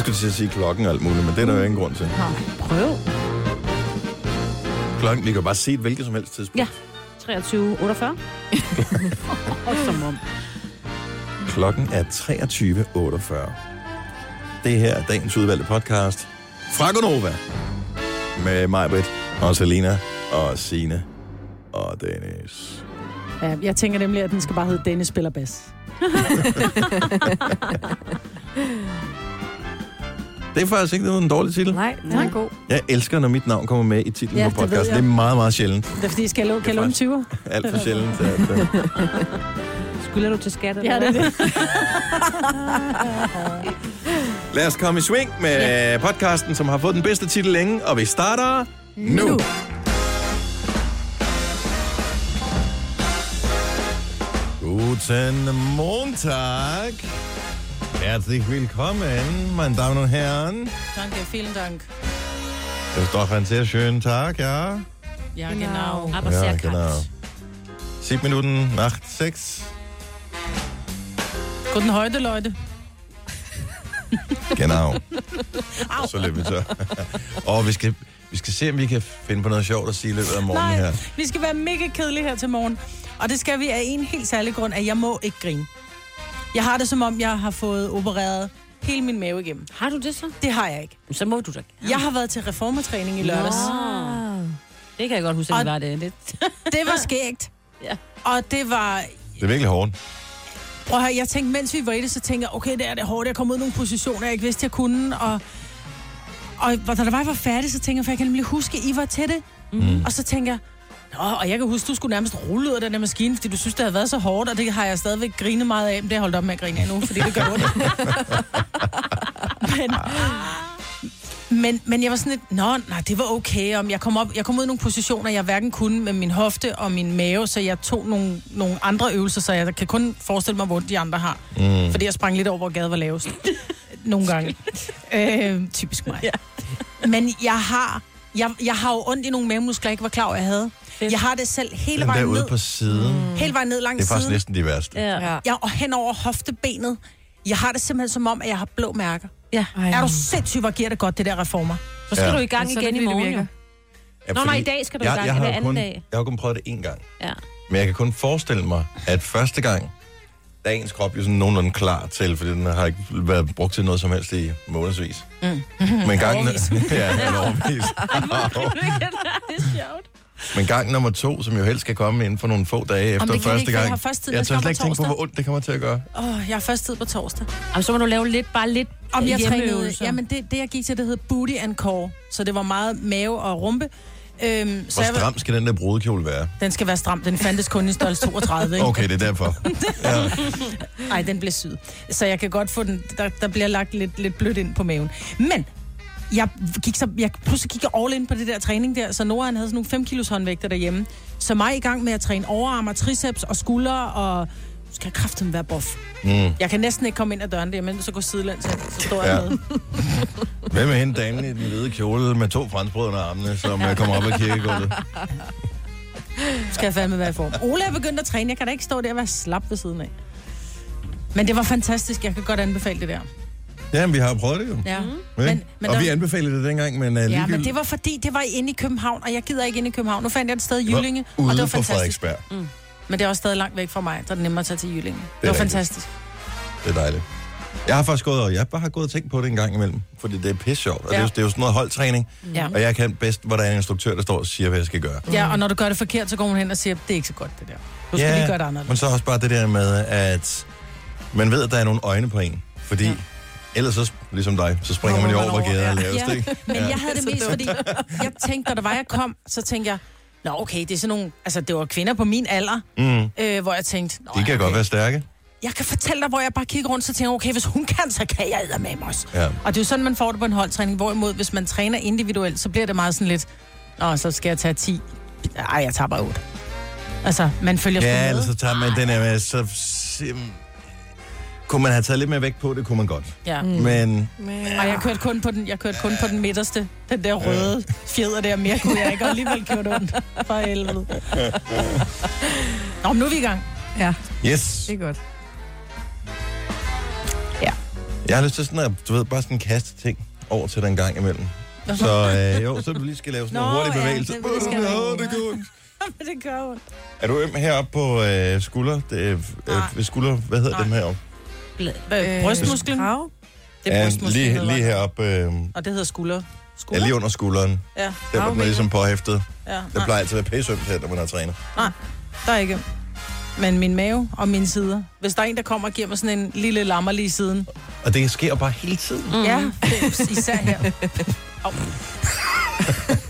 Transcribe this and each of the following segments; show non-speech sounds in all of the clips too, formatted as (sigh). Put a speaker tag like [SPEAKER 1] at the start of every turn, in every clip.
[SPEAKER 1] skulle til at sige klokken og alt muligt, men det er der jo ingen grund til.
[SPEAKER 2] Nej, prøv.
[SPEAKER 1] Klokken, vi kan jo bare se et hvilket som helst tidspunkt.
[SPEAKER 2] Ja, 23,
[SPEAKER 3] (laughs)
[SPEAKER 2] 48. Og som om.
[SPEAKER 1] Klokken er 23.48. Det her er dagens udvalgte podcast fra Gonova. Med mig, Britt, og Selina, og Sine og Dennis.
[SPEAKER 2] Ja, jeg tænker nemlig, at den skal bare hedde Dennis spiller bas.
[SPEAKER 1] Det er faktisk ikke noget en dårlig titel.
[SPEAKER 4] Nej, (laughs) den er god.
[SPEAKER 1] Jeg elsker, når mit navn kommer med i titlen
[SPEAKER 2] Ja,
[SPEAKER 1] ja,
[SPEAKER 2] det
[SPEAKER 1] på
[SPEAKER 2] ved
[SPEAKER 1] podcasten.
[SPEAKER 2] jeg.
[SPEAKER 1] Det er meget, meget sjældent.
[SPEAKER 2] Det er fordi, jeg skal låne
[SPEAKER 1] Det er
[SPEAKER 2] kalon
[SPEAKER 1] faktisk-
[SPEAKER 2] 20.
[SPEAKER 1] Alt for sjældent. At, øh,
[SPEAKER 4] Skylder du til skat? eller
[SPEAKER 2] Ja, det
[SPEAKER 4] hvad?
[SPEAKER 2] er det.
[SPEAKER 4] (laughs)
[SPEAKER 1] Lad os komme i sving med ja. podcasten, som har fået den bedste titel længe, og vi starter nu. nu. Guten Montag. Herzlich willkommen, meine Damen und Herren.
[SPEAKER 3] Danke, vielen Dank.
[SPEAKER 1] Es ist doch ein sehr schöner Tag, ja?
[SPEAKER 3] Ja,
[SPEAKER 4] Genau.
[SPEAKER 3] genau.
[SPEAKER 4] Aber
[SPEAKER 1] ja,
[SPEAKER 4] sehr kalt.
[SPEAKER 1] Sieben Minuten nach sechs.
[SPEAKER 3] Guten Heute, Leute.
[SPEAKER 1] (laughs) Genau. Så løb vi (laughs) tør. og Oh, vi skal, vi skal se, om vi kan finde på noget sjovt at sige i løbet af morgenen her.
[SPEAKER 3] Nej, vi skal være mega kedelige her til morgen. Og det skal vi af en helt særlig grund, at jeg må ikke grine. Jeg har det som om, jeg har fået opereret hele min mave igennem.
[SPEAKER 4] Har du det så?
[SPEAKER 3] Det har jeg ikke.
[SPEAKER 4] Så må du da.
[SPEAKER 3] Jeg har været til reformertræning i lørdags.
[SPEAKER 4] Det kan jeg godt huske, at
[SPEAKER 3] Og-
[SPEAKER 4] det var det. Lidt.
[SPEAKER 3] (laughs) Det var skægt.
[SPEAKER 4] Ja.
[SPEAKER 3] Og det var...
[SPEAKER 1] Det er virkelig hårdt.
[SPEAKER 3] Prøv at høre, jeg tænkte, mens vi var i det, så tænkte jeg, okay, det er det er hårdt. Jeg kom ud i nogle positioner, jeg ikke vidste, jeg kunne. Og, og da der var, jeg var færdig, så tænkte jeg, for jeg kan nemlig huske, I var til det.
[SPEAKER 1] Mm.
[SPEAKER 3] Og så tænker jeg, Nå, og jeg kan huske, du skulle nærmest rulle ud af den der maskine, fordi du synes, det havde været så hårdt, og det har jeg stadigvæk grinet meget af, men det har jeg holdt op med at grine af nu, fordi det gør ondt. (laughs) men, men, men jeg var sådan lidt, nå, nej, det var okay. Om jeg, kom op, jeg kom ud i nogle positioner, jeg hverken kunne med min hofte og min mave, så jeg tog nogle, nogle andre øvelser, så jeg kan kun forestille mig, hvor de andre har. Mm. Fordi jeg sprang lidt over, hvor gaden var lavest. nogle gange. (laughs) øh, typisk mig. Ja. men jeg har, jeg, jeg har jo ondt i nogle mavemuskler, jeg ikke var klar over, jeg havde.
[SPEAKER 4] Fedt.
[SPEAKER 3] Jeg har det selv hele
[SPEAKER 1] Den der
[SPEAKER 3] vejen
[SPEAKER 1] ude
[SPEAKER 3] ned.
[SPEAKER 1] på siden, mm.
[SPEAKER 3] Hele vejen ned langs
[SPEAKER 1] det er faktisk
[SPEAKER 3] siden.
[SPEAKER 1] næsten de værste.
[SPEAKER 4] Ja. ja.
[SPEAKER 2] Ja.
[SPEAKER 3] Ja, og hen over hoftebenet. Jeg har det simpelthen som om, at jeg har blå mærker.
[SPEAKER 4] ja.
[SPEAKER 2] Ej,
[SPEAKER 3] Er du sindssyg, hvor giver det godt, det der reformer?
[SPEAKER 4] Så skal
[SPEAKER 1] Ja.
[SPEAKER 4] ja. du i gang igen i morgen. jo.
[SPEAKER 1] Ja,
[SPEAKER 4] Nå, nej, i dag skal du i gang,
[SPEAKER 1] jeg
[SPEAKER 4] eller
[SPEAKER 1] har jo
[SPEAKER 4] anden
[SPEAKER 1] kun,
[SPEAKER 4] dag.
[SPEAKER 1] Jeg har kun prøvet det én gang.
[SPEAKER 4] Ja.
[SPEAKER 1] Men jeg kan kun forestille mig, at første gang, der er ens krop jo sådan nogenlunde klar til, fordi den har ikke været brugt til noget som helst i månedsvis. Mm. Men gang, (laughs)
[SPEAKER 3] Årevis.
[SPEAKER 1] ja, en
[SPEAKER 4] (laughs)
[SPEAKER 1] overvis.
[SPEAKER 4] det er sjovt.
[SPEAKER 1] Men gang nummer to, som jo helst skal komme inden for nogle få dage efter
[SPEAKER 3] det kan
[SPEAKER 1] første
[SPEAKER 3] ikke, for
[SPEAKER 1] gang.
[SPEAKER 3] jeg har først tid,
[SPEAKER 1] jeg
[SPEAKER 3] når
[SPEAKER 1] tør
[SPEAKER 3] jeg
[SPEAKER 1] slet ikke
[SPEAKER 3] kommer
[SPEAKER 1] tænke på,
[SPEAKER 3] torsdag.
[SPEAKER 1] hvor ondt det kommer til at gøre.
[SPEAKER 3] Åh, oh, jeg har først tid på torsdag.
[SPEAKER 4] Jamen, så må du lave lidt, bare lidt
[SPEAKER 3] Om jeg trænede,
[SPEAKER 4] hjemmeøvelser.
[SPEAKER 3] jamen det, det jeg gik til, det hed booty and core. Så det var meget mave og rumpe. Øhm, så
[SPEAKER 1] Hvor
[SPEAKER 3] jeg, var-
[SPEAKER 1] stram skal den der brudekjole være?
[SPEAKER 3] den skal være stram. Den fandtes kun i størrelse 32, ikke?
[SPEAKER 1] Okay, det er
[SPEAKER 3] (laughs)
[SPEAKER 1] derfor.
[SPEAKER 3] Nej, den blev syet. Så jeg kan godt få den, der, der bliver lagt lidt, lidt blødt ind på maven. Men jeg gik så, jeg, pludselig gik jeg all in på det der træning der, så Nora han havde sådan nogle 5 kilos håndvægter derhjemme. Så mig i gang med at træne overarm og triceps og skuldre og nu skal jeg kraften være bof.
[SPEAKER 1] Mm.
[SPEAKER 3] Jeg kan næsten ikke komme ind ad døren derhjemme, så går sidelæns, så, så står
[SPEAKER 1] Ja.
[SPEAKER 3] jeg ja. med.
[SPEAKER 1] (laughs) Hvem er hende damen i den hvide kjole med to franskbrød under armene, som øh, kommer op ad kirkegulvet?
[SPEAKER 3] skal jeg fandme være i form. Ole er begyndt at træne. Jeg kan da ikke stå der og være slap ved siden af. Men det var fantastisk. Jeg kan godt anbefale det der.
[SPEAKER 1] Jamen, vi har prøvet det jo.
[SPEAKER 3] Ja. Mm.
[SPEAKER 1] Men,
[SPEAKER 3] Men-
[SPEAKER 1] men
[SPEAKER 3] men
[SPEAKER 1] og
[SPEAKER 3] der-
[SPEAKER 1] vi anbefalede det dengang, men uh,
[SPEAKER 3] Ja, men det var fordi, det var inde i København, og jeg gider ikke inde i København. Nu fandt jeg et sted i Jyllinge, og
[SPEAKER 1] ude
[SPEAKER 3] det var
[SPEAKER 1] på
[SPEAKER 3] fantastisk.
[SPEAKER 1] Frederiksberg.
[SPEAKER 3] Men det er også stadig langt væk fra mig, der er det nemmere at tage til Jyllinge. Det, var
[SPEAKER 1] rigtigt.
[SPEAKER 3] fantastisk.
[SPEAKER 1] Det er dejligt. Jeg har faktisk gået, og jeg bare har gået og tænkt på det en gang imellem, fordi det er pisse sjovt, og ja. det, er,
[SPEAKER 3] Ja.
[SPEAKER 1] jo- det er jo sådan noget holdtræning,
[SPEAKER 3] Ja.
[SPEAKER 1] og jeg kan bedst, hvor der er en instruktør, der står og siger, hvad jeg skal gøre.
[SPEAKER 3] Ja, og når du gør det forkert, så går hun hen og siger, det er ikke så godt det der. Du skal lige gøre det
[SPEAKER 1] men
[SPEAKER 3] anderledes.
[SPEAKER 1] så også bare det der med, at man ved, at der er nogle øjne på en, fordi ja. ellers så, ligesom dig, så springer man jo over, hvor gader er lavest,
[SPEAKER 3] Ja.
[SPEAKER 1] ikke?
[SPEAKER 3] Men jeg havde det
[SPEAKER 4] Så
[SPEAKER 3] mest,
[SPEAKER 4] dumt.
[SPEAKER 3] fordi jeg tænkte, når der var, jeg kom, så tænkte jeg, Nå, okay, det er sådan nogle... Altså, det var kvinder på min alder,
[SPEAKER 1] Mm.
[SPEAKER 3] øh, hvor jeg tænkte... Nå,
[SPEAKER 1] De
[SPEAKER 3] ja,
[SPEAKER 1] kan godt være stærke.
[SPEAKER 3] jeg kan fortælle dig, hvor jeg bare kigger rundt, så tænker jeg, okay, hvis hun kan, så kan jeg med også.
[SPEAKER 1] Ja.
[SPEAKER 3] Og det er jo sådan, man får det på en holdtræning, hvorimod hvis man træner individuelt, så bliver det meget sådan lidt, Nå, så skal jeg tage 10. Ej, jeg tager bare 8. Altså, man følger sgu
[SPEAKER 1] Ja,
[SPEAKER 3] med.
[SPEAKER 1] ellers så tager man den her med, så... sim- Kunne man have taget lidt mere vægt på, det kunne man
[SPEAKER 3] (laughs)
[SPEAKER 1] godt.
[SPEAKER 3] Ja.
[SPEAKER 1] Mm. Men
[SPEAKER 3] Ej, jeg kørte kun på den, jeg kørte kun på den midterste. Den der røde fjeder der, mere kunne jeg ikke, og alligevel kørte ondt. For helvede. Nå, men nu er vi i gang.
[SPEAKER 2] Ja,
[SPEAKER 1] Yes.
[SPEAKER 2] det er godt.
[SPEAKER 1] Jeg har lyst til sådan at, du ved, bare sådan kaste ting over til den gang imellem.
[SPEAKER 3] Nå.
[SPEAKER 1] Så øh, jo, så du lige skal lave sådan en
[SPEAKER 3] Nå,
[SPEAKER 1] hurtig
[SPEAKER 3] ja,
[SPEAKER 1] bevægelse.
[SPEAKER 3] det-
[SPEAKER 1] Ja,
[SPEAKER 3] det
[SPEAKER 1] det,
[SPEAKER 3] skal
[SPEAKER 1] det,
[SPEAKER 3] man.
[SPEAKER 1] det gør ondt.
[SPEAKER 3] (laughs) Men det gør ondt.
[SPEAKER 1] Er du øm heroppe på øh, skulder? Det, er, øh,
[SPEAKER 3] Nej.
[SPEAKER 1] ved skulder, hvad hedder
[SPEAKER 3] Nej.
[SPEAKER 1] den heroppe?
[SPEAKER 3] Øh, brystmusklen?
[SPEAKER 2] Krav.
[SPEAKER 3] Det er brystmusklen.
[SPEAKER 1] lige,
[SPEAKER 3] eller
[SPEAKER 1] lige
[SPEAKER 3] hvad?
[SPEAKER 1] heroppe, øh,
[SPEAKER 3] Og det hedder skulder.
[SPEAKER 1] ja,
[SPEAKER 3] Skulder?
[SPEAKER 1] lige under skulderen.
[SPEAKER 3] Ja,
[SPEAKER 1] Der var den er ligesom påhæftet.
[SPEAKER 3] ja.
[SPEAKER 1] Der
[SPEAKER 3] Nej,
[SPEAKER 1] plejer altid at være pæsømt her, når man har trænet.
[SPEAKER 3] der er ikke. Men min mave og mine sider. Hvis der er en, der kommer og giver mig sådan en lille lammer lige i siden. Mm.
[SPEAKER 1] Og det sker bare hele tiden.
[SPEAKER 3] Ja, det- især (laughs) her.
[SPEAKER 1] (laughs)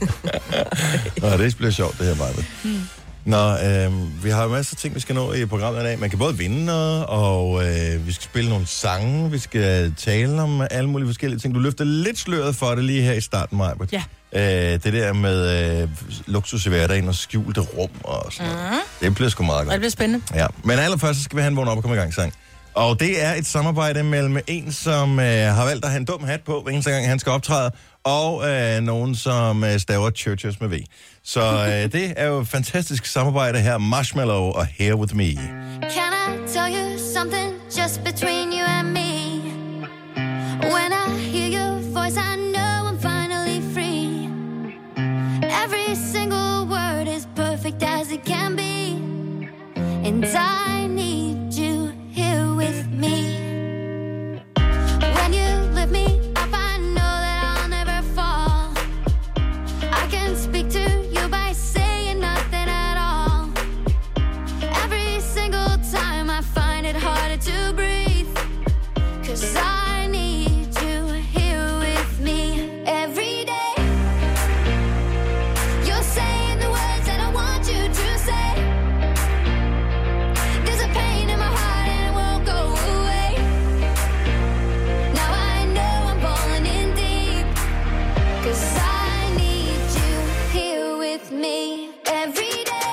[SPEAKER 1] Nå, det bliver sjovt, det her, Maja. Mm.
[SPEAKER 3] Hmm.
[SPEAKER 1] Nå, øh, vi har jo masser af ting, vi skal nå i programmet i dag. Man kan både vinde noget, og øh, vi skal spille nogle sange, vi skal tale om alle mulige forskellige ting. Du løfter lidt sløret for det lige her i starten, Maja.
[SPEAKER 3] Ja.
[SPEAKER 1] Øh, det der med øh, luksus i hverdagen og skjulte rum og
[SPEAKER 3] Mm.
[SPEAKER 1] sådan noget. Det bliver sgu meget
[SPEAKER 3] Og det
[SPEAKER 1] godt.
[SPEAKER 3] bliver spændende.
[SPEAKER 1] Mm. Ja. Men allerførst så skal vi have en vågn op og komme i gang sang. Og det er et samarbejde mellem en, som øh, har valgt at have en dum hat på, hver eneste gang han skal optræde, og øh, nogen, som øh, staver Churches med V. Så øh, det er jo et fantastisk samarbejde her, Marshmallow og Here With Me.
[SPEAKER 5] Can I tell you something just between you and me? When I hear your voice, I know I'm finally free. Every single word is perfect as it can be. And I need you here with me. When you lift me up, I know that I'll never fall. I can speak to you by saying nothing at all. Every single time I find it harder to breathe. Cause I need you here with me every day. You're saying the words that I want you to say. There's a pain in my heart and it won't go away. Now I know I'm falling in deep. Cause I need you here with me every day.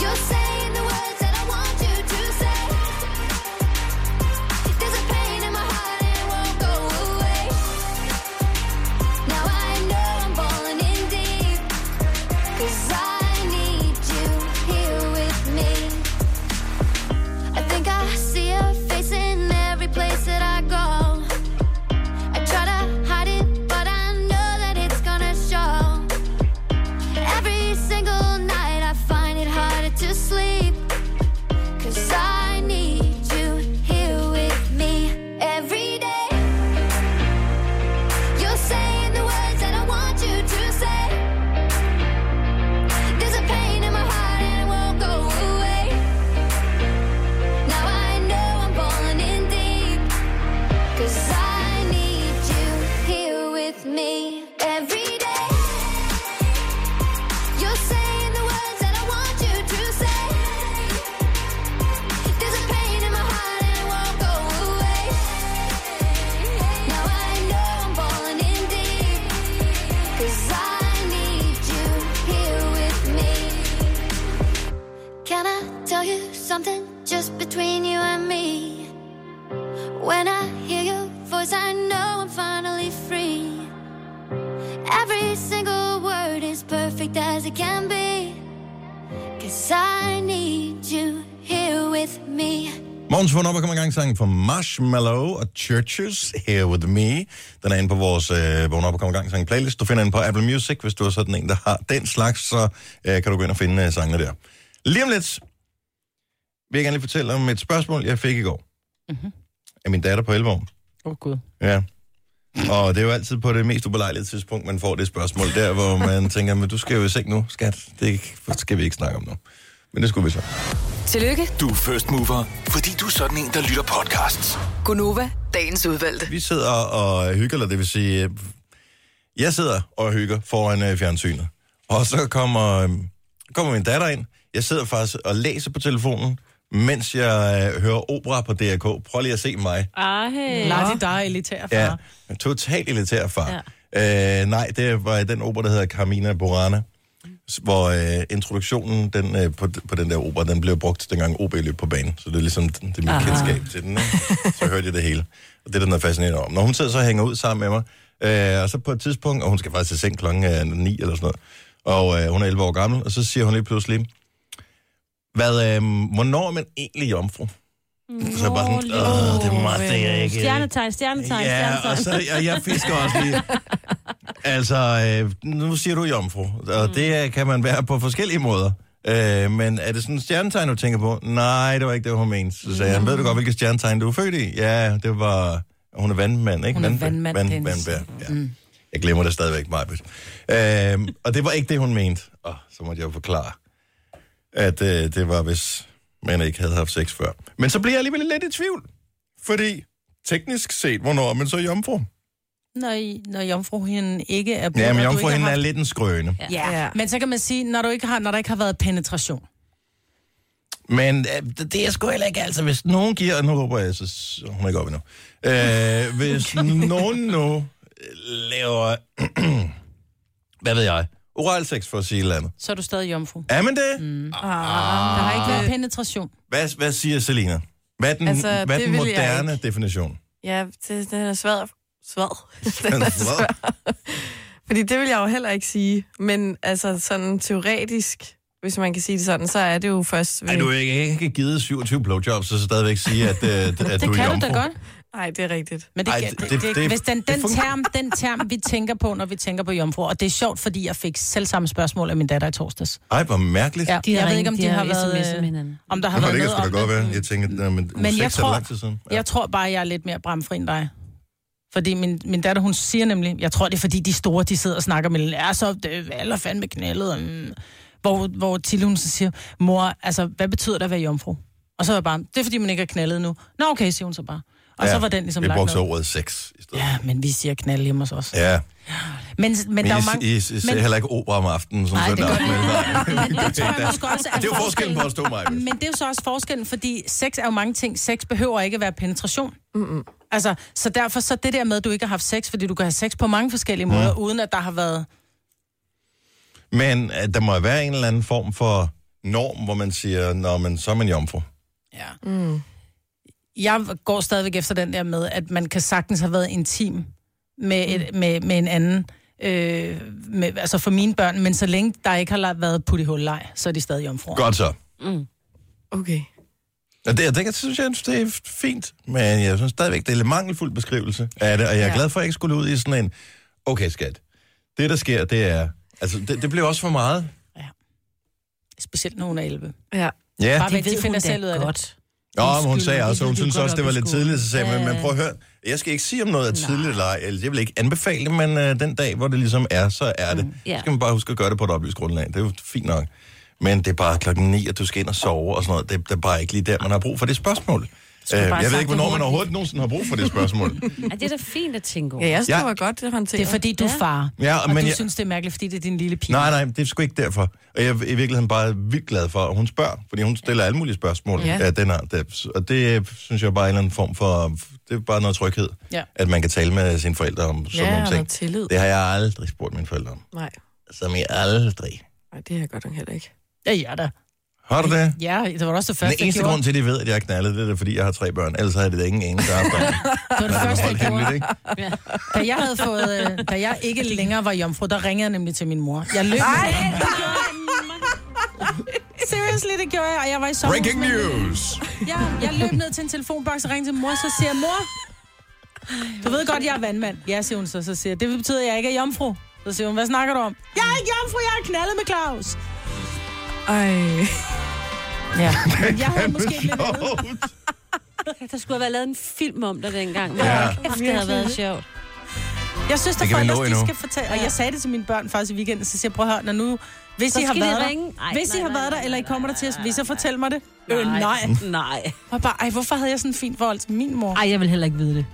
[SPEAKER 5] You're saying the words that I want you to say. There's a pain in my heart and it won't go away. Now I know I'm falling in deep. 'Cause I need you here with me. I think I see your face in every place that I go. I try to hide it, but I know that it's gonna show. Every single night I find it harder to sleep. Cause I need you here with me every day. You're saying the words that I want you to say. There's a pain in my heart and it won't go away. Now I know I'm falling in deep. Cause I need you here with me every day. You're saying the words that I want you to say. There's a pain in my heart and it won't go away. Now I know I'm falling in deep. 'Cause I need you here with me. Can I tell you something just between you and me? When I hear your voice, I know I'm finally free. Every single word is perfect as it can be. Cause I need you here with me. (laughs)
[SPEAKER 1] Morgens vågn op og komme i gang sang fra Marshmallow og Churches, Here With Me. Den er inde på vores øh, vågn op og komme i gang sang playlist. Du finder den på Apple Music, hvis du er sådan en, der har den slags, så øh, kan du gå ind og finde øh, sangene der. Lige om lidt vil jeg gerne lige fortælle om et spørgsmål, jeg fik i går. Mm-hmm. Af min datter på 11 år.
[SPEAKER 3] Åh, oh, Gud.
[SPEAKER 1] Ja. Og det er jo altid på det mest ubelejlige tidspunkt, man får det spørgsmål der, hvor man tænker, men du skal jo i seng nu, skat. Det skal vi ikke snakke om nu. Men det skulle vi så.
[SPEAKER 6] Tillykke,
[SPEAKER 7] Du er first mover, fordi du er sådan en, der lytter podcasts.
[SPEAKER 6] Gunova, dagens udvalgte.
[SPEAKER 1] Vi sidder og hygger, eller det vil sige, øh, jeg sidder og hygger foran øh, fjernsynet. Og så kommer, øh, kommer min datter ind. Jeg sidder faktisk og læser på telefonen, mens jeg øh, hører opera på DRK. Prøv lige at se mig.
[SPEAKER 4] Ej,
[SPEAKER 3] Lad de dig elitær far.
[SPEAKER 1] Ja, totalt elitær far. Ja. Øh, nej, det var i den opera, der hedder Carmina Burana, s- hvor øh, introduktionen den, øh, på, d- på den der opera, den blev brugt dengang OB løb på banen. Så det er ligesom d- det er mit kendskab til den. Ikke? Så hørte jeg det hele. Og det er den, der er fascinerende om. Når hun sidder så og hænger ud sammen med mig, øh, og så på et tidspunkt, og hun skal faktisk til seng klokken øh, 9 eller sådan noget, og øh, hun er 11 år gammel, og så siger hun lige pludselig, hvad, øh, hvornår er man egentlig jomfru? Så bare sådan, åh, det er meget, det
[SPEAKER 4] øh,
[SPEAKER 1] er ikke... øh."
[SPEAKER 4] Stjernetegn, stjernetegn,
[SPEAKER 1] Ja,
[SPEAKER 4] stjernetegn.
[SPEAKER 1] og så, jeg, jeg fisker også
[SPEAKER 4] (laughs)
[SPEAKER 1] lige. Altså, øh, nu siger du jomfru, og mm. det øh, kan man være på forskellige måder. Øh, men er det sådan et stjernetegn, du tænker på? Nej, det var ikke det, hun mente. Så sagde
[SPEAKER 3] Mm.
[SPEAKER 1] han, ved du godt, hvilket stjernetegn du er født i? Ja, det var... Hun er vandmand, ikke?
[SPEAKER 3] Hun er
[SPEAKER 1] Vandbær.
[SPEAKER 3] vandmand,
[SPEAKER 1] Vand,
[SPEAKER 3] Dennis.
[SPEAKER 1] vandbær, ja. Mm. Jeg glemmer det stadigvæk, Majbet. Øh, og det var ikke det, hun mente. Åh, så måtte jeg jo forklare, at øh, det var, hvis man ikke havde haft sex før. Men så bliver jeg alligevel lidt i tvivl, fordi teknisk set, hvornår er man så jomfru?
[SPEAKER 3] Når, I- når jomfruhinden ikke er brudt,
[SPEAKER 1] Ja, men
[SPEAKER 3] og du ikke
[SPEAKER 1] jomfruhinden
[SPEAKER 3] har
[SPEAKER 1] er
[SPEAKER 3] haft-
[SPEAKER 1] lidt en skrøne. Ja.
[SPEAKER 3] Ja.
[SPEAKER 2] Ja.
[SPEAKER 3] men så kan man sige, når, du ikke har, når der ikke har været penetration.
[SPEAKER 1] Men øh, det- det er sgu heller ikke, altså hvis nogen giver, og nu håber jeg, så s- hun er ikke oppe endnu. (laughs) Øh, hvis nogen nu øh, laver, (clears throat) hvad ved jeg, oral sex for at sige et eller andet.
[SPEAKER 3] Så er du stadig jomfru. Ah.
[SPEAKER 1] Er man det? Mm. Ah.
[SPEAKER 3] Der har ikke været penetration.
[SPEAKER 1] Hvad, hvad siger Selina? Hvad er den,
[SPEAKER 8] Altså,
[SPEAKER 1] altså, hvad er
[SPEAKER 8] det
[SPEAKER 1] den
[SPEAKER 8] vil jeg
[SPEAKER 1] moderne definition?
[SPEAKER 8] Ja, det, den er svær.
[SPEAKER 1] (laughs)
[SPEAKER 8] Svær. Den er svær. Fordi det vil jeg jo heller ikke sige. Men altså sådan teoretisk, hvis man kan sige det sådan, så er det jo først... Ved...
[SPEAKER 1] Er du ikke, ikke givet 27 blowjobs, og så stadigvæk sige, at, øh, at, at
[SPEAKER 3] (laughs) Det
[SPEAKER 1] du er
[SPEAKER 3] kan du
[SPEAKER 1] jomfru?
[SPEAKER 3] da godt.
[SPEAKER 8] Nej, det er rigtigt.
[SPEAKER 3] Men det,
[SPEAKER 1] Ej,
[SPEAKER 3] Ej,
[SPEAKER 1] det- det-
[SPEAKER 3] det, det, det,
[SPEAKER 1] det-
[SPEAKER 3] det, hvis den, den,
[SPEAKER 1] det fungerer.
[SPEAKER 3] term, den term, vi tænker på, når vi tænker på jomfru, og det er sjovt, fordi jeg fik selv samme spørgsmål af min datter i torsdags.
[SPEAKER 1] Ej, hvor mærkeligt.
[SPEAKER 3] Ja,
[SPEAKER 1] Ja.
[SPEAKER 3] jeg ved
[SPEAKER 4] ringet,
[SPEAKER 3] ikke, om
[SPEAKER 4] de
[SPEAKER 3] de
[SPEAKER 4] har
[SPEAKER 3] har været...
[SPEAKER 4] sms'et med
[SPEAKER 3] øh,
[SPEAKER 4] hinanden.
[SPEAKER 3] Om der har
[SPEAKER 1] Nå,
[SPEAKER 3] været
[SPEAKER 1] det kan
[SPEAKER 3] noget
[SPEAKER 1] sgu da
[SPEAKER 3] om
[SPEAKER 1] godt være. Jeg tænkte, men, men
[SPEAKER 3] jeg
[SPEAKER 1] jeg tror...
[SPEAKER 3] tror-
[SPEAKER 1] lang tid siden. Ja.
[SPEAKER 3] Jeg tror bare, jeg er lidt mere bramfri end dig. Fordi min, min datter, hun siger nemlig, jeg tror, det er fordi de store, de sidder og snakker med, er så det aller fandme knaldet. og, Mm. Hvor, hvor Tille, hun så siger, mor, altså, hvad betyder det at være jomfru? Og så er jeg bare, det er fordi, man ikke er knaldet nu. Nå, okay, siger hun så bare. Og ja, så var den ligesom
[SPEAKER 1] Vi
[SPEAKER 3] lagt
[SPEAKER 1] brugte så
[SPEAKER 3] ned.
[SPEAKER 1] ordet sex i stedet.
[SPEAKER 3] Ja, men vi siger knalde hjemme hos os. Ja.
[SPEAKER 1] Ja,
[SPEAKER 3] Men, men
[SPEAKER 1] men
[SPEAKER 3] der er
[SPEAKER 1] I,
[SPEAKER 3] jo mange...
[SPEAKER 1] I, I ser
[SPEAKER 3] men-
[SPEAKER 1] heller ikke opera om aftenen, som
[SPEAKER 3] Nej, det
[SPEAKER 1] søndag
[SPEAKER 3] gør
[SPEAKER 1] aften. (laughs)
[SPEAKER 3] vi
[SPEAKER 1] vel?
[SPEAKER 3] Men det tror jeg måske også er
[SPEAKER 1] Det er jo forskellen på at stå mig.
[SPEAKER 3] Men det er jo så også forskellen, fordi sex er jo mange ting. Sex behøver ikke at være penetration. Mm-mm. Altså, så derfor så det der med, at du ikke har haft sex, fordi du kan have sex på mange forskellige
[SPEAKER 1] Mm.
[SPEAKER 3] måder, uden at der har været...
[SPEAKER 1] Men at der må være en eller anden form for norm, hvor man siger, når man så er man jomfru.
[SPEAKER 3] Ja. Mm. Jeg går stadigvæk efter den der med, at man kan sagtens have været intim med, et, med, med en anden, øh, med, altså for mine børn, men så længe der ikke har la- været put i hulleg, så er de stadig jomfruer.
[SPEAKER 1] Godt så.
[SPEAKER 3] Mm.
[SPEAKER 8] Okay.
[SPEAKER 1] Og det, det, det synes jeg, det er fint, men jeg synes stadigvæk, det er en mangelfuld beskrivelse af det, og jeg er glad for, at jeg ikke skulle ud i sådan en, okay skat, det der sker, det er, altså det, det blev også for meget.
[SPEAKER 3] Specielt når hun er 11.
[SPEAKER 8] Ja.
[SPEAKER 1] Ja,
[SPEAKER 3] Bare
[SPEAKER 4] Det
[SPEAKER 3] vent, de
[SPEAKER 4] ved hun
[SPEAKER 3] finder selv ud
[SPEAKER 4] da
[SPEAKER 3] af det.
[SPEAKER 4] godt.
[SPEAKER 1] Nå, men hun
[SPEAKER 4] Undskyld,
[SPEAKER 1] sagde
[SPEAKER 4] men
[SPEAKER 1] også,
[SPEAKER 4] det
[SPEAKER 1] hun
[SPEAKER 4] ved du
[SPEAKER 1] synes
[SPEAKER 4] godt
[SPEAKER 1] også, det var
[SPEAKER 4] op i
[SPEAKER 1] lidt
[SPEAKER 4] skolen.
[SPEAKER 1] tidligt, så sagde men,
[SPEAKER 4] Ja.
[SPEAKER 1] men prøv at høre, jeg skal ikke sige, om noget er tidligt eller ej, eller jeg vil ikke anbefale det, men øh, den dag, hvor det ligesom er, så er det.
[SPEAKER 4] ja.
[SPEAKER 1] Så skal man bare huske at gøre det på et oplyst grundlag, det er jo fint nok. Men det er bare klokken 9, at du skal ind og sove og sådan noget, det, det er bare ikke lige der, man har brug for det spørgsmål. Øh,
[SPEAKER 3] bare
[SPEAKER 1] jeg ved
[SPEAKER 3] sagt
[SPEAKER 1] ikke,
[SPEAKER 3] det
[SPEAKER 1] hvornår man
[SPEAKER 3] hurtigt.
[SPEAKER 1] overhovedet nogensinde har brug for det spørgsmål.
[SPEAKER 4] (laughs) Ja, det er da fint at tænke over.
[SPEAKER 8] Ja, jeg synes,
[SPEAKER 1] Ja.
[SPEAKER 8] det var godt, det håndteret.
[SPEAKER 3] Det er fordi, du er far.
[SPEAKER 1] Ja,
[SPEAKER 3] og
[SPEAKER 1] men
[SPEAKER 3] du
[SPEAKER 1] jeg-
[SPEAKER 3] synes, det er mærkeligt, fordi det er din lille pige.
[SPEAKER 4] (laughs)
[SPEAKER 1] Nej, nej, det er sgu ikke derfor. Og jeg er i virkeligheden bare vildt glad for, at hun spørger, fordi hun stiller alle mulige spørgsmål. Ja.
[SPEAKER 8] Ja.
[SPEAKER 1] Ja, den her, det, og det øh, synes jeg er bare er en eller anden form for, det er bare noget tryghed,
[SPEAKER 3] Ja.
[SPEAKER 1] at man kan tale med sine forældre om sådan
[SPEAKER 8] Ja,
[SPEAKER 1] nogle
[SPEAKER 8] og
[SPEAKER 1] ting.
[SPEAKER 8] noget tillid.
[SPEAKER 1] Det har jeg aldrig spurgt mine forældre om.
[SPEAKER 8] Nej.
[SPEAKER 1] Som jeg aldrig.
[SPEAKER 8] Nej, det har jeg godt nok heller ikke.
[SPEAKER 3] Ja, ja da.
[SPEAKER 1] Har du det?
[SPEAKER 3] Ja, det var også det
[SPEAKER 1] Den
[SPEAKER 3] første, jeg
[SPEAKER 1] eneste
[SPEAKER 3] gjorde.
[SPEAKER 1] grund til, at de ved, at jeg er knaldet, det er, fordi jeg har tre børn. Ellers havde det da ingen eneste, der har børn.
[SPEAKER 3] (laughs) Det var det
[SPEAKER 1] Det
[SPEAKER 3] første,
[SPEAKER 1] er
[SPEAKER 3] jeg
[SPEAKER 1] holdt
[SPEAKER 3] gjorde.
[SPEAKER 1] hemmeligt, ikke?
[SPEAKER 3] Da jeg, havde fået, øh, da jeg ikke længere var jomfru, der ringede jeg nemlig til min mor. Jeg løb. Seriously, det gjorde jeg, og jeg var i sommer.
[SPEAKER 1] Breaking news!
[SPEAKER 3] Jeg, jeg løb ned til en telefonboks og ringede til min mor, så siger jeg, mor, du ved godt, jeg er vandmand. Ja, siger hun så, så siger jeg, det betyder, at jeg ikke er jomfru. Så siger hun, hvad snakker du om? Jeg er ikke jomfru, jeg er knaldet med Claus.
[SPEAKER 8] Ej.
[SPEAKER 1] (laughs)
[SPEAKER 3] Ja, men jeg havde måske lidt andet.
[SPEAKER 4] (laughs) Der skulle have været lavet en film om dig dengang.
[SPEAKER 1] Ja.
[SPEAKER 4] Ja. Kæft, det havde været sjovt.
[SPEAKER 3] Jeg synes,
[SPEAKER 1] Det
[SPEAKER 3] at
[SPEAKER 1] kan vi
[SPEAKER 3] folk
[SPEAKER 1] nå
[SPEAKER 3] også, de
[SPEAKER 1] endnu.
[SPEAKER 3] skal fortælle. Og jeg sagde det til mine børn faktisk i weekenden, så siger jeg, prøv at høre, når nu... Hvis
[SPEAKER 4] Så
[SPEAKER 3] I har
[SPEAKER 4] skal I
[SPEAKER 3] været
[SPEAKER 4] ringe.
[SPEAKER 3] der,
[SPEAKER 4] Ej,
[SPEAKER 3] hvis I
[SPEAKER 4] nej,
[SPEAKER 3] har
[SPEAKER 4] nej,
[SPEAKER 3] været
[SPEAKER 4] nej,
[SPEAKER 3] der, eller I
[SPEAKER 4] nej,
[SPEAKER 3] kommer der
[SPEAKER 4] nej,
[SPEAKER 3] til os,
[SPEAKER 4] nej,
[SPEAKER 3] hvis I
[SPEAKER 4] nej.
[SPEAKER 3] fortæller mig det. Øh, nej.
[SPEAKER 4] (laughs) Nej.
[SPEAKER 3] Og bare, ej, hvorfor havde jeg sådan en fin forhold til min mor?
[SPEAKER 4] Ej, jeg vil heller ikke vide det.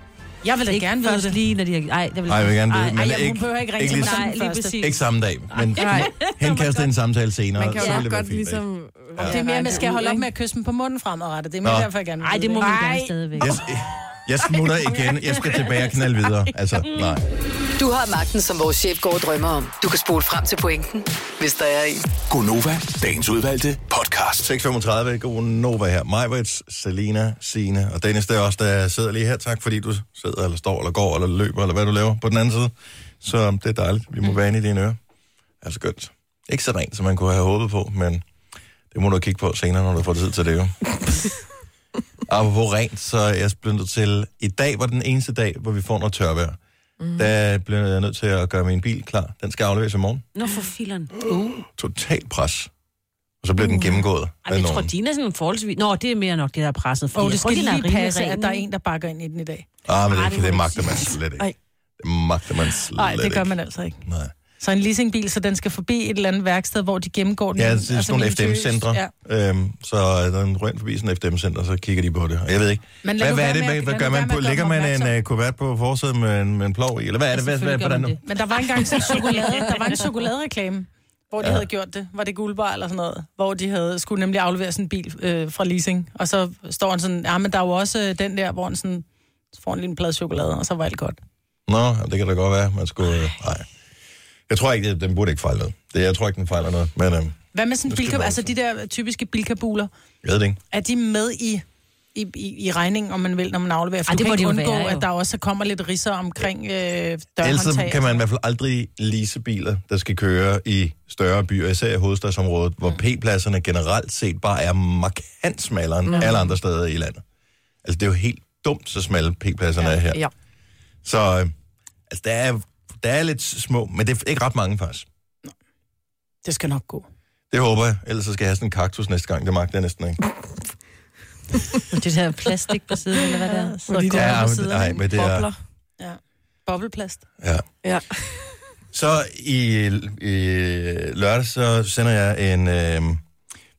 [SPEAKER 3] jeg vil da
[SPEAKER 4] ikke
[SPEAKER 3] gerne vide
[SPEAKER 4] først
[SPEAKER 3] det.
[SPEAKER 4] lige, når de har... Ej, jeg vil,
[SPEAKER 1] Ej, jeg vil gerne vide det,
[SPEAKER 4] Ej,
[SPEAKER 1] men
[SPEAKER 3] jamen, hun
[SPEAKER 1] ikke-
[SPEAKER 3] behøver ikke ringe
[SPEAKER 1] ikke
[SPEAKER 3] til
[SPEAKER 1] lige-
[SPEAKER 3] mig
[SPEAKER 4] Nej,
[SPEAKER 3] som
[SPEAKER 4] lige
[SPEAKER 3] første.
[SPEAKER 4] præcis.
[SPEAKER 1] Ikke samme dag,
[SPEAKER 3] (laughs)
[SPEAKER 1] men
[SPEAKER 8] Nej.
[SPEAKER 1] henkaste en samtale senere.
[SPEAKER 8] Man kan
[SPEAKER 1] så
[SPEAKER 8] jo
[SPEAKER 1] vil det
[SPEAKER 8] også
[SPEAKER 1] være
[SPEAKER 8] godt
[SPEAKER 1] fint, ikke?
[SPEAKER 8] ligesom...
[SPEAKER 1] Ja.
[SPEAKER 3] Det er mere, man skal holde op med at kysse dem på munden fremadrettet. Det er mere
[SPEAKER 1] Nå.
[SPEAKER 3] derfor, jeg gerne vil
[SPEAKER 4] Ej,
[SPEAKER 3] vide
[SPEAKER 4] det må man gerne stadigvæk.
[SPEAKER 1] Jeg, jeg smutter igen. Jeg skal tilbage og knalde videre. Altså, nej.
[SPEAKER 6] Du har magten, som vores chef går og drømmer om. Du kan spole frem til pointen, hvis der er en.
[SPEAKER 7] Gonova, dagens udvalgte podcast.
[SPEAKER 1] 6.35, god Nova her. Majbrits, Selina, Sine og Dennis, der også, der sidder lige her. Tak fordi du sidder, eller står, eller går, eller løber, eller hvad du laver på den anden side. Så det er dejligt. Vi må være inde i dine ører. Er skønt. Ikke så rent, som man kunne have håbet på, men det må du kigge på senere, når du får tid til det jo. Apropos rent, så er jeg blevet nødt til... I dag var den eneste dag, hvor vi får noget tørvejr. Mm. Der blev jeg nødt til at gøre min bil klar. Den skal afleveres i morgen.
[SPEAKER 4] Nå, for filan.
[SPEAKER 3] Uh.
[SPEAKER 1] Total pres. Og så blev den gennemgået.
[SPEAKER 4] Ej, men jeg tror, din er sådan forholdsvis... Nå, det er mere nok det, der er presset.
[SPEAKER 3] Og
[SPEAKER 4] jeg
[SPEAKER 3] det
[SPEAKER 4] tror,
[SPEAKER 3] skal
[SPEAKER 4] din er
[SPEAKER 3] lige
[SPEAKER 4] rimelig
[SPEAKER 3] passe, at
[SPEAKER 4] ren.
[SPEAKER 3] der er en, der bakker ind i den i dag.
[SPEAKER 1] Ah, men
[SPEAKER 4] Ej,
[SPEAKER 1] det, kan-
[SPEAKER 4] det må
[SPEAKER 1] det
[SPEAKER 4] du
[SPEAKER 1] magter man
[SPEAKER 4] sige.
[SPEAKER 1] slet ikke.
[SPEAKER 3] Ej.
[SPEAKER 1] Det magter man slet
[SPEAKER 3] Nej, det gør
[SPEAKER 1] ikke.
[SPEAKER 3] man altså ikke.
[SPEAKER 1] Nej.
[SPEAKER 3] Så en leasingbil, så den skal forbi et eller andet værksted, hvor de gennemgår den. altså
[SPEAKER 1] Ja, det er sådan nogle
[SPEAKER 3] minutiøst.
[SPEAKER 1] FDM-centre.
[SPEAKER 3] Ja.
[SPEAKER 1] Ja. Øhm, så er der en røn forbi sådan en FDM-center, så kigger de på det. Og jeg ved ikke,
[SPEAKER 3] Men lad
[SPEAKER 1] hvad,
[SPEAKER 3] nu
[SPEAKER 1] hvad er
[SPEAKER 3] være
[SPEAKER 1] det,
[SPEAKER 3] med
[SPEAKER 1] hvad, hvad
[SPEAKER 3] at- lad nu
[SPEAKER 1] gør
[SPEAKER 3] være
[SPEAKER 1] man
[SPEAKER 3] med
[SPEAKER 1] på?
[SPEAKER 3] at gøre
[SPEAKER 1] Lægger
[SPEAKER 3] dem
[SPEAKER 1] man en
[SPEAKER 3] opmærksom.
[SPEAKER 1] uh, kuvert på forsiden med en, med en plov i? Eller hvad er det?
[SPEAKER 3] Altså,
[SPEAKER 1] Hvad, hvad, hvordan?
[SPEAKER 4] selvfølgelig
[SPEAKER 3] Men der var engang
[SPEAKER 1] (laughs)
[SPEAKER 3] sådan en chokolade, der var en chokoladereklame, hvor de ja. havde gjort det. Var det guldbar eller sådan noget? Hvor de havde, skulle nemlig aflevere sådan en bil øh, fra leasing. Og så står han sådan, ja, men der er jo også øh, den der, hvor han sådan, så får en lille plade chokolade, og så var alt godt.
[SPEAKER 1] Nå, det kan da godt være. Man skulle... Nej. Jeg tror ikke, det, den burde ikke fejle noget. Det, jeg tror ikke, den fejler noget. Men øhm,
[SPEAKER 3] Hvad med sådan
[SPEAKER 1] Det skal
[SPEAKER 3] bilkab,
[SPEAKER 1] man
[SPEAKER 3] altså de der typiske bilkabuler,
[SPEAKER 1] jeg ved det ikke.
[SPEAKER 3] er de med i, i, i, i regningen, om man vil, når man afleverer? For
[SPEAKER 4] Ej,
[SPEAKER 3] Ej,
[SPEAKER 4] det
[SPEAKER 3] det
[SPEAKER 4] må
[SPEAKER 3] kan
[SPEAKER 4] de
[SPEAKER 3] ikke
[SPEAKER 4] jo
[SPEAKER 3] undgå,
[SPEAKER 4] være, jo.
[SPEAKER 3] at der også kommer lidt risser omkring øh,
[SPEAKER 1] Ellers så
[SPEAKER 3] dørhåndtag.
[SPEAKER 1] kan man i hvert fald aldrig lease biler, der skal køre i større byer, især i hovedstadsområdet, hvor
[SPEAKER 3] Mm.
[SPEAKER 1] P-pladserne generelt set bare er markant smallere
[SPEAKER 3] Mm.
[SPEAKER 1] end alle andre steder i landet. Altså, det er jo helt dumt, så smalle P-pladserne er her.
[SPEAKER 8] Ja.
[SPEAKER 1] Så øh, altså, der, er, der er lidt små, men det er ikke ret mange faktisk.
[SPEAKER 3] Det skal nok gå.
[SPEAKER 1] Det håber jeg. Ellers så skal jeg have sådan en kaktus næste gang. Det magter jeg næsten
[SPEAKER 3] (laughs)
[SPEAKER 1] ikke.
[SPEAKER 4] Det der plastik på siden, eller hvad det er.
[SPEAKER 8] Hvor de
[SPEAKER 1] godt. Ja,
[SPEAKER 8] der
[SPEAKER 1] men-
[SPEAKER 8] ja, sidder
[SPEAKER 1] nej,
[SPEAKER 8] nej,
[SPEAKER 1] men det er-
[SPEAKER 8] bobler.
[SPEAKER 3] Bobleplast.
[SPEAKER 1] Ja.
[SPEAKER 8] Ja.
[SPEAKER 1] Så i, i lørdag, så sender jeg en... Øh,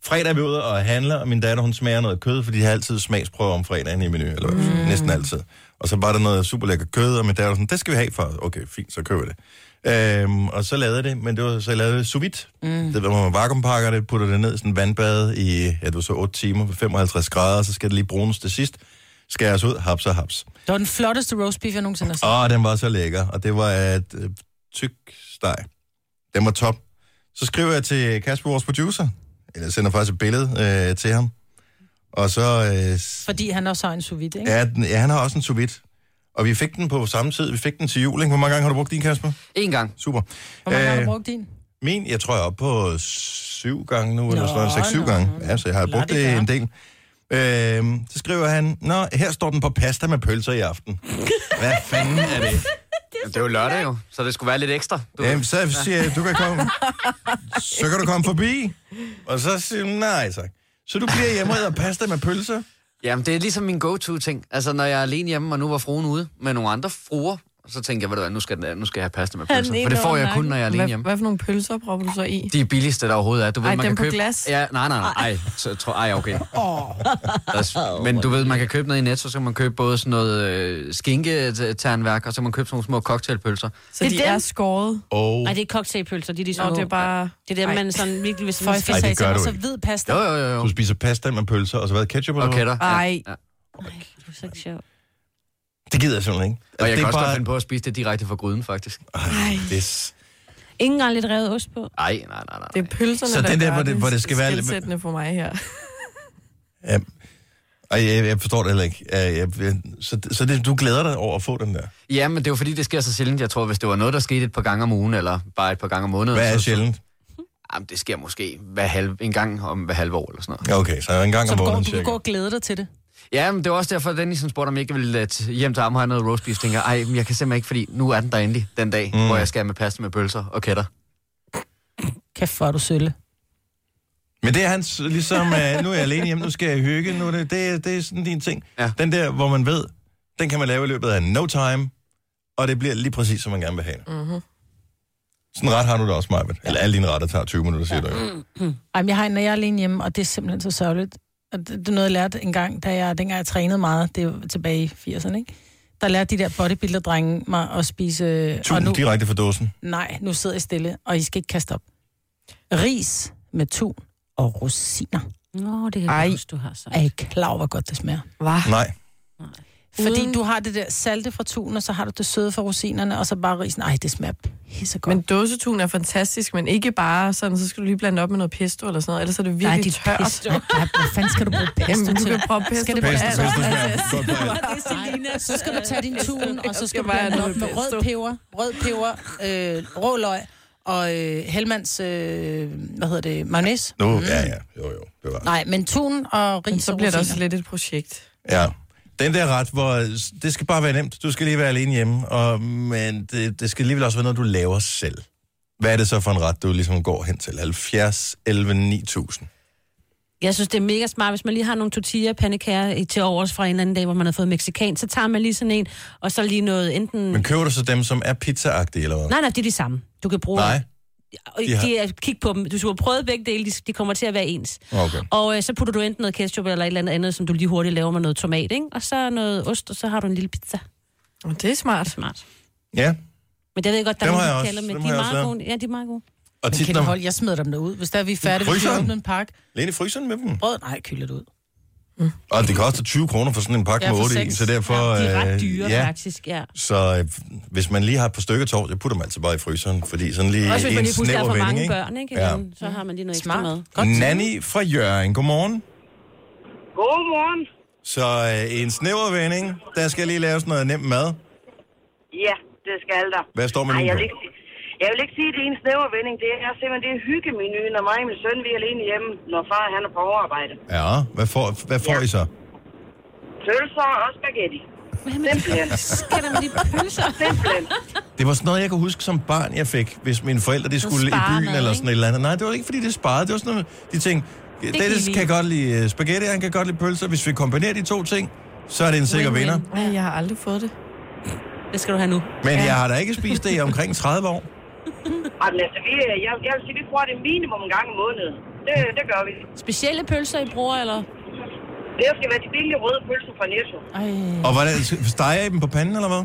[SPEAKER 1] fredag er vi ude og handler, og min datter, hun smager noget kød, fordi de har altid smagsprøver om fredagen i menu, eller mm. næsten altid. Og så var der noget super lækker kød, og min datter var sådan, det skal vi have for. Okay, fint, så køber jeg det. Øhm, og så lavede jeg det, men det var så jeg lavede det sous vide. Mm. Det var, hvor man vakuumpakker det, putter det ned i sådan en vandbad i, ja, det var så 8 timer på 55 grader, så skal det lige brunes til sidst. Skæres ud, haps og haps.
[SPEAKER 3] Det var den flotteste roast beef, jeg nogensinde har set.
[SPEAKER 1] Åh, den var så lækker, og det var et øh, tyk steg. Den var top. Så skriver jeg til Kasper, vores producer, eller jeg sender faktisk et billede øh, til ham, og så... Øh, s-
[SPEAKER 3] Fordi han også har en sous vide, ikke?
[SPEAKER 1] ja, den, ja, han har også en sous vide. Og vi fik den på samme tid, vi fik den til jul, ikke? Hvor mange gange har du brugt din, Kasper?
[SPEAKER 9] En gang.
[SPEAKER 1] Super.
[SPEAKER 3] Hvor mange øh, har
[SPEAKER 1] Øh,
[SPEAKER 3] du brugt din?
[SPEAKER 1] Min, jeg tror, jeg er oppe på syv gange nu, eller
[SPEAKER 3] Nå,
[SPEAKER 1] sådan noget, seks, syv
[SPEAKER 3] nå,
[SPEAKER 1] gange.
[SPEAKER 3] nå.
[SPEAKER 1] Ja, så jeg har
[SPEAKER 3] Lad
[SPEAKER 1] brugt
[SPEAKER 3] det
[SPEAKER 1] det
[SPEAKER 3] være.
[SPEAKER 1] en del. Øhm, så skriver han, Nå, her står den på pasta med pølser i aften. Hvad fanden er det?
[SPEAKER 9] Jamen, det er jo lørdag jo, så det skulle være lidt ekstra. Du
[SPEAKER 1] Jamen, så siger jeg, du kan
[SPEAKER 9] (laughs)
[SPEAKER 1] komme, så kan du komme forbi. Og så siger jeg, nej tak. Så du bliver hjemme og æder pasta med pølser?
[SPEAKER 9] Jamen, det er ligesom min go-to-ting. Altså, når jeg er alene hjemme, og nu var fruen ude med nogle andre fruer, så tænker jeg, ved du hvad, nu skal, den, nu skal jeg have pasta med pølser. For
[SPEAKER 4] ene
[SPEAKER 9] det får
[SPEAKER 4] over
[SPEAKER 9] jeg kun,
[SPEAKER 4] nakken.
[SPEAKER 9] når jeg er alene
[SPEAKER 8] Hvad,
[SPEAKER 9] hjemme.
[SPEAKER 8] hvad for nogle pølser prøver du så i?
[SPEAKER 9] De billigste, der overhovedet er. Du ved,
[SPEAKER 8] Ej,
[SPEAKER 9] man
[SPEAKER 8] dem
[SPEAKER 9] kan
[SPEAKER 8] på
[SPEAKER 9] købe...
[SPEAKER 8] glas?
[SPEAKER 9] Ja, nej, nej, nej. Ej, så, tror, ej okay. Der er s-
[SPEAKER 1] Altså,
[SPEAKER 9] Men du ved, man kan købe noget i Netto, så kan man købe både sådan noget øh, skinketernværk, og så kan man købe sådan nogle små cocktailpølser.
[SPEAKER 8] Så
[SPEAKER 4] Det er
[SPEAKER 8] de er
[SPEAKER 4] dem.
[SPEAKER 8] skåret?
[SPEAKER 1] Og
[SPEAKER 4] Nej, det er cocktailpølser, de er de små.
[SPEAKER 8] Nå, det er bare...
[SPEAKER 4] Det er dem,
[SPEAKER 8] Ej.
[SPEAKER 3] (laughs)
[SPEAKER 4] man sådan virkelig, hvis
[SPEAKER 3] Føj,
[SPEAKER 4] man
[SPEAKER 1] Ej,
[SPEAKER 4] skal...
[SPEAKER 1] det
[SPEAKER 3] det
[SPEAKER 1] gør
[SPEAKER 3] gør
[SPEAKER 1] du
[SPEAKER 3] og så
[SPEAKER 1] ikke.
[SPEAKER 3] hvid pasta.
[SPEAKER 9] Jo, jo, jo, jo.
[SPEAKER 1] Øh. du spiser pasta med pølser, og så hvad ketchup eller
[SPEAKER 9] Og
[SPEAKER 1] okay.
[SPEAKER 9] kætter.
[SPEAKER 8] Ej.
[SPEAKER 9] Ja.
[SPEAKER 4] Ej, det er så ikke sjovt.
[SPEAKER 1] Det gider jeg simpelthen ikke. Altså,
[SPEAKER 9] Og jeg
[SPEAKER 1] det
[SPEAKER 9] kan også godt finde på at spise det direkte fra gryden, faktisk.
[SPEAKER 1] det er s-
[SPEAKER 4] Ingen gang lidt revet ost på.
[SPEAKER 9] Ej, nej, nej, nej.
[SPEAKER 8] Det er pølserne,
[SPEAKER 1] Så
[SPEAKER 8] der,
[SPEAKER 1] den der,
[SPEAKER 8] gør
[SPEAKER 1] hvor det- hvor det skal være lidt-
[SPEAKER 8] skelsættende for mig her.
[SPEAKER 1] ja. Ej, jeg, jeg forstår det heller ikke. Ja, Jeg, jeg, så så det, du glæder dig over at få den der?
[SPEAKER 9] Ja, men det er jo fordi, det sker så sjældent. Jeg tror, hvis det var noget, der skete et par gange om ugen, eller bare et par gange om måneden...
[SPEAKER 1] Hvad er
[SPEAKER 9] så- så-
[SPEAKER 1] sjældent?
[SPEAKER 9] Jamen, det sker måske hver halv, en gang om hver halve år, eller sådan noget.
[SPEAKER 1] Ja, Okay, så en gang
[SPEAKER 3] Så
[SPEAKER 1] om
[SPEAKER 3] du går,
[SPEAKER 1] måneden
[SPEAKER 3] du kan
[SPEAKER 1] cirka.
[SPEAKER 3] gå og glæde dig til det.
[SPEAKER 9] Ja, men det var også derfor, at Dennison spurgte, om jeg ikke ville øh, t- hjem til ham og have noget roast beef. Jeg tænker, ej, men jeg kan simpelthen ikke, fordi nu er den der endelig, den dag, mm. hvor jeg skal have med pasta med pølser og kætter.
[SPEAKER 3] Kæft, hvor er du sølle.
[SPEAKER 1] Men det er hans, ligesom, øh, nu er jeg alene hjemme, nu skal jeg hygge, nu er det, det, er- det er sådan din ting.
[SPEAKER 9] Ja.
[SPEAKER 1] Den der, hvor man ved, den kan man lave i løbet af no time, og det bliver lige præcis, som man gerne vil have det. Mm-hmm.
[SPEAKER 4] Mhm.
[SPEAKER 1] Sådan ret har du det også, Maja. Eller alle dine retter tager 20 minutter, siger ja. du.
[SPEAKER 3] Mm.
[SPEAKER 1] jo.
[SPEAKER 3] Hmm. Ej, men jeg har en, når jeg er alene hjemme, og det er simpelthen så sørgeligt. Og det, det er noget, jeg lærte en gang, da jeg, dengang jeg trænede meget, det var tilbage i 80'erne, ikke? Der lærte de der bodybuilder-drenge mig at spise... øh, og
[SPEAKER 1] Tusind
[SPEAKER 3] nu,
[SPEAKER 1] direkte fra dåsen.
[SPEAKER 3] nej, nu sidder jeg stille, og I skal ikke kaste op. Ris med tun og rosiner.
[SPEAKER 4] Nå, det kan jeg
[SPEAKER 8] Ej.
[SPEAKER 4] godt huske, du har sagt.
[SPEAKER 3] Er I klar over, hvor godt det smager?
[SPEAKER 8] Hvad?
[SPEAKER 1] Nej.
[SPEAKER 3] Fordi
[SPEAKER 8] Uden-
[SPEAKER 3] du har det der salte fra tunen, og så har du det søde fra rosinerne, og så bare risen. Ej, det smager pissegodt.
[SPEAKER 8] Men dåsetun er
[SPEAKER 4] (laughs)
[SPEAKER 8] fantastisk, men ikke bare sådan, så skal du lige blande op med noget pesto eller sådan noget, ellers er det
[SPEAKER 3] Nej,
[SPEAKER 8] virkelig
[SPEAKER 3] dit
[SPEAKER 8] tørt.
[SPEAKER 3] pesto. Nej, hvad fanden skal du bruge pesto
[SPEAKER 8] Jamen, du
[SPEAKER 3] til?
[SPEAKER 8] kan prøve pesto
[SPEAKER 3] Skal det
[SPEAKER 8] på
[SPEAKER 1] Pæst,
[SPEAKER 8] alt.
[SPEAKER 1] pæst, pæst, pæst,
[SPEAKER 3] (laughs) Nej, så skal du tage din tun, og så
[SPEAKER 8] Jeg
[SPEAKER 3] skal
[SPEAKER 8] skal
[SPEAKER 3] du
[SPEAKER 8] bare
[SPEAKER 3] blande
[SPEAKER 8] have
[SPEAKER 3] op med
[SPEAKER 8] noget
[SPEAKER 3] rød
[SPEAKER 8] pesto.
[SPEAKER 3] peber, rød peber, øh, rå løg og øh, Helmans, øh, hvad hedder det, mayonnaise.
[SPEAKER 1] Nu, mm. ja, ja, jo, jo, det var.
[SPEAKER 3] Nej, men tun og ris
[SPEAKER 8] Men så
[SPEAKER 3] og
[SPEAKER 8] bliver det også
[SPEAKER 3] rosiner.
[SPEAKER 8] lidt et projekt.
[SPEAKER 1] Ja. Den der ret, hvor øh, det skal bare være nemt. Du skal lige være alene hjemme, og, men det, det skal alligevel også være noget, du laver selv. Hvad er det så for en ret, du ligesom går hen til? 70, 11, 9000.
[SPEAKER 4] Jeg synes, det er mega smart, hvis man lige har nogle tortilla pandekager til overs fra en eller anden dag, hvor man har fået mexikan, så tager man lige sådan en, og så lige noget enten...
[SPEAKER 1] Men køber du så dem, som er pizzaagtige, eller hvad?
[SPEAKER 4] Mm. Nej, nej, det er de samme. Du kan bruge...
[SPEAKER 1] Nej?
[SPEAKER 4] Og
[SPEAKER 1] de har-
[SPEAKER 4] de er, kig på dem. Du skulle have prøvet begge dele, de, de kommer til at være ens.
[SPEAKER 1] Okay.
[SPEAKER 4] Og øh, så putter du enten noget ketchup eller et eller andet andet, som du lige hurtigt laver med noget tomat, ikke? Og så noget ost, og så har du en lille pizza.
[SPEAKER 8] Og det er smart.
[SPEAKER 4] Smart.
[SPEAKER 1] Ja.
[SPEAKER 4] Men det ved jeg godt, der
[SPEAKER 1] Dem
[SPEAKER 4] er
[SPEAKER 1] har
[SPEAKER 4] nogen,
[SPEAKER 1] jeg
[SPEAKER 4] der
[SPEAKER 1] også.
[SPEAKER 4] kalder
[SPEAKER 1] Dem har
[SPEAKER 4] med. De er
[SPEAKER 1] jeg også lavet.
[SPEAKER 4] meget gode. Ja, de er meget gode.
[SPEAKER 1] Og
[SPEAKER 3] Men
[SPEAKER 1] tit,
[SPEAKER 3] kan du
[SPEAKER 1] når...
[SPEAKER 3] holde, jeg smider dem derud. Hvis der er vi er færdige, hvis vi
[SPEAKER 1] Fryser
[SPEAKER 3] åbner
[SPEAKER 1] dem?
[SPEAKER 3] en pakke.
[SPEAKER 1] Lene, fryser den med dem.
[SPEAKER 3] Brød, nej, kylder det ud.
[SPEAKER 1] Og det koster 20 kroner for sådan en pakke
[SPEAKER 3] Ja,
[SPEAKER 1] med
[SPEAKER 3] for
[SPEAKER 1] 8 i,
[SPEAKER 3] seks.
[SPEAKER 1] så derfor...
[SPEAKER 4] De er
[SPEAKER 1] øh,
[SPEAKER 4] ret dyre,
[SPEAKER 1] ja.
[SPEAKER 4] faktisk, ja.
[SPEAKER 1] Så øh, hvis man lige har et par stykker tov, jeg putter dem altid bare i fryseren, fordi sådan lige
[SPEAKER 4] Også
[SPEAKER 1] i
[SPEAKER 4] hvis man
[SPEAKER 1] en
[SPEAKER 4] lige pludselig har
[SPEAKER 1] snæver
[SPEAKER 4] for
[SPEAKER 1] vending,
[SPEAKER 4] mange
[SPEAKER 1] ikke?
[SPEAKER 4] børn, ikke?
[SPEAKER 1] Ja.
[SPEAKER 4] Så har man lige noget ekstra
[SPEAKER 3] Smart.
[SPEAKER 4] mad.
[SPEAKER 1] Nanni fra Jørgen, godmorgen.
[SPEAKER 10] Godmorgen.
[SPEAKER 1] Så øh, i en snæver vending, der skal lige laves noget nemt mad.
[SPEAKER 10] Ja, det skal der.
[SPEAKER 1] Hvad står
[SPEAKER 10] Ej,
[SPEAKER 1] menuen
[SPEAKER 10] jeg
[SPEAKER 1] på?
[SPEAKER 10] vil ikke, sige- jeg vil ikke sige, at det er en snæver vending. Det er simpelthen det er hyggemenu, når mig og min søn vi er alene hjemme, når far han er på overarbejde.
[SPEAKER 1] Ja, hvad får, hvad får
[SPEAKER 10] Ja.
[SPEAKER 1] I så?
[SPEAKER 10] Pølser og spaghetti. Simpelthen.
[SPEAKER 4] Skal der med de pølser?
[SPEAKER 10] (laughs) Simpelthen.
[SPEAKER 1] Det var sådan noget, jeg kan huske som barn, jeg fik, hvis mine forældre de skulle i
[SPEAKER 4] sparemad,
[SPEAKER 1] byen eller
[SPEAKER 4] ikke?
[SPEAKER 1] sådan et eller andet. Nej, det var ikke, fordi det sparede. Det var sådan noget, de tænkte, det
[SPEAKER 4] kan I
[SPEAKER 1] Dennis
[SPEAKER 4] lide."
[SPEAKER 1] kan godt lide øh, spaghetti, han kan godt lide pølser. Hvis vi kombinerer de to ting, så er det en sikker
[SPEAKER 4] Win-win.
[SPEAKER 1] vinder.
[SPEAKER 8] Ej, jeg har aldrig fået det.
[SPEAKER 4] Det skal du have nu.
[SPEAKER 1] Men jeg har da ikke spist det i omkring 30 år.
[SPEAKER 10] Jamen, altså, vi, øh, jeg, jeg vil sige, vi får det minimum en gang i måneden. Det, det gør vi.
[SPEAKER 4] Specielle pølser, I bruger, eller?
[SPEAKER 10] Det skal være de billige røde pølser fra Netto.
[SPEAKER 1] Og hvordan,
[SPEAKER 4] (laughs)
[SPEAKER 1] steger I dem på panden, eller hvad?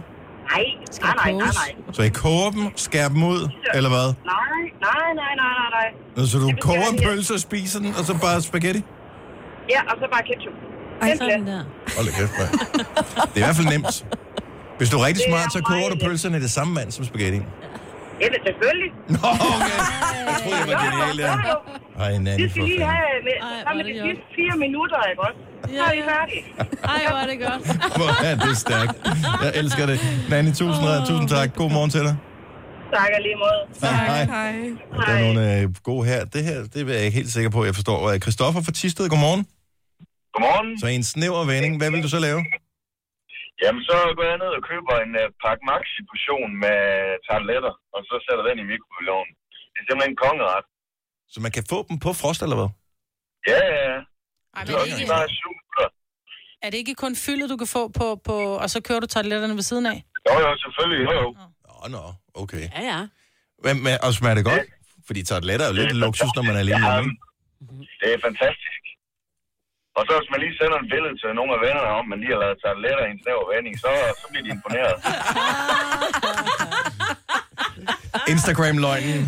[SPEAKER 10] Nej, nej, nej, nej, nej.
[SPEAKER 1] Så I koger dem, skærer dem ud, eller hvad?
[SPEAKER 10] Nej, nej, nej, nej, nej, nej.
[SPEAKER 1] Nå, Så du
[SPEAKER 10] Det
[SPEAKER 1] koger en
[SPEAKER 10] beskærer jeg.
[SPEAKER 1] pølse og spiser den, og så bare spaghetti?
[SPEAKER 10] Ja, og så bare ketchup.
[SPEAKER 4] Ej,
[SPEAKER 10] Simpelthen.
[SPEAKER 4] sådan der.
[SPEAKER 1] Hold da kæft, mand. Det er i hvert fald nemt. Hvis du er rigtig
[SPEAKER 10] Det er
[SPEAKER 1] smart, så koger
[SPEAKER 10] meget
[SPEAKER 1] du
[SPEAKER 10] nemt.
[SPEAKER 1] pølserne i det samme mand som spaghetti.
[SPEAKER 10] Ja, det er selvfølgelig.
[SPEAKER 1] Nå, okay. Jeg troede, det var genialt,
[SPEAKER 10] Jo,
[SPEAKER 1] ja.
[SPEAKER 10] jo.
[SPEAKER 1] Ej,
[SPEAKER 10] Vi
[SPEAKER 1] Nanny, for
[SPEAKER 10] skal lige
[SPEAKER 1] fanden.
[SPEAKER 10] have med,
[SPEAKER 4] Ej,
[SPEAKER 10] så
[SPEAKER 4] hvor
[SPEAKER 10] med
[SPEAKER 4] er
[SPEAKER 10] de
[SPEAKER 4] det
[SPEAKER 10] sidste fire minutter, ikke også? Så er I
[SPEAKER 4] Ja.
[SPEAKER 10] færdige.
[SPEAKER 4] Ej, hvor er det godt.
[SPEAKER 1] (laughs) Hvor er det stærkt. Jeg elsker det. Nanny, tusind, oh, tusind tak. God morgen til dig.
[SPEAKER 10] Tak og lige måde.
[SPEAKER 1] Hej.
[SPEAKER 8] Hej.
[SPEAKER 1] Der er nogle øh, gode her. Det her, det er jeg ikke helt sikker på, jeg forstår. Øh, Christoffer fra Tisted, godmorgen.
[SPEAKER 11] Godmorgen.
[SPEAKER 1] Så i en snæver vending, hvad vil du så lave?
[SPEAKER 11] Jamen, så går jeg ned og køber en uh, pakke maxi-portion med tarteletter, og så sætter den i mikrobølgeovnen. Det er simpelthen en kongeret.
[SPEAKER 1] Så man kan få dem på frost, eller hvad?
[SPEAKER 11] Ja, ja, ja.
[SPEAKER 3] Ej,
[SPEAKER 11] Det
[SPEAKER 3] men
[SPEAKER 11] er
[SPEAKER 3] er
[SPEAKER 11] også
[SPEAKER 3] det,
[SPEAKER 11] lige
[SPEAKER 3] ikke,
[SPEAKER 11] bare syv minutter.
[SPEAKER 3] er det ikke kun fyldet, du kan få på, på og så kører du tarteletterne ved siden af?
[SPEAKER 11] Jo, jo, selvfølgelig. Jo, jo.
[SPEAKER 1] Åh, oh, nå, no. okay.
[SPEAKER 4] Ja, ja.
[SPEAKER 1] Men, men, og smager det godt? Fordi tarteletter er jo lidt luksus, når man er alene hjemme. ikke?
[SPEAKER 11] Det er fantastisk. Og så hvis man lige sender en billede til nogle af vennerne om, man lige har lavet tarteletter i en snæver vending, så, så bliver de imponeret.
[SPEAKER 1] Instagram-løgnen.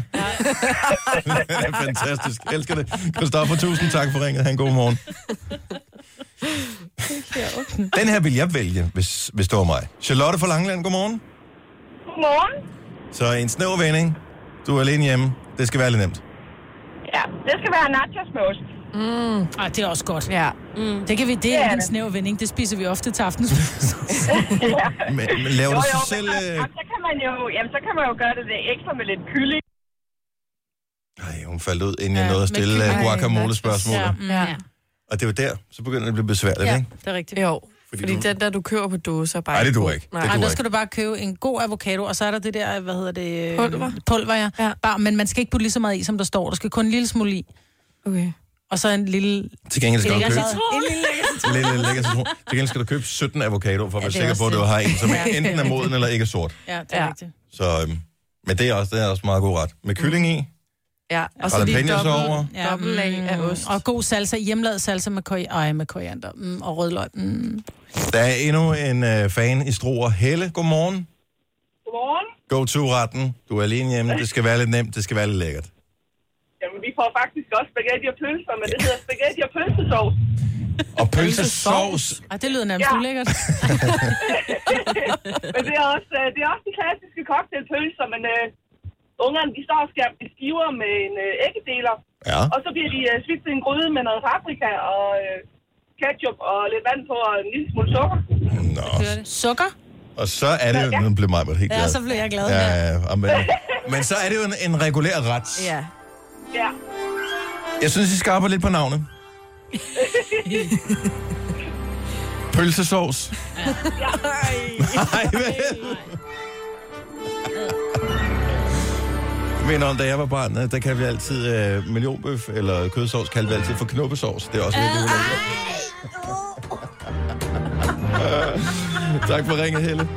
[SPEAKER 1] (laughs) Fantastisk. Jeg elsker det. Christoffer, tusind tak for ringet. Han god morgen. Den her vil jeg vælge, hvis, hvis det var mig. Charlotte fra Langeland, godmorgen.
[SPEAKER 10] Godmorgen.
[SPEAKER 1] Så en snæver vending. Du er alene hjemme. Det skal være lidt nemt.
[SPEAKER 10] Ja, det skal være nachos med ost.
[SPEAKER 3] Mm. Ej, det er også godt. Mm.
[SPEAKER 8] Ja.
[SPEAKER 3] Det kan vi, det
[SPEAKER 10] er
[SPEAKER 3] er ikke en
[SPEAKER 10] det.
[SPEAKER 3] snæver vending. Det spiser vi ofte til
[SPEAKER 10] (laughs)
[SPEAKER 3] aftensmad.
[SPEAKER 1] Men, men laver du så
[SPEAKER 10] men
[SPEAKER 1] selv...
[SPEAKER 10] så-
[SPEAKER 1] Øh...
[SPEAKER 10] jamen, så, kan man jo, jamen, så kan man jo gøre det lidt ekstra med lidt kylling.
[SPEAKER 1] Ej, hun faldt ud, inden jeg
[SPEAKER 3] Ja,
[SPEAKER 1] nåede at
[SPEAKER 3] med
[SPEAKER 1] stille
[SPEAKER 3] kylling.
[SPEAKER 1] øh,
[SPEAKER 3] Ej,
[SPEAKER 1] guacamole-spørgsmålet.
[SPEAKER 8] Ja.
[SPEAKER 1] Og det var der, så begynder det at blive besværligt,
[SPEAKER 3] Ja.
[SPEAKER 1] ikke?
[SPEAKER 3] Det er rigtigt.
[SPEAKER 8] Jo.
[SPEAKER 1] Fordi
[SPEAKER 8] Fordi, Fordi
[SPEAKER 1] du-
[SPEAKER 8] den der, du kører på dåser bare...
[SPEAKER 1] Nej, det duer
[SPEAKER 8] på.
[SPEAKER 1] ikke.
[SPEAKER 8] Nej.
[SPEAKER 1] Det
[SPEAKER 3] Ej, der
[SPEAKER 1] ikke.
[SPEAKER 3] skal du bare købe en god avocado, og så er der det der, hvad hedder det? øh,
[SPEAKER 8] Pulver.
[SPEAKER 3] Pulver, ja.
[SPEAKER 8] Ja.
[SPEAKER 3] ja. Bare, men man skal ikke putte lige så meget i, som der står. Der skal kun en lille smule i.
[SPEAKER 8] Okay.
[SPEAKER 3] Og så en lille...
[SPEAKER 1] Til gengæld skal du købe...
[SPEAKER 3] En lille
[SPEAKER 1] Lidt, lidt lækker citron. Til gengæld skal du købe 17 avocadoer, for at være
[SPEAKER 3] det er
[SPEAKER 1] sikker på, at
[SPEAKER 3] også
[SPEAKER 1] du
[SPEAKER 3] det.
[SPEAKER 1] har en, som er enten er
[SPEAKER 3] (laughs)
[SPEAKER 1] moden eller ikke er sort.
[SPEAKER 3] Ja, det er
[SPEAKER 8] Ja.
[SPEAKER 3] ja. rigtigt.
[SPEAKER 1] Så, øhm, men det er også, det er også meget god ret. Med kylling i,
[SPEAKER 8] Ja. Og så lige
[SPEAKER 1] jalapenos
[SPEAKER 8] dobbelt,
[SPEAKER 1] over.
[SPEAKER 8] ja, dobbelt lag af ost.
[SPEAKER 3] Mm. Og god salsa, hjemmelavet salsa med, kori Ej, med koriander mm, og rødløg. Mm.
[SPEAKER 1] Der er endnu en øh, fan i Struer. Helle, godmorgen.
[SPEAKER 10] Godmorgen.
[SPEAKER 1] Go-to-retten. Du er alene hjemme. Det skal være lidt nemt. Det skal være lidt lækkert.
[SPEAKER 10] Jamen, vi får faktisk også spaghetti og pølser, men det hedder spaghetti og pølsesovs.
[SPEAKER 1] Og pølsesovs.
[SPEAKER 3] Ej, det lyder nærmest ja.
[SPEAKER 10] Ja.
[SPEAKER 3] ulækkert.
[SPEAKER 10] (laughs) Men det er også, øh, det er også den klassiske cocktailpølser, men øh, ungerne, de står og skærer dem i skiver med en øh, æggedeler.
[SPEAKER 1] Ja.
[SPEAKER 10] Og så bliver de øh, svigt til en gryde med noget paprika og øh, ketchup og lidt vand på og en lille smule sukker.
[SPEAKER 1] Nå.
[SPEAKER 3] Sukker?
[SPEAKER 1] Og så er det jo... Nu blev mig helt glad.
[SPEAKER 3] Ja, så blev jeg glad.
[SPEAKER 1] Ja, ja, ja.
[SPEAKER 3] (laughs)
[SPEAKER 1] Og Men, men så er det jo en, en regulær ret.
[SPEAKER 3] Ja. (laughs)
[SPEAKER 10] Ja.
[SPEAKER 1] Jeg synes, I skarper lidt på navnet. Pølsesovs. Nej, vel? Jeg mener om, da jeg var barn, øh, der kan vi altid øh, millionbøf eller kødsovs, kaldte vi altid for knoppesovs. Det er også virkelig ulækkert. (laughs) tak for ringet, Helle.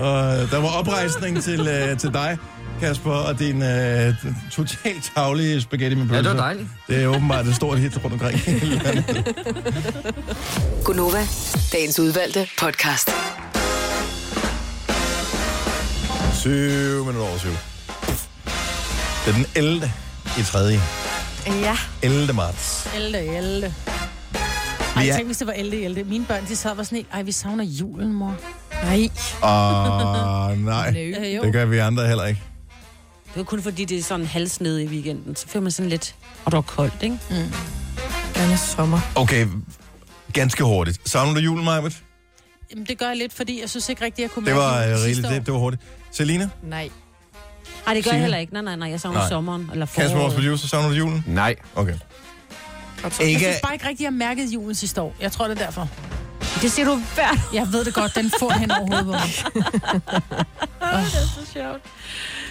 [SPEAKER 1] Og øh, der var oprejsning til, øh, til dig, Kasper, og din øh, totalt tavlige spaghetti med
[SPEAKER 9] Ja,
[SPEAKER 1] pølser.
[SPEAKER 9] det var dejligt.
[SPEAKER 1] Det er åbenbart et stort hit rundt
[SPEAKER 9] (laughs)
[SPEAKER 1] omkring.
[SPEAKER 6] Gunova, dagens udvalgte podcast.
[SPEAKER 1] 7 minutter over 7. Det er den 11. i 3.
[SPEAKER 3] Ja.
[SPEAKER 1] 11. marts.
[SPEAKER 3] Elde, elde. Ej,
[SPEAKER 1] Vi
[SPEAKER 3] ja.
[SPEAKER 1] er-
[SPEAKER 3] tænk, hvis det var elde, elde. Mine børn, de sad og var sådan helt, ej, vi savner julen, mor. Nej.
[SPEAKER 1] Åh,
[SPEAKER 4] (laughs)
[SPEAKER 1] oh, nej.
[SPEAKER 4] Øh, jo.
[SPEAKER 1] Det gør vi andre heller ikke.
[SPEAKER 4] Det er kun fordi, det er sådan halsnede i weekenden. Så føler man sådan lidt... Og det var koldt, ikke? Mm.
[SPEAKER 8] Gerne sommer.
[SPEAKER 1] Okay, ganske hurtigt. Savner du julen, Majbet?
[SPEAKER 3] Jamen, det gør jeg lidt, fordi jeg synes ikke rigtigt, jeg kunne
[SPEAKER 1] Det var
[SPEAKER 3] mærke
[SPEAKER 1] øh,
[SPEAKER 3] julen
[SPEAKER 1] rigeligt.
[SPEAKER 3] sidste
[SPEAKER 1] Det, det var hurtigt. Selina?
[SPEAKER 3] år. Nej.
[SPEAKER 4] Nej, det gør
[SPEAKER 1] Signe?
[SPEAKER 4] jeg heller ikke. Nej, nej, nej. Jeg savner
[SPEAKER 1] Nej.
[SPEAKER 4] nej. sommeren. Eller
[SPEAKER 1] Kasper, vores
[SPEAKER 4] foråret.
[SPEAKER 1] producer, savner du julen?
[SPEAKER 9] Nej.
[SPEAKER 1] Okay.
[SPEAKER 3] Ikke... Jeg
[SPEAKER 1] Ikke-
[SPEAKER 3] synes bare ikke rigtigt, jeg mærkede julen sidste år. Jeg tror, det er derfor. Det siger du hvert Jeg ved det godt, den får hen over hovedet på mig.
[SPEAKER 4] (laughs) Det er så sjovt.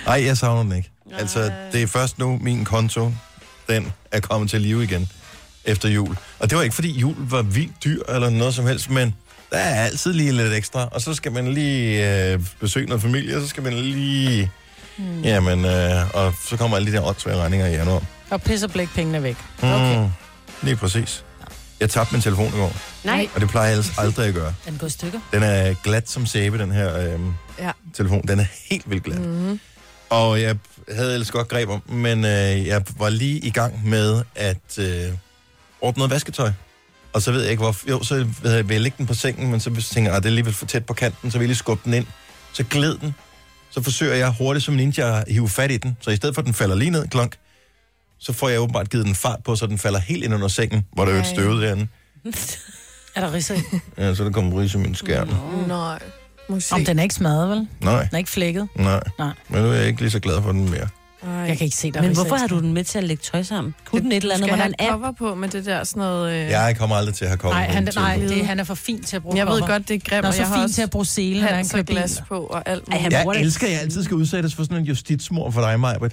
[SPEAKER 1] Nej, jeg savner den ikke. Altså,
[SPEAKER 4] Øh.
[SPEAKER 1] det er først nu, min konto, den er kommet til live igen efter jul. Og det var ikke, fordi jul var vildt dyr eller noget som helst, men der er altid lige lidt ekstra. Og så skal man lige øh, besøge noget familie, og så skal man lige... Mm. Jamen, øh, og så kommer alle de der åndsvære regninger i januar.
[SPEAKER 3] Og pisser blæk pengene væk.
[SPEAKER 1] Mm, okay. Lige præcis. Jeg tabte min telefon i går,
[SPEAKER 3] Nej.
[SPEAKER 1] og det plejer jeg ellers aldrig at gøre.
[SPEAKER 3] Den går i
[SPEAKER 8] (laughs)
[SPEAKER 3] stykker.
[SPEAKER 1] Den er glat som sæbe, den her øh,
[SPEAKER 8] Ja.
[SPEAKER 1] telefon. Den er helt vildt glat.
[SPEAKER 8] Mm-hmm.
[SPEAKER 1] Og jeg havde ellers godt greb om, men øh, jeg var lige i gang med at øh, ordne noget vasketøj. Og så ved jeg ikke, hvor... Jo, så havde jeg vil jeg lægge den på sengen, men så tænker jeg, at det er alligevel for tæt på kanten, så vil jeg lige skubbe den ind. Så gled den. Så forsøger jeg hurtigt som ninja at hive fat i den. Så i stedet for, at den falder lige ned, klonk, så får jeg åbenbart givet den fart på, så den falder helt ind under sengen, hvor der er jo et
[SPEAKER 8] Ej.
[SPEAKER 1] støvet derinde.
[SPEAKER 3] er der ridser i?
[SPEAKER 1] Ja, så der kommer ris i min skærm.
[SPEAKER 3] Mm.
[SPEAKER 8] Nej. Musik.
[SPEAKER 3] Om den er ikke smadret, vel?
[SPEAKER 1] Nej,
[SPEAKER 3] Den er ikke flækket.
[SPEAKER 1] nej.
[SPEAKER 3] Nej.
[SPEAKER 1] Men nu er jeg ikke lige så glad for den mere.
[SPEAKER 3] Jeg kan ikke se, der
[SPEAKER 4] Men hvorfor har du den med til at lægge tøj sammen? Kunne den et eller andet?
[SPEAKER 8] Skal
[SPEAKER 4] Var der
[SPEAKER 8] han
[SPEAKER 4] en
[SPEAKER 8] have cover på med det der sådan noget... Øh...
[SPEAKER 1] Jeg kommer aldrig til at have kommet
[SPEAKER 3] Nej, han,
[SPEAKER 1] til
[SPEAKER 3] nej det, er- han er for fin til at bruge
[SPEAKER 8] Jeg ved
[SPEAKER 3] kopper.
[SPEAKER 8] godt, det er grimt,
[SPEAKER 3] Han er
[SPEAKER 8] og
[SPEAKER 3] så
[SPEAKER 8] jeg har
[SPEAKER 3] fin
[SPEAKER 8] også
[SPEAKER 3] til at bruge sele, når han
[SPEAKER 8] Hans
[SPEAKER 3] kører
[SPEAKER 8] og
[SPEAKER 3] bil.
[SPEAKER 8] glas på og alt
[SPEAKER 4] Ej, han
[SPEAKER 1] Jeg
[SPEAKER 4] bruger da-
[SPEAKER 1] elsker, at jeg altid skal udsættes for sådan en justitsmor for dig, Majbert.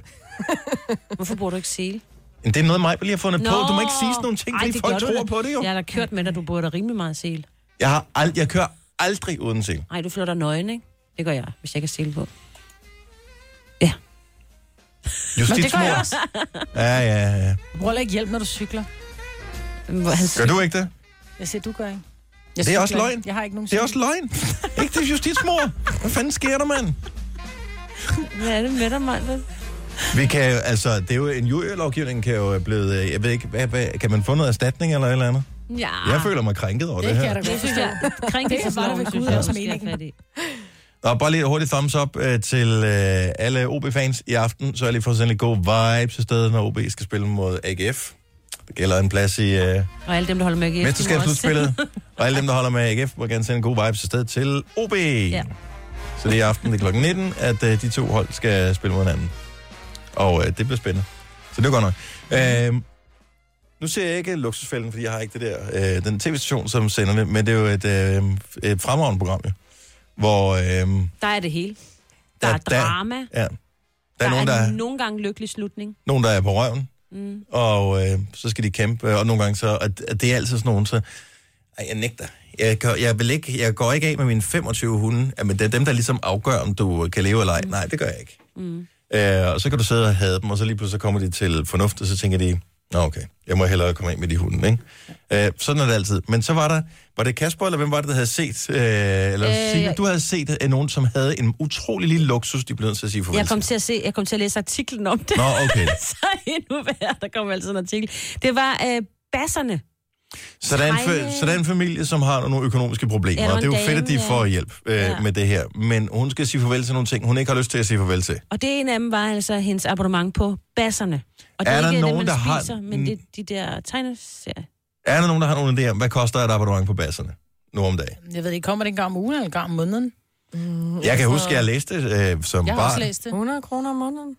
[SPEAKER 4] Hvorfor bruger du ikke sele?
[SPEAKER 1] Men det er noget, Majbert lige har fundet på. Du må ikke sige sådan nogle ting, fordi folk tror på det jo.
[SPEAKER 4] Jeg har da kørt med dig, du bruger da rimelig meget sele.
[SPEAKER 1] Jeg, har ald- jeg kører aldrig uden sel.
[SPEAKER 4] Nej, du flytter nøgen, ikke? Det gør jeg, hvis jeg kan sele på.
[SPEAKER 3] det gør jeg
[SPEAKER 1] Justitsmor.
[SPEAKER 3] også.
[SPEAKER 1] Ja, ja, ja.
[SPEAKER 3] Du bruger heller ikke hjælp, når du cykler.
[SPEAKER 1] Gør du ikke det?
[SPEAKER 3] Jeg siger, du gør ikke.
[SPEAKER 1] Det er
[SPEAKER 3] Jeg cykler
[SPEAKER 1] også løgn.
[SPEAKER 3] ikke. Jeg har ikke nogen
[SPEAKER 1] Det er også
[SPEAKER 3] (laughs)
[SPEAKER 1] løgn. ikke det er justitsmor. Hvad fanden sker der, mand?
[SPEAKER 4] Hvad er det med dig, Michael?
[SPEAKER 1] Vi kan jo, altså, det er jo en jurylovgivning, kan jo blive, øh, jeg ved ikke, hvad, hvad, kan man få noget erstatning eller et eller andet?
[SPEAKER 4] Ja.
[SPEAKER 1] Jeg føler mig krænket over det,
[SPEAKER 3] Det
[SPEAKER 1] her.
[SPEAKER 3] kan jeg da godt
[SPEAKER 4] Det synes
[SPEAKER 3] forstå.
[SPEAKER 4] jeg, krænkelsesloven,
[SPEAKER 3] Det var da ved
[SPEAKER 4] synes
[SPEAKER 3] Gud
[SPEAKER 4] jeg
[SPEAKER 3] også
[SPEAKER 4] også, vi skal have
[SPEAKER 3] meningen.
[SPEAKER 4] fat i.
[SPEAKER 1] Og bare lige et hurtigt thumbs up øh, til øh, alle OB-fans i aften. Så er lige for at sende lidt gode vibes i stedet, når OB skal spille mod AGF. Det gælder en plads i øh,
[SPEAKER 4] Og alle dem, der holder med i
[SPEAKER 1] mesterskabsudspillet. Og alle dem, der holder med AGF, må gerne sende gode vibes i stedet til OB.
[SPEAKER 4] Ja.
[SPEAKER 1] Så det er i aften, det er kl. 19, at øh, de to hold skal spille mod hinanden. Og øh, det bliver spændende. Så det er godt nok. Øh, nu ser jeg ikke luksusfælden, fordi jeg har ikke det der, øh, den tv-station, som sender det, men det er jo et, øh, et fremragende program, jo, hvor... Øh,
[SPEAKER 4] Der er det hele. Der er drama. Der,
[SPEAKER 1] Ja. Der, der er, nogen, der, er
[SPEAKER 4] nogle gange lykkelig slutning.
[SPEAKER 1] nogen, der er på røven,
[SPEAKER 4] Mm.
[SPEAKER 1] og øh, så skal de kæmpe, og nogle gange så, og d- og det er altid sådan nogen, så, ej, jeg nægter. Jeg, gør, jeg, vil ikke, jeg går ikke af med mine 25 hunde, men det er dem, der ligesom afgør, om du kan leve eller ej. Nej, det gør jeg ikke.
[SPEAKER 4] Mm.
[SPEAKER 1] Øh, og så kan du sidde og have dem, og så lige pludselig så kommer de til fornuft, og så tænker de, nå okay, jeg må hellere komme af med de hunden, ikke? Øh, sådan er det altid. Men så var der, var det Kasper, eller hvem var det, der havde set, øh, eller øh,
[SPEAKER 4] Øh,
[SPEAKER 1] Signe,
[SPEAKER 4] jeg-
[SPEAKER 1] du havde set øh, nogen, som havde en utrolig lille luksus, de blev nødt til at sige farvel
[SPEAKER 4] Jeg kom til at se, jeg kom til at læse artiklen om det.
[SPEAKER 1] Nå, okay.
[SPEAKER 4] (laughs) så endnu værre, der kom altid en artikel. Det var øh, basserne.
[SPEAKER 1] Så der, er en,
[SPEAKER 4] Hej.
[SPEAKER 1] fa- så der er en familie, som har nogle økonomiske problemer,
[SPEAKER 4] Ja, der
[SPEAKER 1] og
[SPEAKER 4] var
[SPEAKER 1] det er jo
[SPEAKER 4] en
[SPEAKER 1] fedt, at de
[SPEAKER 4] dame, ja.
[SPEAKER 1] får hjælp øh, ja. med det her. Men hun skal sige farvel til nogle ting, hun ikke har lyst til at sige farvel til.
[SPEAKER 4] Og det ene af dem var altså hendes abonnement på basserne. Og det
[SPEAKER 1] Er
[SPEAKER 4] er,
[SPEAKER 1] der
[SPEAKER 4] ikke
[SPEAKER 1] nogen,
[SPEAKER 4] det, man
[SPEAKER 1] der har-
[SPEAKER 4] spiser, men det er de der tegneserier.
[SPEAKER 1] Er der nogen, der har nogle idéer om, hvad koster et abonnement på basserne? nu om dagen.
[SPEAKER 3] Jeg ved ikke, kommer det en gang om ugen eller en gang om måneden? Mm,
[SPEAKER 8] altså-
[SPEAKER 1] Jeg kan huske, at jeg læste øh, som
[SPEAKER 3] jeg har
[SPEAKER 1] barn.
[SPEAKER 3] også læst det.
[SPEAKER 8] 100 kroner om måneden.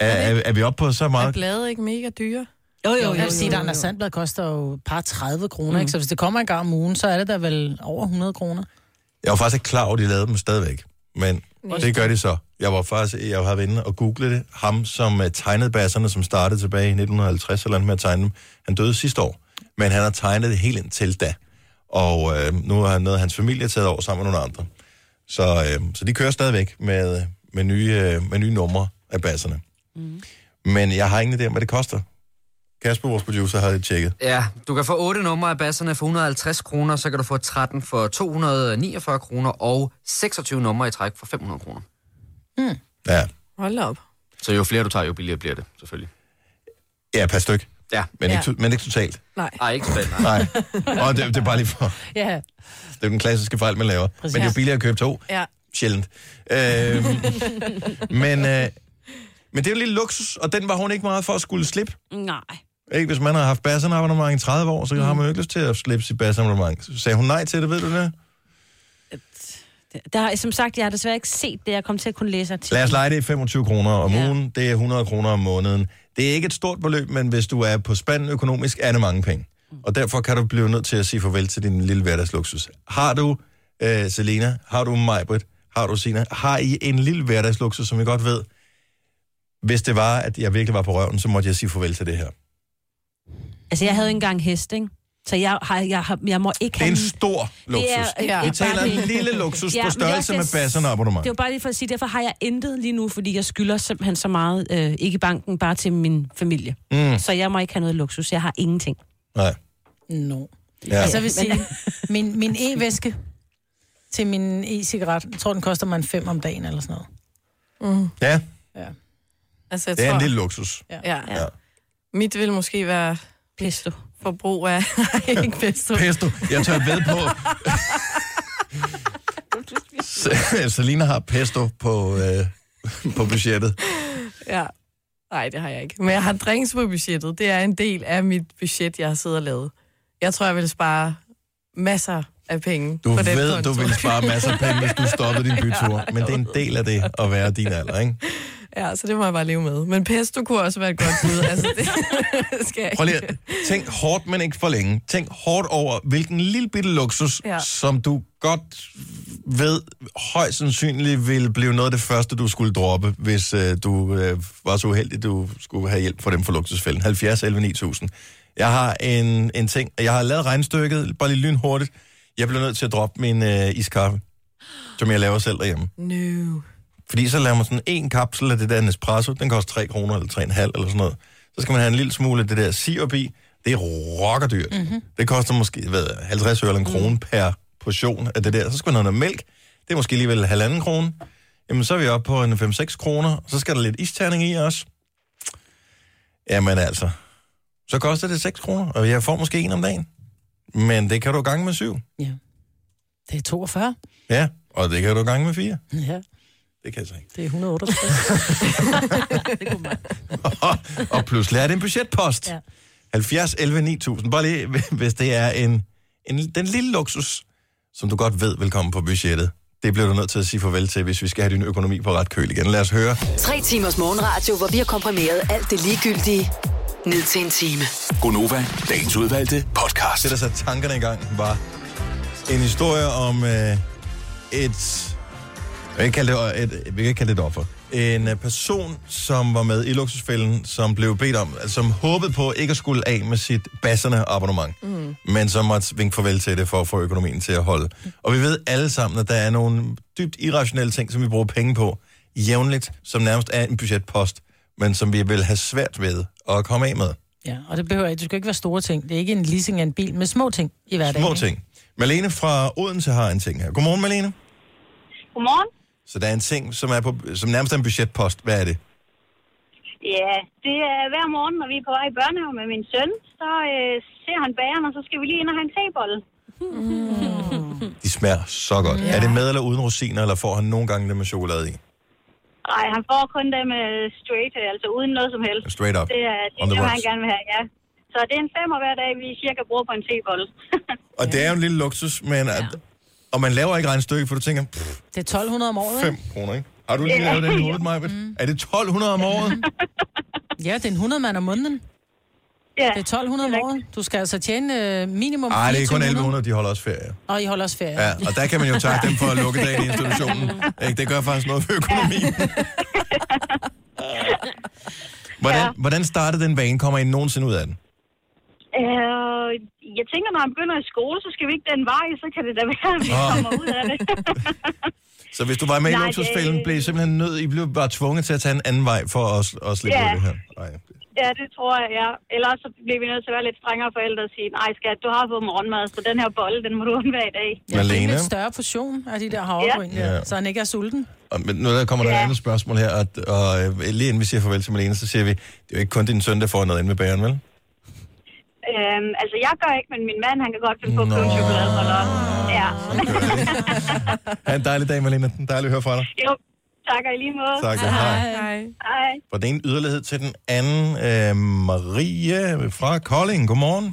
[SPEAKER 1] Er, er, er vi oppe på så
[SPEAKER 8] Er
[SPEAKER 1] meget?
[SPEAKER 8] blade ikke mega dyre?
[SPEAKER 3] Jo, jo, jo. Jeg vil sige, at Anders Sandblad koster jo par 30 kroner, mm. ikke? Så hvis det kommer en gang om ugen, så er det da vel over 100 kroner.
[SPEAKER 1] Jeg var faktisk ikke klar over, at de lavede dem stadigvæk. Men det gør de så. Jeg var faktisk, jeg havde været inde og google det. Ham, som øh, tegnede basserne, som startede tilbage i 1950 eller andet med at tegne dem, han døde sidste år. Men han har tegnet det helt indtil da. Og øh, nu har noget af hans familie taget over sammen med nogle andre. Så, øh, så de kører stadigvæk med, med, nye, øh, med nye numre af basserne. Mm. Men jeg har ingen idé om, hvad det koster. Kasper, vores producer, havde tjekket.
[SPEAKER 9] Ja, du kan få 8 numre af basserne for 150 kroner, så kan du få 13 for 249 kroner og 26 numre i træk for 500 kroner.
[SPEAKER 1] Ja.
[SPEAKER 8] (laughs) Hold op.
[SPEAKER 9] Så jo flere du tager, jo billigere bliver det, selvfølgelig.
[SPEAKER 1] Ja, per styk.
[SPEAKER 9] Ja.
[SPEAKER 1] Men,
[SPEAKER 8] Ja.
[SPEAKER 1] Ikke, to- men ikke totalt.
[SPEAKER 8] Nej.
[SPEAKER 9] Nej, ikke
[SPEAKER 1] (laughs)
[SPEAKER 9] spændt.
[SPEAKER 1] Nej. Og det, det er bare lige for...
[SPEAKER 3] Ja.
[SPEAKER 1] Det er jo den klassiske fejl, man laver. Præcis. Men det er jo
[SPEAKER 3] Præcis.
[SPEAKER 1] billigere at købe to.
[SPEAKER 8] Ja.
[SPEAKER 1] Sjældent. Øhm,
[SPEAKER 8] (laughs)
[SPEAKER 1] men, øh, men det er jo lidt luksus, og den var hun ikke meget for at skulle slippe.
[SPEAKER 4] Nej.
[SPEAKER 1] Ikke? Hvis man har haft bassenabonnement i 30 år, så har man jo ikke lyst til at slippe sit bassenabonnement. Så sagde hun nej til det, ved du det?
[SPEAKER 4] Der, har- som sagt, jeg har desværre ikke set det. Jeg kom til at kunne læse artiklen.
[SPEAKER 1] Lad os lege det i 25 kroner om
[SPEAKER 4] Ja.
[SPEAKER 1] ja. ugen. Det er 100 kroner om måneden. Det er ikke et stort beløb, men hvis du er på spand økonomisk, er det mange penge. Og derfor kan du blive nødt til at sige farvel til din lille hverdagsluksus. Har du øh, Selena, har du Majbrit, har du Sina, har I en lille hverdagsluksus, som I godt ved, hvis det var, at jeg virkelig var på røven, så måtte jeg sige farvel til det her.
[SPEAKER 4] Altså, jeg havde engang hest, ikke? Så jeg, har, jeg, har, jeg må ikke
[SPEAKER 1] Det er en
[SPEAKER 4] have...
[SPEAKER 1] stor luksus.
[SPEAKER 4] øh,
[SPEAKER 1] Vi
[SPEAKER 4] ikke
[SPEAKER 1] taler
[SPEAKER 4] bare
[SPEAKER 1] en
[SPEAKER 4] det.
[SPEAKER 1] lille luksus på
[SPEAKER 4] men det er
[SPEAKER 1] størrelse
[SPEAKER 4] også
[SPEAKER 1] med
[SPEAKER 4] det, jeg s-
[SPEAKER 1] basserne abonnement.
[SPEAKER 4] Det er jo bare lige for at sige, derfor har jeg intet lige nu, fordi jeg skylder simpelthen så meget, øh, ikke i banken, bare til min familie.
[SPEAKER 1] Mm.
[SPEAKER 4] Så jeg må ikke have noget luksus. Jeg har
[SPEAKER 1] (laughs)
[SPEAKER 4] ingenting.
[SPEAKER 1] Nej.
[SPEAKER 3] No.
[SPEAKER 1] Ja.
[SPEAKER 3] Ja. Altså, jeg vil sige, min, min e-væske til min e-cigaret, jeg tror, den koster mig en 5 om dagen eller sådan
[SPEAKER 8] noget. Mm.
[SPEAKER 1] Ja,
[SPEAKER 8] Altså, jeg
[SPEAKER 1] det er
[SPEAKER 8] tror,
[SPEAKER 1] en lille luksus.
[SPEAKER 3] Ja.
[SPEAKER 8] Ja.
[SPEAKER 1] Ja.
[SPEAKER 8] ja. Mit vil måske være...
[SPEAKER 4] Pesto.
[SPEAKER 8] Forbrug af... (laughs) Nej, ikke pesto.
[SPEAKER 1] Pesto. Jeg tør ved på... Se- (laughs) Selina har pesto på, øh, på budgettet.
[SPEAKER 8] Ja. Nej, det har jeg ikke. Men jeg har drinks på budgettet. Det er en del af mit budget, jeg har siddet og lavet. Jeg tror, jeg vil spare masser af penge
[SPEAKER 1] Du
[SPEAKER 8] på den
[SPEAKER 1] ved,
[SPEAKER 8] konto.
[SPEAKER 1] du vil spare masser af penge, hvis du stoppede din bytur. Men det er en del af det at være din alder, ikke?
[SPEAKER 8] (laughs) Ja, så det må jeg bare leve med. Men pesto kunne også være et godt
[SPEAKER 1] (laughs)
[SPEAKER 8] bud. altså, det (laughs) skal jeg
[SPEAKER 1] Prøv lige
[SPEAKER 8] ikke.
[SPEAKER 1] at tænk hårdt, men ikke for længe. Tænk hårdt over, hvilken lille bitte luksus, ja.
[SPEAKER 8] Ja.
[SPEAKER 1] som du godt ved, højst sandsynligt ville blive noget af det første, du skulle droppe, hvis øh, du øh, var så uheldig, du skulle have hjælp fra dem for luksusfælden. 70 11 9000. Jeg har en, en ting, jeg har lavet regnstykket, bare lige lynhurtigt. Jeg blev nødt til at droppe min øh, iskaffe, som jeg laver selv derhjemme.
[SPEAKER 8] No.
[SPEAKER 1] Fordi så laver man sådan en kapsel af det der Nespresso, den koster 3 kroner eller 3,5 eller sådan noget. Så skal man have en lille smule af det der sirup i, det er rockerdyrt. Mm-hmm. Det koster måske hvad, 50 øre eller en krone mm. per portion af det der. Så skal man have noget mælk, det er måske alligevel halvanden krone. Jamen så er vi oppe på en 5-6 kroner, og så skal der lidt isterning i også. Jamen altså, så koster det 6 kroner, og jeg får måske en om dagen. Men det kan du gange med 7.
[SPEAKER 3] noget. Det er 42.
[SPEAKER 1] Ja, og det kan du gange med 4.
[SPEAKER 3] Ja,
[SPEAKER 1] Det kan jeg så ikke.
[SPEAKER 3] det er 168.
[SPEAKER 1] og pludselig er det en budgetpost. Ja. 70, 11, 9000. Bare lige, (laughs) hvis det er en, en, den lille luksus, som du godt ved vil komme på budgettet. Det bliver du nødt til at sige farvel til, hvis vi skal have din økonomi på ret køl igen. Lad os høre.
[SPEAKER 6] Tre timers morgenradio, hvor vi har komprimeret alt det ligegyldige ned til en time.
[SPEAKER 1] Gonova, dagens udvalgte podcast. Det, der satte tankerne i gang, var en historie om øh, et... Jeg kan ikke kalde det, et, vi kan ikke kalde det et offer. En øh, person, som var med i luksusfælden, som blev bedt om, altså, som håbede på ikke at skulle af med sit basserne abonnement, mm. men som måtte vinke farvel til det for at få økonomien til at holde. Og vi ved alle sammen, at der er nogle dybt irrationelle ting, som vi bruger penge på jævnligt, som nærmest er en budgetpost, men som vi vil have svært ved at komme af med.
[SPEAKER 3] (laughs) Ja, og det behøver ikke. Det skal ikke være store ting. Det er ikke en leasing af en bil, men små ting i hverdagen.
[SPEAKER 1] Små
[SPEAKER 3] ikke?
[SPEAKER 1] ting. Malene fra Odense har en ting her. Godmorgen, Malene.
[SPEAKER 12] Godmorgen.
[SPEAKER 1] Så der er en ting, som, er på, som nærmest er en budgetpost. Hvad er det?
[SPEAKER 12] Ja, det er hver morgen, når vi er på vej i børnehave med min søn, så øh, ser han bageren, og så skal vi lige ind og have en tebolle.
[SPEAKER 1] De smager så godt. Ja. Er det med eller uden rosiner, eller får han nogle gange det med chokolade i?
[SPEAKER 12] Nej, han får kun dem øh, straight, altså uden noget som helst.
[SPEAKER 1] Straight up.
[SPEAKER 12] Det er det,
[SPEAKER 1] On the
[SPEAKER 12] er,
[SPEAKER 1] rocks.
[SPEAKER 12] han gerne vil have, ja. Så Så det er en femmer hver dag, vi cirka bruger på en tebolle.
[SPEAKER 1] Og det er jo en lille luksus, men... At, og man laver ikke regnstykke, for du tænker, pff,
[SPEAKER 3] Det er 1200 om året,
[SPEAKER 1] 5
[SPEAKER 3] ikke?
[SPEAKER 1] kroner, ikke? Har du lige
[SPEAKER 3] Ja.
[SPEAKER 1] lavet den i hovedet, Maja? Mm. Er det 1200 om året?
[SPEAKER 3] Ja, det er en 100 mand om måneden.
[SPEAKER 12] Ja, det
[SPEAKER 3] er 1200 om året. Du skal altså tjene øh, minimum
[SPEAKER 1] Nej, det er kun
[SPEAKER 3] 2400.
[SPEAKER 1] 1100, de holder også ferie.
[SPEAKER 3] Og I holder også ferie.
[SPEAKER 1] Ja, og der kan man jo
[SPEAKER 3] (laughs)
[SPEAKER 1] takke dem for at lukke dagen i institutionen. Ikke? Det gør faktisk noget for
[SPEAKER 12] (laughs)
[SPEAKER 1] økonomien. Hvordan, hvordan startede den vane? Kommer I nogensinde ud af den?
[SPEAKER 12] Øh, jeg tænker, når han begynder i skole, så skal vi ikke den vej, så kan det da være, at vi
[SPEAKER 1] Nå.
[SPEAKER 12] kommer ud af det.
[SPEAKER 1] Så hvis du var med i
[SPEAKER 12] Nej, det-
[SPEAKER 1] luksusfælden, blev I simpelthen nødt, I blev bare tvunget til at tage en anden vej for at, at slippe
[SPEAKER 12] Ja.
[SPEAKER 1] ud af det her. Nej.
[SPEAKER 12] Ja, det tror jeg, ja. Ellers så bliver vi nødt til at være lidt strengere forældre og sige, nej skat, du har fået morgenmad, så den her bolle, den må du undvære i dag.
[SPEAKER 1] Ja, det er en Malene? lidt
[SPEAKER 3] større portion af de der havregryn,
[SPEAKER 1] Ja.
[SPEAKER 3] ja. så han ikke er sulten.
[SPEAKER 1] Og, men nu der kommer der et andet spørgsmål her, og, og øh, lige inden vi siger farvel til Malene, så siger vi, det er jo ikke kun din søn, der får noget inde med bageren, vel?
[SPEAKER 12] Øhm, altså, jeg gør ikke, men min mand, han kan godt finde på at købe en chokoladebolle op. Ja. (laughs)
[SPEAKER 1] Ha' en dejlig dag, Malene. Dejligt at høre fra dig.
[SPEAKER 12] jo, tak og i lige måde.
[SPEAKER 1] Tak, og hej.
[SPEAKER 12] Hej. Hej.
[SPEAKER 1] Fra den ene yderlighed til den anden, øh, Marie fra Kolding, godmorgen.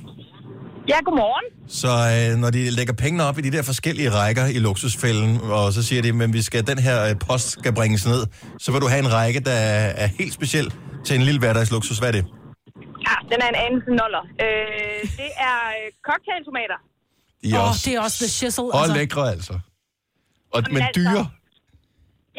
[SPEAKER 13] Ja, godmorgen.
[SPEAKER 1] Så øh, når de lægger pengene op i de der forskellige rækker i luksusfælden, og så siger de, at vi skal, den her øh, post skal bringes ned, så vil du have en række, der er, er helt speciel til en lille hverdagsluksus. Hvad er det?
[SPEAKER 13] Ja, den er en anelse noller. Øh, det er øh, cocktailtomater.
[SPEAKER 1] De er
[SPEAKER 3] Åh,
[SPEAKER 1] oh,
[SPEAKER 3] oh,
[SPEAKER 1] også
[SPEAKER 3] det er også the shizzle.
[SPEAKER 1] og lækre, altså. Og, men
[SPEAKER 13] altså-
[SPEAKER 1] dyre.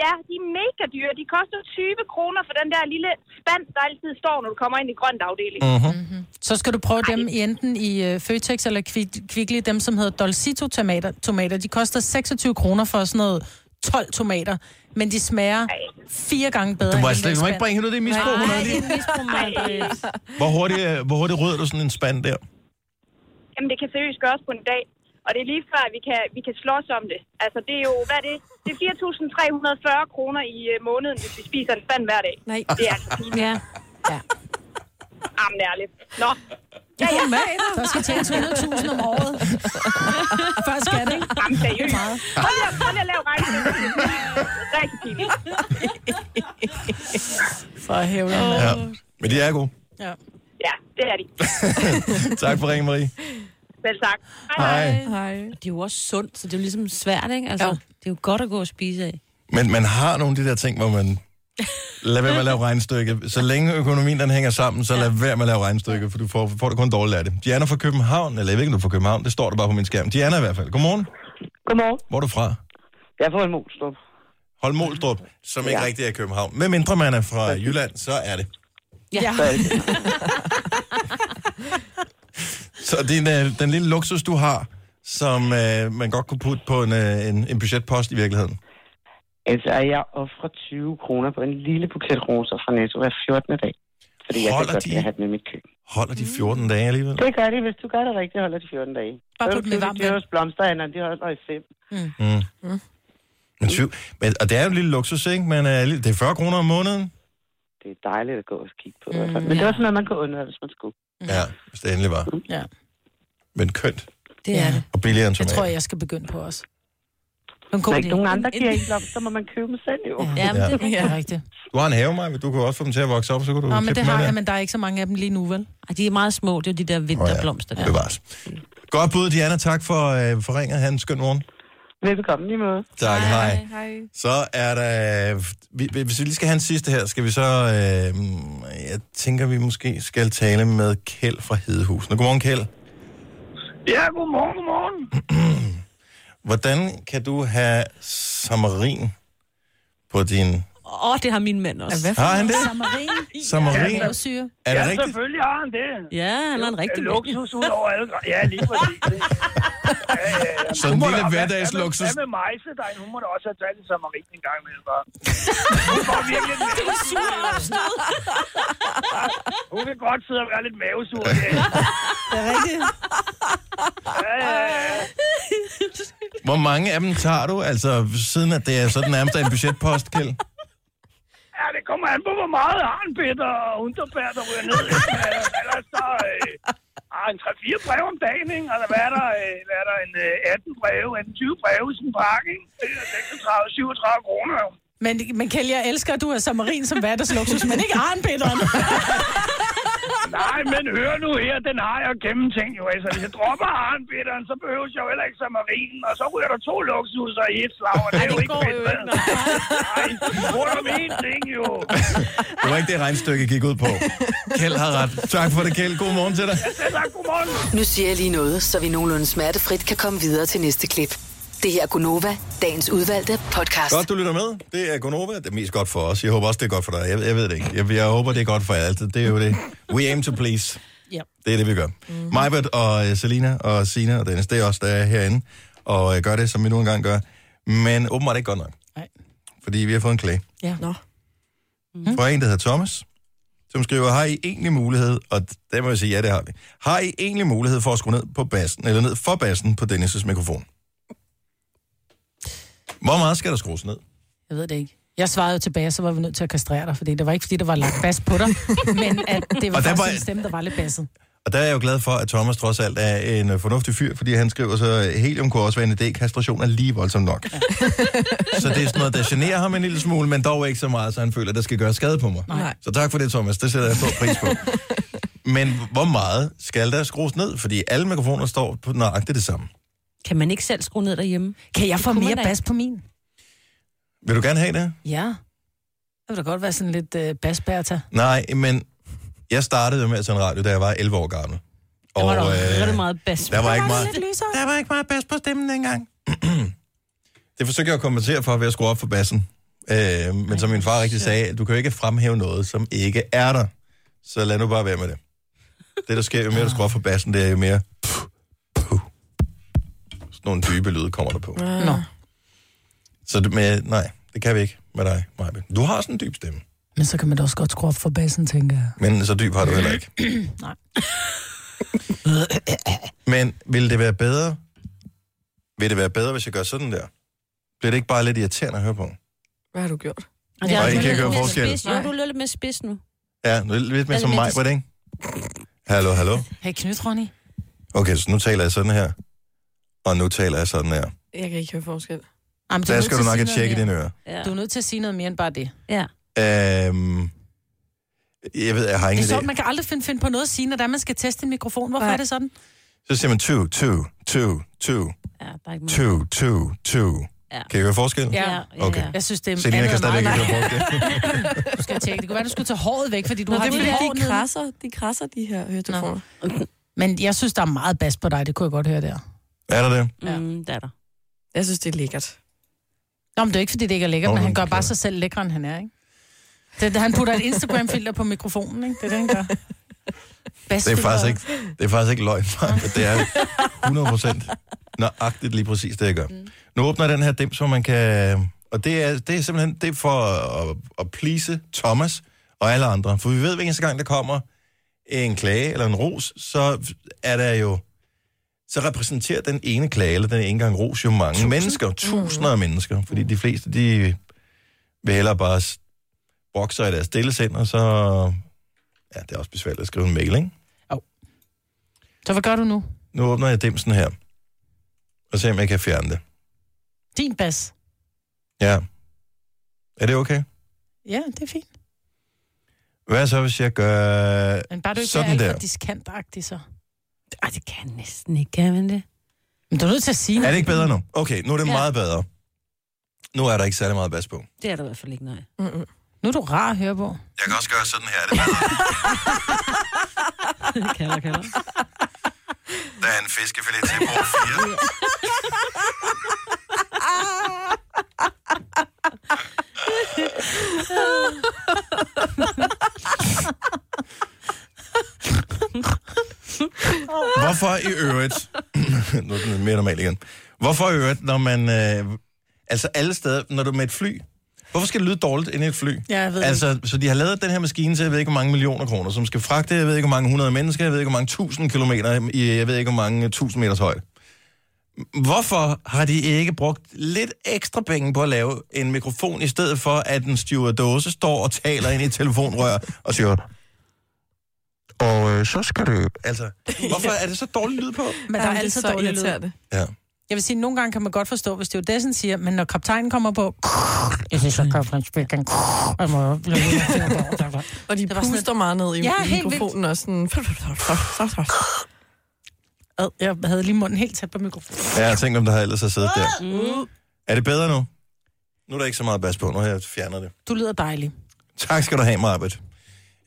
[SPEAKER 13] Ja, de er mega dyre. De koster 20 kroner for den der lille spand, der altid står, når du kommer ind i grønt afdeling.
[SPEAKER 1] Mhm.
[SPEAKER 3] Mm-hmm. Så skal du prøve dem i enten i uh, Føtex eller Kvi- Kvickly, dem som hedder Dolcito tomater. tomater. De koster 26 kroner for sådan noget 12 tomater, men de smager fire gange bedre.
[SPEAKER 1] Du må
[SPEAKER 3] end
[SPEAKER 1] slet-
[SPEAKER 3] den
[SPEAKER 1] du må ikke
[SPEAKER 3] spand.
[SPEAKER 1] bringe hende ud i det misbrug, hun
[SPEAKER 3] Nej,
[SPEAKER 1] er i.
[SPEAKER 3] det er en misbrug, Maja.
[SPEAKER 1] Hvor hurtigt, øh, hvor hurtigt rydder du sådan en spand der?
[SPEAKER 13] Jamen, det kan seriøst gøres på en dag. Og det er lige før, at vi kan, vi kan slås om det. Altså, det er jo, hvad er det? Det er 4.340 kroner i øh, måneden, hvis vi spiser en spand hver dag. Nej. Det er altså pinligt.
[SPEAKER 2] Ja.
[SPEAKER 13] Jamen, ærligt. Nå.
[SPEAKER 3] Ja, ja, der skal tjene 200.000 om året. Før skat, ikke?
[SPEAKER 13] Jamen, Ah, seriøst. Prøv lige at- prøv lige at lave regnestykket. Rigtig pinligt.
[SPEAKER 3] For hævlen.
[SPEAKER 1] Ja. Men de er gode. (laughs)
[SPEAKER 13] Ja, det er de.
[SPEAKER 1] tak for ringen, Marie.
[SPEAKER 13] Selv tak.
[SPEAKER 1] Hej.
[SPEAKER 4] Hej. Det er jo også sundt, så det er jo ligesom svært, ikke? Altså, det er jo godt at gå og spise af.
[SPEAKER 1] Men man har nogle af de der ting, hvor man... Lad være med at lave regnstykke. Så længe økonomien den hænger sammen, så lad være med at lave regnstykke, for du får, får det kun dårligt af det. Diana fra København, eller jeg ved ikke, om du er fra København, det står der bare på min skærm. Diana i hvert fald. Godmorgen.
[SPEAKER 14] Godmorgen.
[SPEAKER 1] Hvor er du fra?
[SPEAKER 14] Jeg er fra Holmolstrup.
[SPEAKER 1] Holmolstrup, som ikke
[SPEAKER 14] Ja.
[SPEAKER 1] rigtig er i København. Med mindre man er fra Jylland, så er det.
[SPEAKER 14] Ja.
[SPEAKER 1] Så din, øh, den lille luksus, du har, som øh, man godt kunne putte på en, øh, en, en budgetpost i virkeligheden.
[SPEAKER 14] altså, jeg offrer 20 kroner på en lille buket roser fra Netto hver 14. dag. Fordi jeg
[SPEAKER 1] Holder
[SPEAKER 14] kan godt
[SPEAKER 1] de?
[SPEAKER 14] lide at have dem i mit køkken.
[SPEAKER 1] Holder de 14 dage alligevel?
[SPEAKER 14] Det gør de, hvis du gør det rigtigt, holder de 14 dage.
[SPEAKER 3] Bare put dem i varmt
[SPEAKER 14] vand. Det er blomsterhandlerne, de holder i 5.
[SPEAKER 1] Mm.
[SPEAKER 3] Mm.
[SPEAKER 1] Men, syv, men, og det er jo en lille luksus, ikke? Men øh, det er 40 kroner om måneden.
[SPEAKER 14] Det er dejligt at gå og kigge på. Mm, Men det er også noget, man kan undre, hvis man skulle.
[SPEAKER 1] Ja, hvis det endelig var.
[SPEAKER 3] Ja.
[SPEAKER 1] Men kønt.
[SPEAKER 3] Det er det.
[SPEAKER 1] Og billigere end
[SPEAKER 3] Det
[SPEAKER 1] tomat.
[SPEAKER 3] tror jeg, jeg skal begynde på også. En
[SPEAKER 14] Når ikke nogen andre giver en
[SPEAKER 3] blomst, så må man købe dem selv jo.
[SPEAKER 1] Ja.
[SPEAKER 3] Ja, men det er
[SPEAKER 1] Ja.
[SPEAKER 3] ja. rigtigt.
[SPEAKER 1] Du har en have, Maja, men du kan jo også få dem til at vokse op, så kan du
[SPEAKER 3] Nå, men
[SPEAKER 1] klippe
[SPEAKER 3] det
[SPEAKER 1] dem
[SPEAKER 3] har
[SPEAKER 1] af
[SPEAKER 3] jeg,
[SPEAKER 1] der.
[SPEAKER 3] men der er ikke så mange af dem lige nu, vel?
[SPEAKER 4] Ej, de er meget små, det er jo de der vinterblomster der.
[SPEAKER 1] Bevares. Godt bud, Diana. Tak for, øh, for ringet. Han skøn morgen.
[SPEAKER 14] Velbekomme lige måde.
[SPEAKER 1] Tak, hej. hej.
[SPEAKER 8] Hej.
[SPEAKER 1] Så er der... vi- vi- Hvis vi lige skal have en sidste her, skal vi så... Øh, jeg tænker, vi måske skal tale med Kjeld fra Hedehusen. Godmorgen, Kjeld.
[SPEAKER 15] Ja, godmorgen, godmorgen.
[SPEAKER 1] (clears throat) Hvordan kan du have samarin på din...
[SPEAKER 4] Åh, oh, det har min mand også.
[SPEAKER 1] Ja, hvad for Har han noget? det?
[SPEAKER 4] Samarin.
[SPEAKER 1] Samarin?
[SPEAKER 4] Ja, syre.
[SPEAKER 1] Er det
[SPEAKER 15] ja,
[SPEAKER 1] rigtigt?
[SPEAKER 15] selvfølgelig har han det.
[SPEAKER 4] Ja, han er en rigtig
[SPEAKER 15] mand.
[SPEAKER 4] mand.
[SPEAKER 15] Luksus ud over alle grænser. Ja, lige
[SPEAKER 3] (laughs)
[SPEAKER 15] præcis. det. Ja, ja, ja.
[SPEAKER 1] Så en
[SPEAKER 15] Nu må
[SPEAKER 1] lille
[SPEAKER 15] der- hvad-
[SPEAKER 1] hverdagsluksus.
[SPEAKER 15] Hvad med, hvad med majsedegn? Hun må da også have taget lidt samarin en gang imellem.
[SPEAKER 3] (laughs)
[SPEAKER 15] hva'? Hun får virkelig lidt
[SPEAKER 4] Det er sur opstød.
[SPEAKER 15] (laughs) Hun kan godt sidde og være lidt
[SPEAKER 1] (laughs)
[SPEAKER 15] mavesur. Det er
[SPEAKER 3] Det er rigtigt.
[SPEAKER 15] Ja, ja, ja.
[SPEAKER 3] (laughs)
[SPEAKER 1] Hvor mange af dem tager du, altså siden at det er sådan nærmest en budgetpost, Kjeld?
[SPEAKER 15] Ja, det kommer an på, hvor meget arnbitter og underbær, der ryger
[SPEAKER 3] (laughs)
[SPEAKER 15] ned. ikke? Øh, Ellers så... Øh, ah, en 3-4 breve om dagen, ikke? Og der er der, øh, hvad er der en øh, 18 breve, en 20 breve i sådan en pakke, ikke? Det er 36-37 kroner, jo.
[SPEAKER 3] Men, men Kjell, jeg elsker, at du er samarin som hverdagsluksus, men ikke arnbitteren.
[SPEAKER 15] Nej, men hør nu her, den har jeg gennemtænkt jo. Altså, hvis jeg dropper arnbitteren, så behøver jeg jo heller ikke samarinen, og så ryger der to luksuser i et slag, og det er jo ikke fedt. vel? Nej, spurgt om én ting jo.
[SPEAKER 1] Det var ikke det regnstykke gik ud på. Kjeld har ret. Tak for det, Kjeld. God morgen til dig.
[SPEAKER 6] Nu siger jeg lige noget, så vi nogenlunde smertefrit kan komme videre til næste klip. Det her er Gunova, dagens udvalgte podcast.
[SPEAKER 1] Godt, du lytter med. Det er Gonova. Det er mest godt for os. Jeg håber også, det er godt for dig. Jeg, jeg ved det ikke. Jeg, jeg håber, det er godt for jer altid. Det er jo det. We aim to please.
[SPEAKER 3] Ja.
[SPEAKER 1] Det er det, vi gør. Mm. Majbert og øh, Selina og Sina og Dennis, det er os, der er herinde og øh, gør det, som vi nu engang gør. Men åbenbart ikke godt nok.
[SPEAKER 3] Nej.
[SPEAKER 1] Fordi vi har fået en klage
[SPEAKER 8] Mhm.
[SPEAKER 3] Ja. Nå.
[SPEAKER 1] mm. fra en, der hedder Thomas, som skriver, har I egentlig mulighed, og der må jeg sige, ja, det har vi. Har I egentlig mulighed for at skrue ned, på bassen, eller ned for bassen på Dennis' mikrofon? Hvor meget skal der skrues ned?
[SPEAKER 3] (laughs) Jeg ved det ikke. Jeg svarede jo tilbage, så var vi nødt til at kastrere dig, fordi det var ikke, fordi der var lagt bas (laughs) på dig, men at det var
[SPEAKER 1] Og der
[SPEAKER 3] faktisk
[SPEAKER 1] var-
[SPEAKER 3] en stemme, der var lidt basset.
[SPEAKER 1] Og der er jeg jo glad for, at Thomas trods alt er en øh, fornuftig fyr, fordi han skriver så, øh, helium kunne også være en idé, kastration er lige voldsomt nok. Ja. så det er sådan noget, der generer ham en lille smule, men dog ikke så meget, så han føler, at der skal gøre skade på mig.
[SPEAKER 3] Nej.
[SPEAKER 1] Så tak for det, Thomas. Det sætter jeg stor pris
[SPEAKER 16] (laughs)
[SPEAKER 1] på. men hvor meget skal der skrues ned? Fordi alle mikrofoner står på nøjagtigt det samme.
[SPEAKER 4] Kan man ikke selv skrue ned derhjemme?
[SPEAKER 3] Kan jeg få
[SPEAKER 4] kunne
[SPEAKER 3] mere
[SPEAKER 4] man da
[SPEAKER 3] bas på min?
[SPEAKER 1] Vil du gerne have det?
[SPEAKER 3] Ja. Det ville da godt være sådan lidt øh, basbærta.
[SPEAKER 1] Nej, men jeg startede jo med at sende radio, da jeg var 11 år gammel.
[SPEAKER 4] Der var der
[SPEAKER 1] øh,
[SPEAKER 4] rigtig meget bas.
[SPEAKER 1] der var ikke meget,
[SPEAKER 3] Der
[SPEAKER 1] var ikke meget bas på stemmen dengang. Det forsøgte jeg at kompensere for ved at skrue op for bassen. Øh, men som min far rigtig sagde, du kan jo ikke fremhæve noget, som ikke er der. Så lad nu bare være med det. Det, der sker, jo mere du skruer op for bassen, det er jo mere... Puh, puh. Sådan nogle dybe lyde kommer der på.
[SPEAKER 3] Nå.
[SPEAKER 1] Så det med, nej, det kan vi ikke med dig, Majbe. Du har sådan en dyb stemme,
[SPEAKER 3] Men så kan man da også godt skrue op for bassen, tænker jeg.
[SPEAKER 1] men så dyb har du heller ikke.
[SPEAKER 3] (clears throat)
[SPEAKER 8] (clears throat)
[SPEAKER 3] Nej.
[SPEAKER 1] Men ville det være bedre, vil det være bedre, hvis jeg gør sådan der? Bliver det ikke bare lidt irriterende at høre på?
[SPEAKER 8] Hvad har du gjort?
[SPEAKER 1] Og det er Og I altså kan lidt ikke høre mere forskel. spids.
[SPEAKER 4] Jo, du er lidt mere spids nu.
[SPEAKER 1] Ja, nu er det lidt mere
[SPEAKER 4] Altså,
[SPEAKER 1] som
[SPEAKER 4] men
[SPEAKER 1] mig,
[SPEAKER 4] det-
[SPEAKER 1] var det ikke? Hallo, hallo.
[SPEAKER 3] Hey, knyt, Ronny.
[SPEAKER 1] Okay, så nu taler jeg sådan her, og nu taler jeg sådan her.
[SPEAKER 3] Jeg kan ikke høre forskel.
[SPEAKER 1] Der skal du nok have tjekket dine ører.
[SPEAKER 3] Ja. Du er nødt til at sige noget mere end bare det.
[SPEAKER 4] Ja.
[SPEAKER 1] Øhm, jeg ved, jeg har
[SPEAKER 3] Det er
[SPEAKER 1] ingen
[SPEAKER 3] sjovt,
[SPEAKER 1] idé.
[SPEAKER 3] man kan aldrig finde, finde på noget at sige, når det er, man skal teste en mikrofon. Hvorfor er det sådan?
[SPEAKER 1] Så siger man two, two, two, two,
[SPEAKER 4] Ja, der er ikke
[SPEAKER 1] two, two, two.
[SPEAKER 4] Ja.
[SPEAKER 1] Kan I høre forskel? Okay.
[SPEAKER 3] Jeg synes, det er
[SPEAKER 1] Selina
[SPEAKER 3] andet
[SPEAKER 1] kan
[SPEAKER 3] end
[SPEAKER 1] stadigvæk
[SPEAKER 3] meget
[SPEAKER 1] ikke høre
[SPEAKER 3] nej. (laughs) Du skal tjekke. Det kunne være, du skulle tage håret væk, fordi du
[SPEAKER 8] Nå,
[SPEAKER 3] har
[SPEAKER 8] det er
[SPEAKER 3] dit
[SPEAKER 8] fordi,
[SPEAKER 3] hår
[SPEAKER 8] de
[SPEAKER 3] nede.
[SPEAKER 8] krasser, de krasser de her høretelefoner.
[SPEAKER 3] Men jeg synes, der er meget bas på dig. Det kunne jeg godt høre der.
[SPEAKER 1] Er der det?
[SPEAKER 4] Ja. Mm, der er der.
[SPEAKER 8] Jeg synes, det er lækkert.
[SPEAKER 3] Nå, men det er ikke, fordi det ikke er lækkert,
[SPEAKER 1] Nå,
[SPEAKER 3] men han
[SPEAKER 1] men
[SPEAKER 3] gør bare sig selv lækre, end han er, ikke? Det, han putter et Instagram-filter på mikrofonen, ikke? Det er det, han gør.
[SPEAKER 1] Det er faktisk ikke, det er faktisk ikke løgn, Maja. det er 100 procent nøjagtigt lige præcis det, jeg gør. Nu åbner jeg den her dem, så man kan... Og det er, det er simpelthen det er for at, at please Thomas og alle andre. For vi ved, hver eneste gang, der kommer en klage eller en ros, så er der jo... Så repræsenterer den ene klage eller den ene gang ros jo mange Tusind. mennesker. Tusinder af mennesker. Fordi de fleste, de vil hellere bare s- brokke sig i deres stille sind, og så... Ja, det er også besværligt at skrive en mail, ikke?
[SPEAKER 3] Så hvad gør du nu?
[SPEAKER 1] Nu åbner jeg dimsen her. Og ser, om jeg kan fjerne det.
[SPEAKER 3] Din bas.
[SPEAKER 1] Ja. Er det okay?
[SPEAKER 3] Ja, det er fint.
[SPEAKER 1] Hvad så, hvis jeg gør
[SPEAKER 3] Men bare du ikke
[SPEAKER 1] sådan
[SPEAKER 3] er alt
[SPEAKER 1] der?
[SPEAKER 3] for diskantagtig, så.
[SPEAKER 4] Ej, det kan jeg næsten ikke, kan man det?
[SPEAKER 3] Men du er nødt til at sige
[SPEAKER 1] Er det ikke bedre nu? Okay, nu er det
[SPEAKER 4] Ja.
[SPEAKER 1] ja. meget bedre. Nu er der ikke særlig meget bas på.
[SPEAKER 4] Det er der i hvert fald ikke, nej.
[SPEAKER 3] Mm-mm. Nu er du rar at høre på.
[SPEAKER 1] Jeg kan også gøre sådan her. Er det bedre?
[SPEAKER 4] kalder, kalder.
[SPEAKER 1] Der er en fiskefilet til på
[SPEAKER 3] (laughs)
[SPEAKER 1] 4. Hvorfor i øvrigt... (clears throat) nu er den mere normal igen. Hvorfor i øvrigt, når man... Øh, altså alle steder, når du er med et fly... Hvorfor skal det lyde dårligt inde i et fly?
[SPEAKER 3] Ja, jeg ved det
[SPEAKER 1] altså, så de har lavet den her maskine til, jeg ved ikke, hvor mange millioner kroner, som skal fragte, jeg ved ikke, hvor mange hundrede mennesker, jeg ved ikke, hvor mange tusind kilometer, i, jeg ved ikke, hvor mange øh, tusind meters højde. Hvorfor har de ikke brugt lidt ekstra penge på at lave en mikrofon, i stedet for, at en stewardose står og taler ind i et telefonrør og siger... Og øh, så skal det... Altså, hvorfor er det så dårligt lyd på?
[SPEAKER 3] Men der er altid dårlig lyd.
[SPEAKER 1] Ja.
[SPEAKER 3] Jeg vil sige, at nogle gange kan man godt forstå, hvis stewardessen siger, men når kaptajnen kommer på,
[SPEAKER 17] Jeg synes, at Københavnsbyggen... Jeg må blive
[SPEAKER 8] Og de puster sådan... meget ned i
[SPEAKER 3] Ja,
[SPEAKER 8] ja,
[SPEAKER 3] helt
[SPEAKER 8] mikrofonen og sådan...
[SPEAKER 3] Ad, jeg havde lige munden helt tæt på mikrofonen. Uh,
[SPEAKER 1] Ja, jeg tænkte, om der havde ellers har siddet der.
[SPEAKER 8] Mm.
[SPEAKER 1] Er det bedre nu? Nu er der ikke så meget bas på, nu har jeg fjernet det.
[SPEAKER 3] Du lyder dejlig.
[SPEAKER 1] Tak skal du have, Marbet.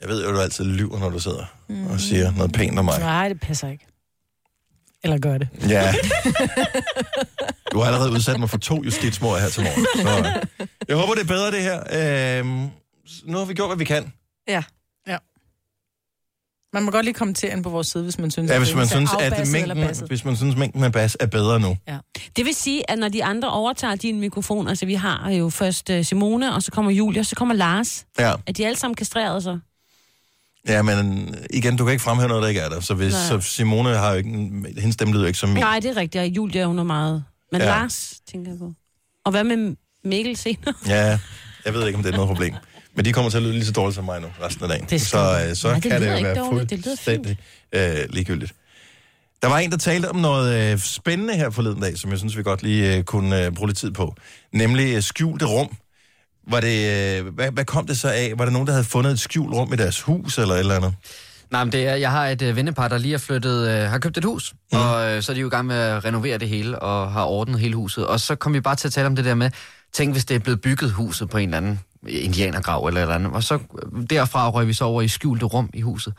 [SPEAKER 1] Jeg ved jo, du altid lyver, når du sidder og siger noget pænt om Mm. mig.
[SPEAKER 3] Mm. Nej, det passer ikke. Eller gør det.
[SPEAKER 1] Ja. Du har allerede udsat mig for to justitsmord her til morgen. Så jeg håber, det er bedre, det her. Øhm, nu har vi gjort, hvad vi kan.
[SPEAKER 8] Ja.
[SPEAKER 3] ja. Man må godt lige kommentere ind på vores side, hvis man synes,
[SPEAKER 1] Ja,
[SPEAKER 3] at
[SPEAKER 1] hvis
[SPEAKER 3] det
[SPEAKER 1] man
[SPEAKER 3] er
[SPEAKER 1] synes, at
[SPEAKER 3] afbasset eller
[SPEAKER 1] mængden,
[SPEAKER 3] basset.
[SPEAKER 1] hvis man synes, mængden af bas er bedre nu.
[SPEAKER 4] Ja. Det vil sige, at når de andre overtager din mikrofon, altså vi har jo først øh, Simone, og så kommer Julia, så kommer Lars,
[SPEAKER 1] Ja.
[SPEAKER 4] at de alle sammen kastrerede sig.
[SPEAKER 1] Ja, men igen, du kan ikke fremhæve noget, der ikke er der. Så, hvis,
[SPEAKER 4] Nej.
[SPEAKER 1] så Simone har jo ikke... en- Hendes stemme lyder ikke som min.
[SPEAKER 4] Nej, det er rigtigt, og Julia hun er meget... Men
[SPEAKER 1] Ja.
[SPEAKER 4] ja. Lars, tænker jeg på. Og hvad med Mikkel senere?
[SPEAKER 1] (laughs) Ja, jeg ved ikke, om det er noget problem. Men de kommer til at lyde lige så dårligt som mig nu resten af dagen.
[SPEAKER 4] Det skal
[SPEAKER 1] så øh, så
[SPEAKER 4] Nej, det
[SPEAKER 1] kan det
[SPEAKER 4] lyder
[SPEAKER 1] jo
[SPEAKER 4] ikke
[SPEAKER 1] være
[SPEAKER 4] dårligt. Det lyder
[SPEAKER 1] fuldstændig øh, ligegyldigt. Der var en, der talte om noget øh, spændende her forleden dag, som jeg synes, vi godt lige øh, kunne øh, bruge lidt tid på. Nemlig øh, skjulte rum. Var det, øh, hvad, hvad kom det så af? Var der nogen, der havde fundet et skjult rum i deres hus eller et eller andet?
[SPEAKER 9] Nej, men det er, jeg har et øh, vennepar, der lige er flyttet, øh, har købt et hus, mm. og øh, så er de jo i gang med at renovere det hele, og har ordnet hele huset. Og så kom vi bare til at tale om det der med, tænk hvis det er blevet bygget huset på en eller anden indianergrav eller et eller andet. Og så øh, derfra røg vi så over i skjulte rum i huset.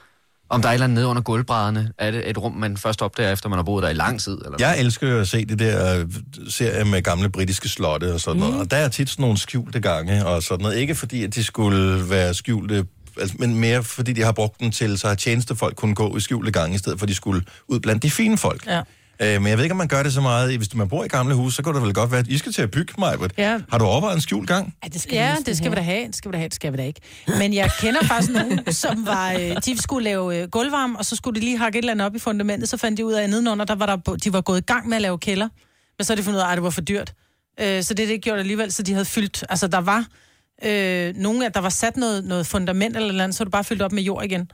[SPEAKER 9] Om der er et eller andet nede under gulvbrædderne, er det et rum, man først opdager, efter man har boet der i lang tid? Eller
[SPEAKER 1] Jeg elsker jo at se det der øh, serie med gamle britiske slotte og sådan noget.
[SPEAKER 3] Mhm.
[SPEAKER 1] Og der er tit sådan nogle skjulte gange og sådan noget. Ikke fordi, at de skulle være skjulte, altså, men mere fordi, de har brugt den til, så har tjenestefolk kunne gå i skjulte gange, i stedet for, at de skulle ud blandt de fine folk.
[SPEAKER 3] Ja.
[SPEAKER 1] Øh, men jeg ved ikke, om man gør det så meget. Hvis man bor i gamle hus, så kunne det vel godt være, at I skal til at bygge mig.
[SPEAKER 3] Ja.
[SPEAKER 1] Har du overvejet en skjult gang?
[SPEAKER 3] Ja, det skal, ja, vi, det skal vi da have. Det skal vi da have, det skal vi da ikke. Men jeg kender faktisk (laughs) nogen, som var, øh, de skulle lave øh, gulvvarme, og så skulle de lige hakke et eller andet op i fundamentet, så fandt de ud af, at nedenunder, der var der, de var gået i gang med at lave kælder, men så har de fundet ud af, at det var for dyrt. Øh, så det, det ikke gjort alligevel, så de havde fyldt, altså der var øh, nogen, at der var sat noget, noget fundament eller noget andet, så var det bare fyldt op med jord igen.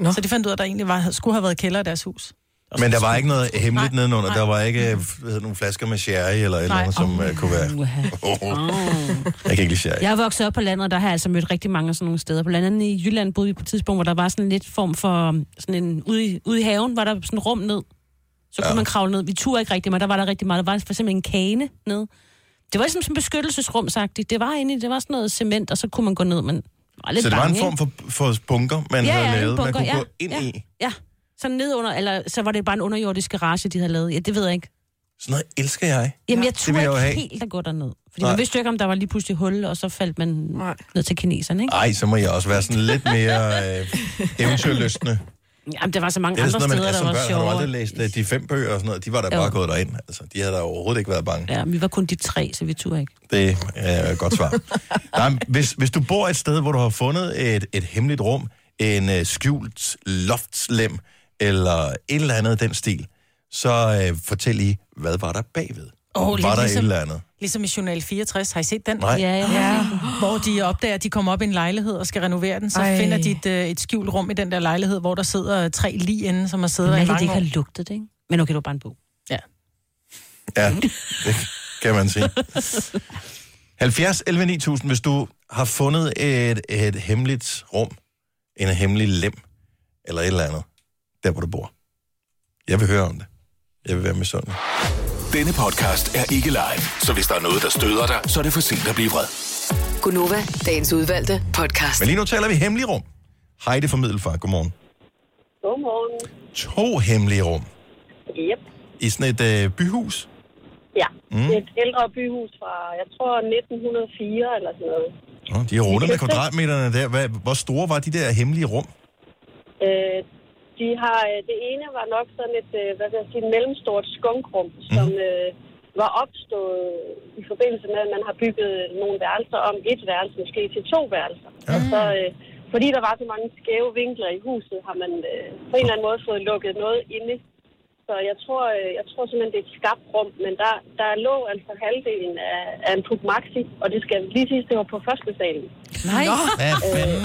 [SPEAKER 3] Nå. Så de fandt ud af, at der egentlig var, skulle have været kælder i deres hus.
[SPEAKER 1] Men der var ikke noget hemmeligt
[SPEAKER 3] Nej,
[SPEAKER 1] nedenunder.
[SPEAKER 3] nej.
[SPEAKER 1] Der var ikke øh, hvad hedder det, nogle flasker med sherry eller et eller
[SPEAKER 4] Nej.
[SPEAKER 1] andet, som uh, kunne være... (laughs) Jeg kan ikke lide sherry.
[SPEAKER 4] Jeg er vokset op på landet, og der har jeg altså mødt rigtig mange af sådan nogle steder. Blandt andet i Jylland boede vi på et tidspunkt, hvor der var sådan lidt form for um, sådan en... Ude i, ude i haven var der sådan et rum ned. Så kunne man kravle ned. Vi turde ikke rigtig meget. Der var der rigtig meget. Der var for eksempel en kane ned. Det var ligesom sådan en beskyttelsesrum, sagt. Det var inde i, det var sådan noget cement, og så kunne man gå ned, men var lidt
[SPEAKER 1] så det var
[SPEAKER 4] bange,
[SPEAKER 1] en form
[SPEAKER 4] ikke?
[SPEAKER 1] for, for bunker, man
[SPEAKER 4] ja,
[SPEAKER 1] havde
[SPEAKER 4] ja, en
[SPEAKER 1] lavet, man
[SPEAKER 4] bunker,
[SPEAKER 1] kunne
[SPEAKER 4] ja,
[SPEAKER 1] gå ind
[SPEAKER 4] ja,
[SPEAKER 1] i.
[SPEAKER 4] Ja, sådan ned under, eller så var det bare en underjordisk garage, de havde lavet. Ja, det ved jeg ikke.
[SPEAKER 1] Sådan noget elsker jeg.
[SPEAKER 4] Jamen, jeg
[SPEAKER 1] Det vil
[SPEAKER 4] turde
[SPEAKER 1] jo
[SPEAKER 4] ikke
[SPEAKER 1] have.
[SPEAKER 4] helt at gå derned. Fordi
[SPEAKER 1] Nej.
[SPEAKER 4] man vidste jo ikke, om der var lige pludselig hul, og så faldt man Nej. ned til kineserne, ikke?
[SPEAKER 1] Ej, så må jeg også være sådan lidt mere øh, eventyrløsende.
[SPEAKER 4] Jamen, der var så mange
[SPEAKER 1] Det er da
[SPEAKER 4] andre
[SPEAKER 1] sådan noget, man
[SPEAKER 4] steder,
[SPEAKER 1] er
[SPEAKER 4] der
[SPEAKER 1] som
[SPEAKER 4] var
[SPEAKER 1] børn. Har du aldrig
[SPEAKER 4] sjovere.
[SPEAKER 1] læst øh, de fem bøger og sådan noget? De var da
[SPEAKER 4] Jo.
[SPEAKER 1] bare gået derind. Altså, de havde da overhovedet ikke været bange.
[SPEAKER 4] Ja, men vi var kun de tre, så vi turde ikke.
[SPEAKER 1] Det er et godt svar.
[SPEAKER 4] (laughs)
[SPEAKER 1] Nej, men hvis, hvis du bor et sted, hvor du har fundet et, et hemmeligt rum, en øh, skjult loftslem, eller et eller andet af den stil, så øh, fortæl lige, hvad var der bagved?
[SPEAKER 3] Åh, lidt
[SPEAKER 1] var der
[SPEAKER 3] ligesom-
[SPEAKER 1] et eller andet?
[SPEAKER 3] Ligesom i Journal 64, har I set den?
[SPEAKER 1] Nej. Ja, jeg
[SPEAKER 3] ja. Hvor de opdager, at de kommer op i en lejlighed og skal renovere den, så
[SPEAKER 4] Ej.
[SPEAKER 3] Ej. finder de et, øh, et skjult rum i den der lejlighed, hvor der sidder øh, tre lige inde, som har siddet der i
[SPEAKER 4] Mærkeligt,
[SPEAKER 3] mange
[SPEAKER 4] det ikke
[SPEAKER 3] år.
[SPEAKER 4] har lugtet det, ikke? Men okay, det var bare en
[SPEAKER 3] (laughs)
[SPEAKER 4] bog. (laughs)
[SPEAKER 3] Ja.
[SPEAKER 1] Ja, det kan man sige. 70 11 9000, hvis du har fundet et, et hemmeligt rum, en hemmelig lem, eller et eller andet, der hvor du bor. Jeg vil høre om det. Jeg vil være med sådan.
[SPEAKER 7] Denne podcast er ikke live, så hvis der er noget, der støder dig, så er det for sent at blive vred.
[SPEAKER 6] Gunova, dagens udvalgte podcast.
[SPEAKER 1] Men lige nu taler vi hemmelige rum. Heidi fra Middelfart, godmorgen.
[SPEAKER 18] Godmorgen.
[SPEAKER 1] To hemmelige rum
[SPEAKER 18] Yep.
[SPEAKER 1] i sådan et øh, byhus.
[SPEAKER 18] Ja,
[SPEAKER 1] Mm.
[SPEAKER 18] mm. et ældre byhus fra, jeg tror, 1904 eller sådan noget.
[SPEAKER 1] Nå, de har rundet med kvadratmeterne der. Hvad, hvor store var de der hemmelige rum?
[SPEAKER 18] Øh, de har, øh, det ene var nok sådan et, øh, hvad kan jeg sige, mellemstort skunkrum, som
[SPEAKER 1] Mhm.
[SPEAKER 18] øh, var opstået i forbindelse med, at man har bygget nogle værelser om et værelse, måske til to værelser. Og så, øh, fordi der var så mange skæve vinkler i huset, har man øh, på en eller anden måde fået lukket noget inde. Så jeg tror, øh, jeg tror simpelthen, det er et skabt rum, men der, der lå altså halvdelen af, af en pub maxi, og det skal lige sidst, det var på første salen. Øh,
[SPEAKER 1] Nej. Hvad fanden?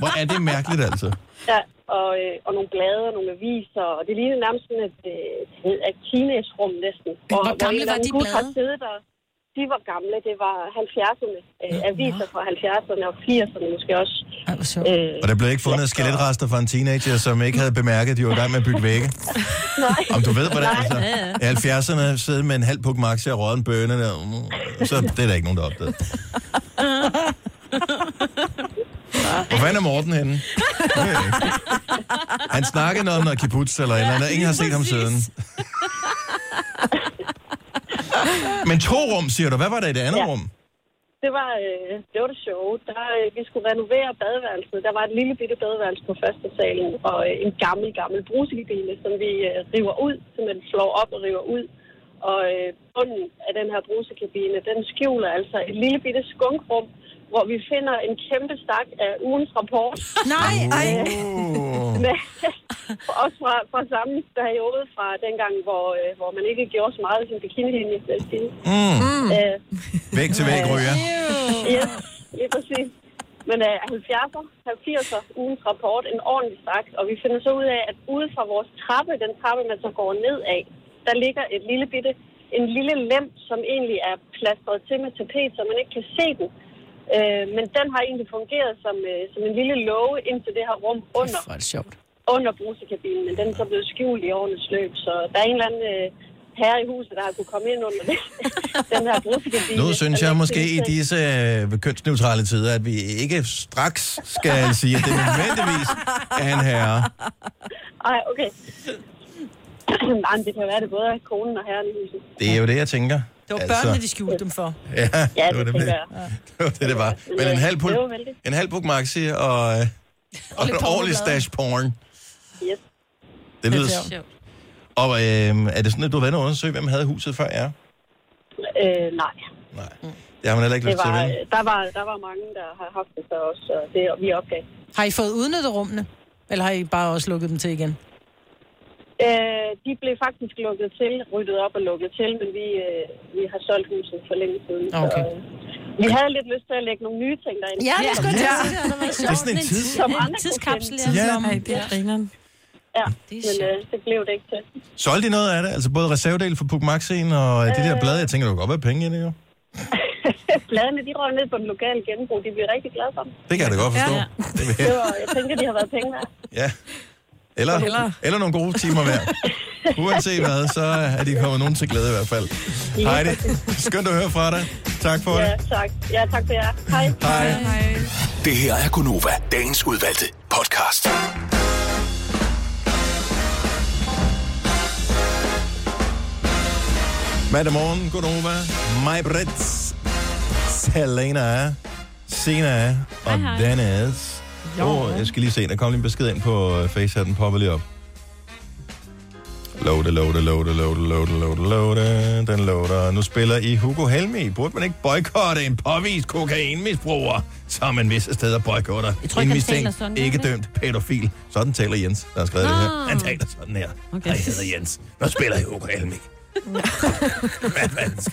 [SPEAKER 1] Hvor er det mærkeligt, altså.
[SPEAKER 18] Ja, og, øh, og nogle blade og nogle aviser, og det lignede nærmest sådan et, øh, et teenagerum næsten. Og,
[SPEAKER 3] gamle
[SPEAKER 18] en eller
[SPEAKER 3] var
[SPEAKER 18] anden
[SPEAKER 3] de
[SPEAKER 18] gut har
[SPEAKER 3] blade?
[SPEAKER 18] siddet der. de var gamle, det var 70'erne. Øh, aviser fra 70'erne og 80'erne måske også. Øh,
[SPEAKER 1] Og der blev ikke fundet skeletrester fra en teenager, som ikke havde bemærket, at de var i gang med at bygge vægge.
[SPEAKER 18] nej.
[SPEAKER 1] Om du ved, hvordan det
[SPEAKER 18] Nej.
[SPEAKER 1] er. I 70'erne sidde med en halv pukke maxi og råden bønne, der, så det er der ikke nogen, der opdagede. Hvor fanden er Morten henne? Det ved jeg ikke. Han snakkede noget om noget kibbutz eller et eller andet. Ingen har set ham siden.
[SPEAKER 18] Øh,
[SPEAKER 1] Men to rum, siger du. Hvad var der i det andet
[SPEAKER 18] Ja.
[SPEAKER 1] ja. rum?
[SPEAKER 18] Det var, øh, det var det sjove. Der, øh, vi skulle renovere badeværelset. Der var et lille bitte badeværelse på første salen, og øh, en gammel, gammel bruseligdele, som vi øh, river ud, simpelthen slår op og river ud. Og øh, bunden af den her brusekabine, den skjuler altså et lille bitte skunkrum, hvor vi finder en kæmpe stak af ugens rapport. Øh,
[SPEAKER 3] Nej, ej.
[SPEAKER 18] (laughs) Med, også fra, fra samme periode, fra dengang, hvor, øh, hvor man ikke gjorde så meget i sin bikinilinje. vil jeg sige.
[SPEAKER 1] Mm.
[SPEAKER 18] Øh,
[SPEAKER 1] Væk til væk, ryger.
[SPEAKER 18] Ja, lige præcis. Men uh, 70'er, 80'er, ugens rapport, en ordentlig stak, og vi finder så ud af, at ude fra vores trappe, den trappe, man så går ned af, der ligger et lille bitte, en lille lem, som egentlig er plastret til med tapet, så man ikke kan se den. Øh, men den har egentlig fungeret som, øh, som en lille låge ind til det her rum under,
[SPEAKER 3] Hvor er det sjovt.
[SPEAKER 18] under brusekabinen, men den er så blevet skjult i årenes løb, så der er en eller anden øh, herre i huset, der har kunne komme ind under det, den her brusekabine.
[SPEAKER 1] Nu synes jeg måske i disse øh, kønsneutrale tider, at vi ikke straks skal sige, at det nødvendigvis er en herre.
[SPEAKER 18] Ej, okay. Nej, men det kan være, det både er konen og herren i huset.
[SPEAKER 1] Det er jo det, jeg tænker. Altså.
[SPEAKER 3] Det var børnene, de skjulte dem for.
[SPEAKER 1] (laughs) Ja,
[SPEAKER 18] Ja,
[SPEAKER 1] det var det,
[SPEAKER 18] det
[SPEAKER 1] det,
[SPEAKER 18] tænker jeg.
[SPEAKER 1] (laughs) det, var, det, det var. Men en halv, pul,
[SPEAKER 18] Det var vældig.
[SPEAKER 1] en halv buk maxi og, øh, og en
[SPEAKER 18] lidt
[SPEAKER 1] ordentlig
[SPEAKER 18] pornoblade.
[SPEAKER 1] stash porn.
[SPEAKER 18] Yes.
[SPEAKER 1] Det lyder...
[SPEAKER 18] er sjovt.
[SPEAKER 1] Og øh, er det sådan, at du har været inde og undersøge, hvem havde huset før jer?
[SPEAKER 18] Øh, nej.
[SPEAKER 1] Det har man heller ikke
[SPEAKER 18] Det
[SPEAKER 1] lyst til
[SPEAKER 18] var,
[SPEAKER 1] at vinde.
[SPEAKER 18] øh, der, var, der var mange, der har haft det før os, og det, og vi opgav.
[SPEAKER 3] Har I fået udnyttet rummene? Eller har I bare også lukket dem til igen?
[SPEAKER 18] Øh, de blev faktisk lukket til, ryddet op og lukket til, men vi, øh, vi har solgt huset for længe siden.
[SPEAKER 3] Okay.
[SPEAKER 18] Så, øh, vi havde lidt lyst til at lægge nogle nye ting derinde.
[SPEAKER 3] Ja, det skulle jeg til at sige, det havde været sjovt. Det er sådan en tids-
[SPEAKER 18] Som
[SPEAKER 3] en
[SPEAKER 18] andre
[SPEAKER 3] tidskapsel,
[SPEAKER 18] kunne finde.
[SPEAKER 1] ja. Ja,
[SPEAKER 8] det er grineren.
[SPEAKER 18] Ja, men øh, det blev det ikke til. (laughs)
[SPEAKER 1] Solgte I noget af det? Altså både reservedel for Puk Maxien og øh. de der blade? Jeg tænker, du kan godt være penge i det jo.
[SPEAKER 18] Bladene, de røg ned på den lokale genbrug. De blev rigtig glade for dem.
[SPEAKER 1] Det kan jeg da godt forstå.
[SPEAKER 18] Ja,
[SPEAKER 1] Det vil
[SPEAKER 18] Det
[SPEAKER 1] jeg.
[SPEAKER 18] var, jeg tænker, de har været penge værd.
[SPEAKER 1] Ja. Eller,
[SPEAKER 18] Eller-
[SPEAKER 1] eller. eller nogle gode timer hver. Uanset
[SPEAKER 18] (laughs)
[SPEAKER 1] hvad, så er de kommet nogen til glæde i hvert fald.
[SPEAKER 18] Ja.
[SPEAKER 1] Heidi, skønt at høre fra dig. Tak for
[SPEAKER 18] Ja,
[SPEAKER 1] det.
[SPEAKER 18] tak. Ja, tak for jer. Hej.
[SPEAKER 1] Hej.
[SPEAKER 7] Det her er Gunova, dagens udvalgte podcast.
[SPEAKER 1] Mandag morgen, godnova. Mig, Britt, Selena, Sina og
[SPEAKER 2] Hej, hej.
[SPEAKER 1] Dennis. Åh, oh, jeg skal lige se. Der kom lige en besked ind på øh, Face, her. den popper lige op. Loader, loader, loader, loader, loader, loader, loader. Den loader. Nu spiller I Hugo Helmi. Burde man ikke boykotte en påvist kokainmisbruger, som man visse steder boykotter? Jeg
[SPEAKER 2] tror
[SPEAKER 1] en
[SPEAKER 2] ikke, han
[SPEAKER 1] mistænkt,
[SPEAKER 2] taler sådan, gør
[SPEAKER 1] ikke
[SPEAKER 2] han det?
[SPEAKER 1] dømt pædofil. Sådan taler Jens, der har skrevet det her.
[SPEAKER 2] Ah.
[SPEAKER 1] Han taler sådan her. Okay.
[SPEAKER 2] Okay.
[SPEAKER 1] Jeg hedder Jens. Nu spiller I Hugo Helmi. (laughs) Hvad fanden skal-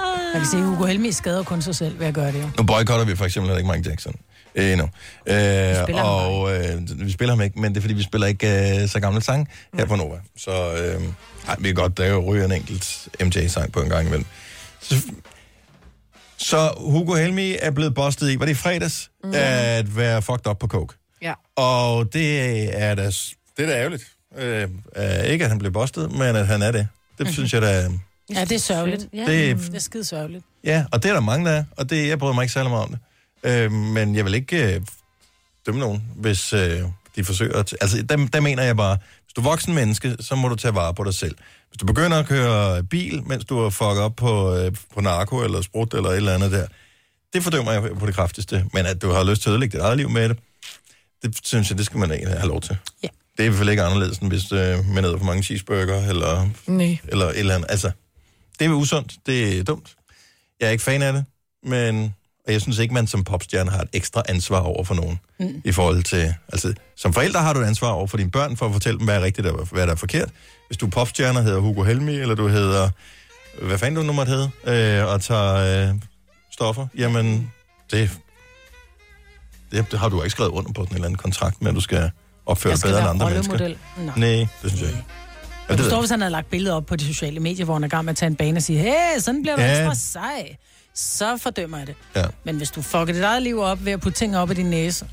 [SPEAKER 3] Jeg kan sige, at Hugo Helmi skader kun sig selv ved at gøre det jo.
[SPEAKER 1] Nu boykotter vi for eksempel heller ikke Mike Jackson. Øh, endnu. Øh,
[SPEAKER 3] ham
[SPEAKER 1] og øh, vi spiller ham ikke, men det er fordi, vi spiller ikke øh, så gamle sange her på Nova. Så øh, ej, vi kan godt der ryger en enkelt MJ-sang på en gang imellem. Så, så Hugo Helmi er blevet bustet i, var det i fredags, mm. at være fucked up på coke.
[SPEAKER 8] Ja.
[SPEAKER 1] Og det er da, s- det er da ærgerligt. Øh, øh, ikke at han blev bustet, men at han er det. Det synes jeg da...
[SPEAKER 3] Ja, det er sørgeligt.
[SPEAKER 1] Ja.
[SPEAKER 3] Det, det er skide sørgeligt.
[SPEAKER 1] Ja, og det er der mange, der er, og det, jeg bryder mig ikke særlig meget om det. Øh, men jeg vil ikke øh, dømme nogen, hvis øh, de forsøger at... Altså, der, der mener jeg bare, hvis du er voksen menneske, så må du tage vare på dig selv. Hvis du begynder at køre bil, mens du er fucket op på, øh, på narko eller sprut eller et eller andet der, det fordømmer jeg på det kraftigste. Men at du har lyst til at ødelægge dit eget liv med det, det synes jeg, det skal man egentlig have lov til.
[SPEAKER 3] Ja.
[SPEAKER 1] Det er i hvert fald ikke anderledes, end hvis øh, man æder for mange cheeseburger eller
[SPEAKER 8] Nej.
[SPEAKER 1] eller et eller andet. Altså, det er usundt, det er dumt. Jeg er ikke fan af det, men og jeg synes ikke, man som popstjerne har et ekstra ansvar over for nogen. Mm. I forhold til, altså, som forælder har du et ansvar over for dine børn, for at fortælle dem, hvad er rigtigt og hvad der er forkert. Hvis du er popstjerne, hedder Hugo Helmi, eller du hedder, hvad fanden du nu måtte hedde, øh, og tager øh, stoffer, jamen, det, det, det, har du ikke skrevet under på sådan en eller anden kontrakt med, at du skal opføre dig bedre end andre mennesker.
[SPEAKER 3] Nej.
[SPEAKER 1] Nej, det synes jeg ikke.
[SPEAKER 3] Og du
[SPEAKER 1] ved
[SPEAKER 3] står,
[SPEAKER 1] jeg.
[SPEAKER 3] hvis han havde lagt billeder op på de sociale medier, hvor han er i gang med at tage en bane og sige, hey, sådan bliver du
[SPEAKER 1] Ja.
[SPEAKER 3] ja. ekstra sej, så fordømmer jeg det.
[SPEAKER 1] Ja.
[SPEAKER 3] Men hvis du fucker dit eget liv op ved at putte ting op i din næse,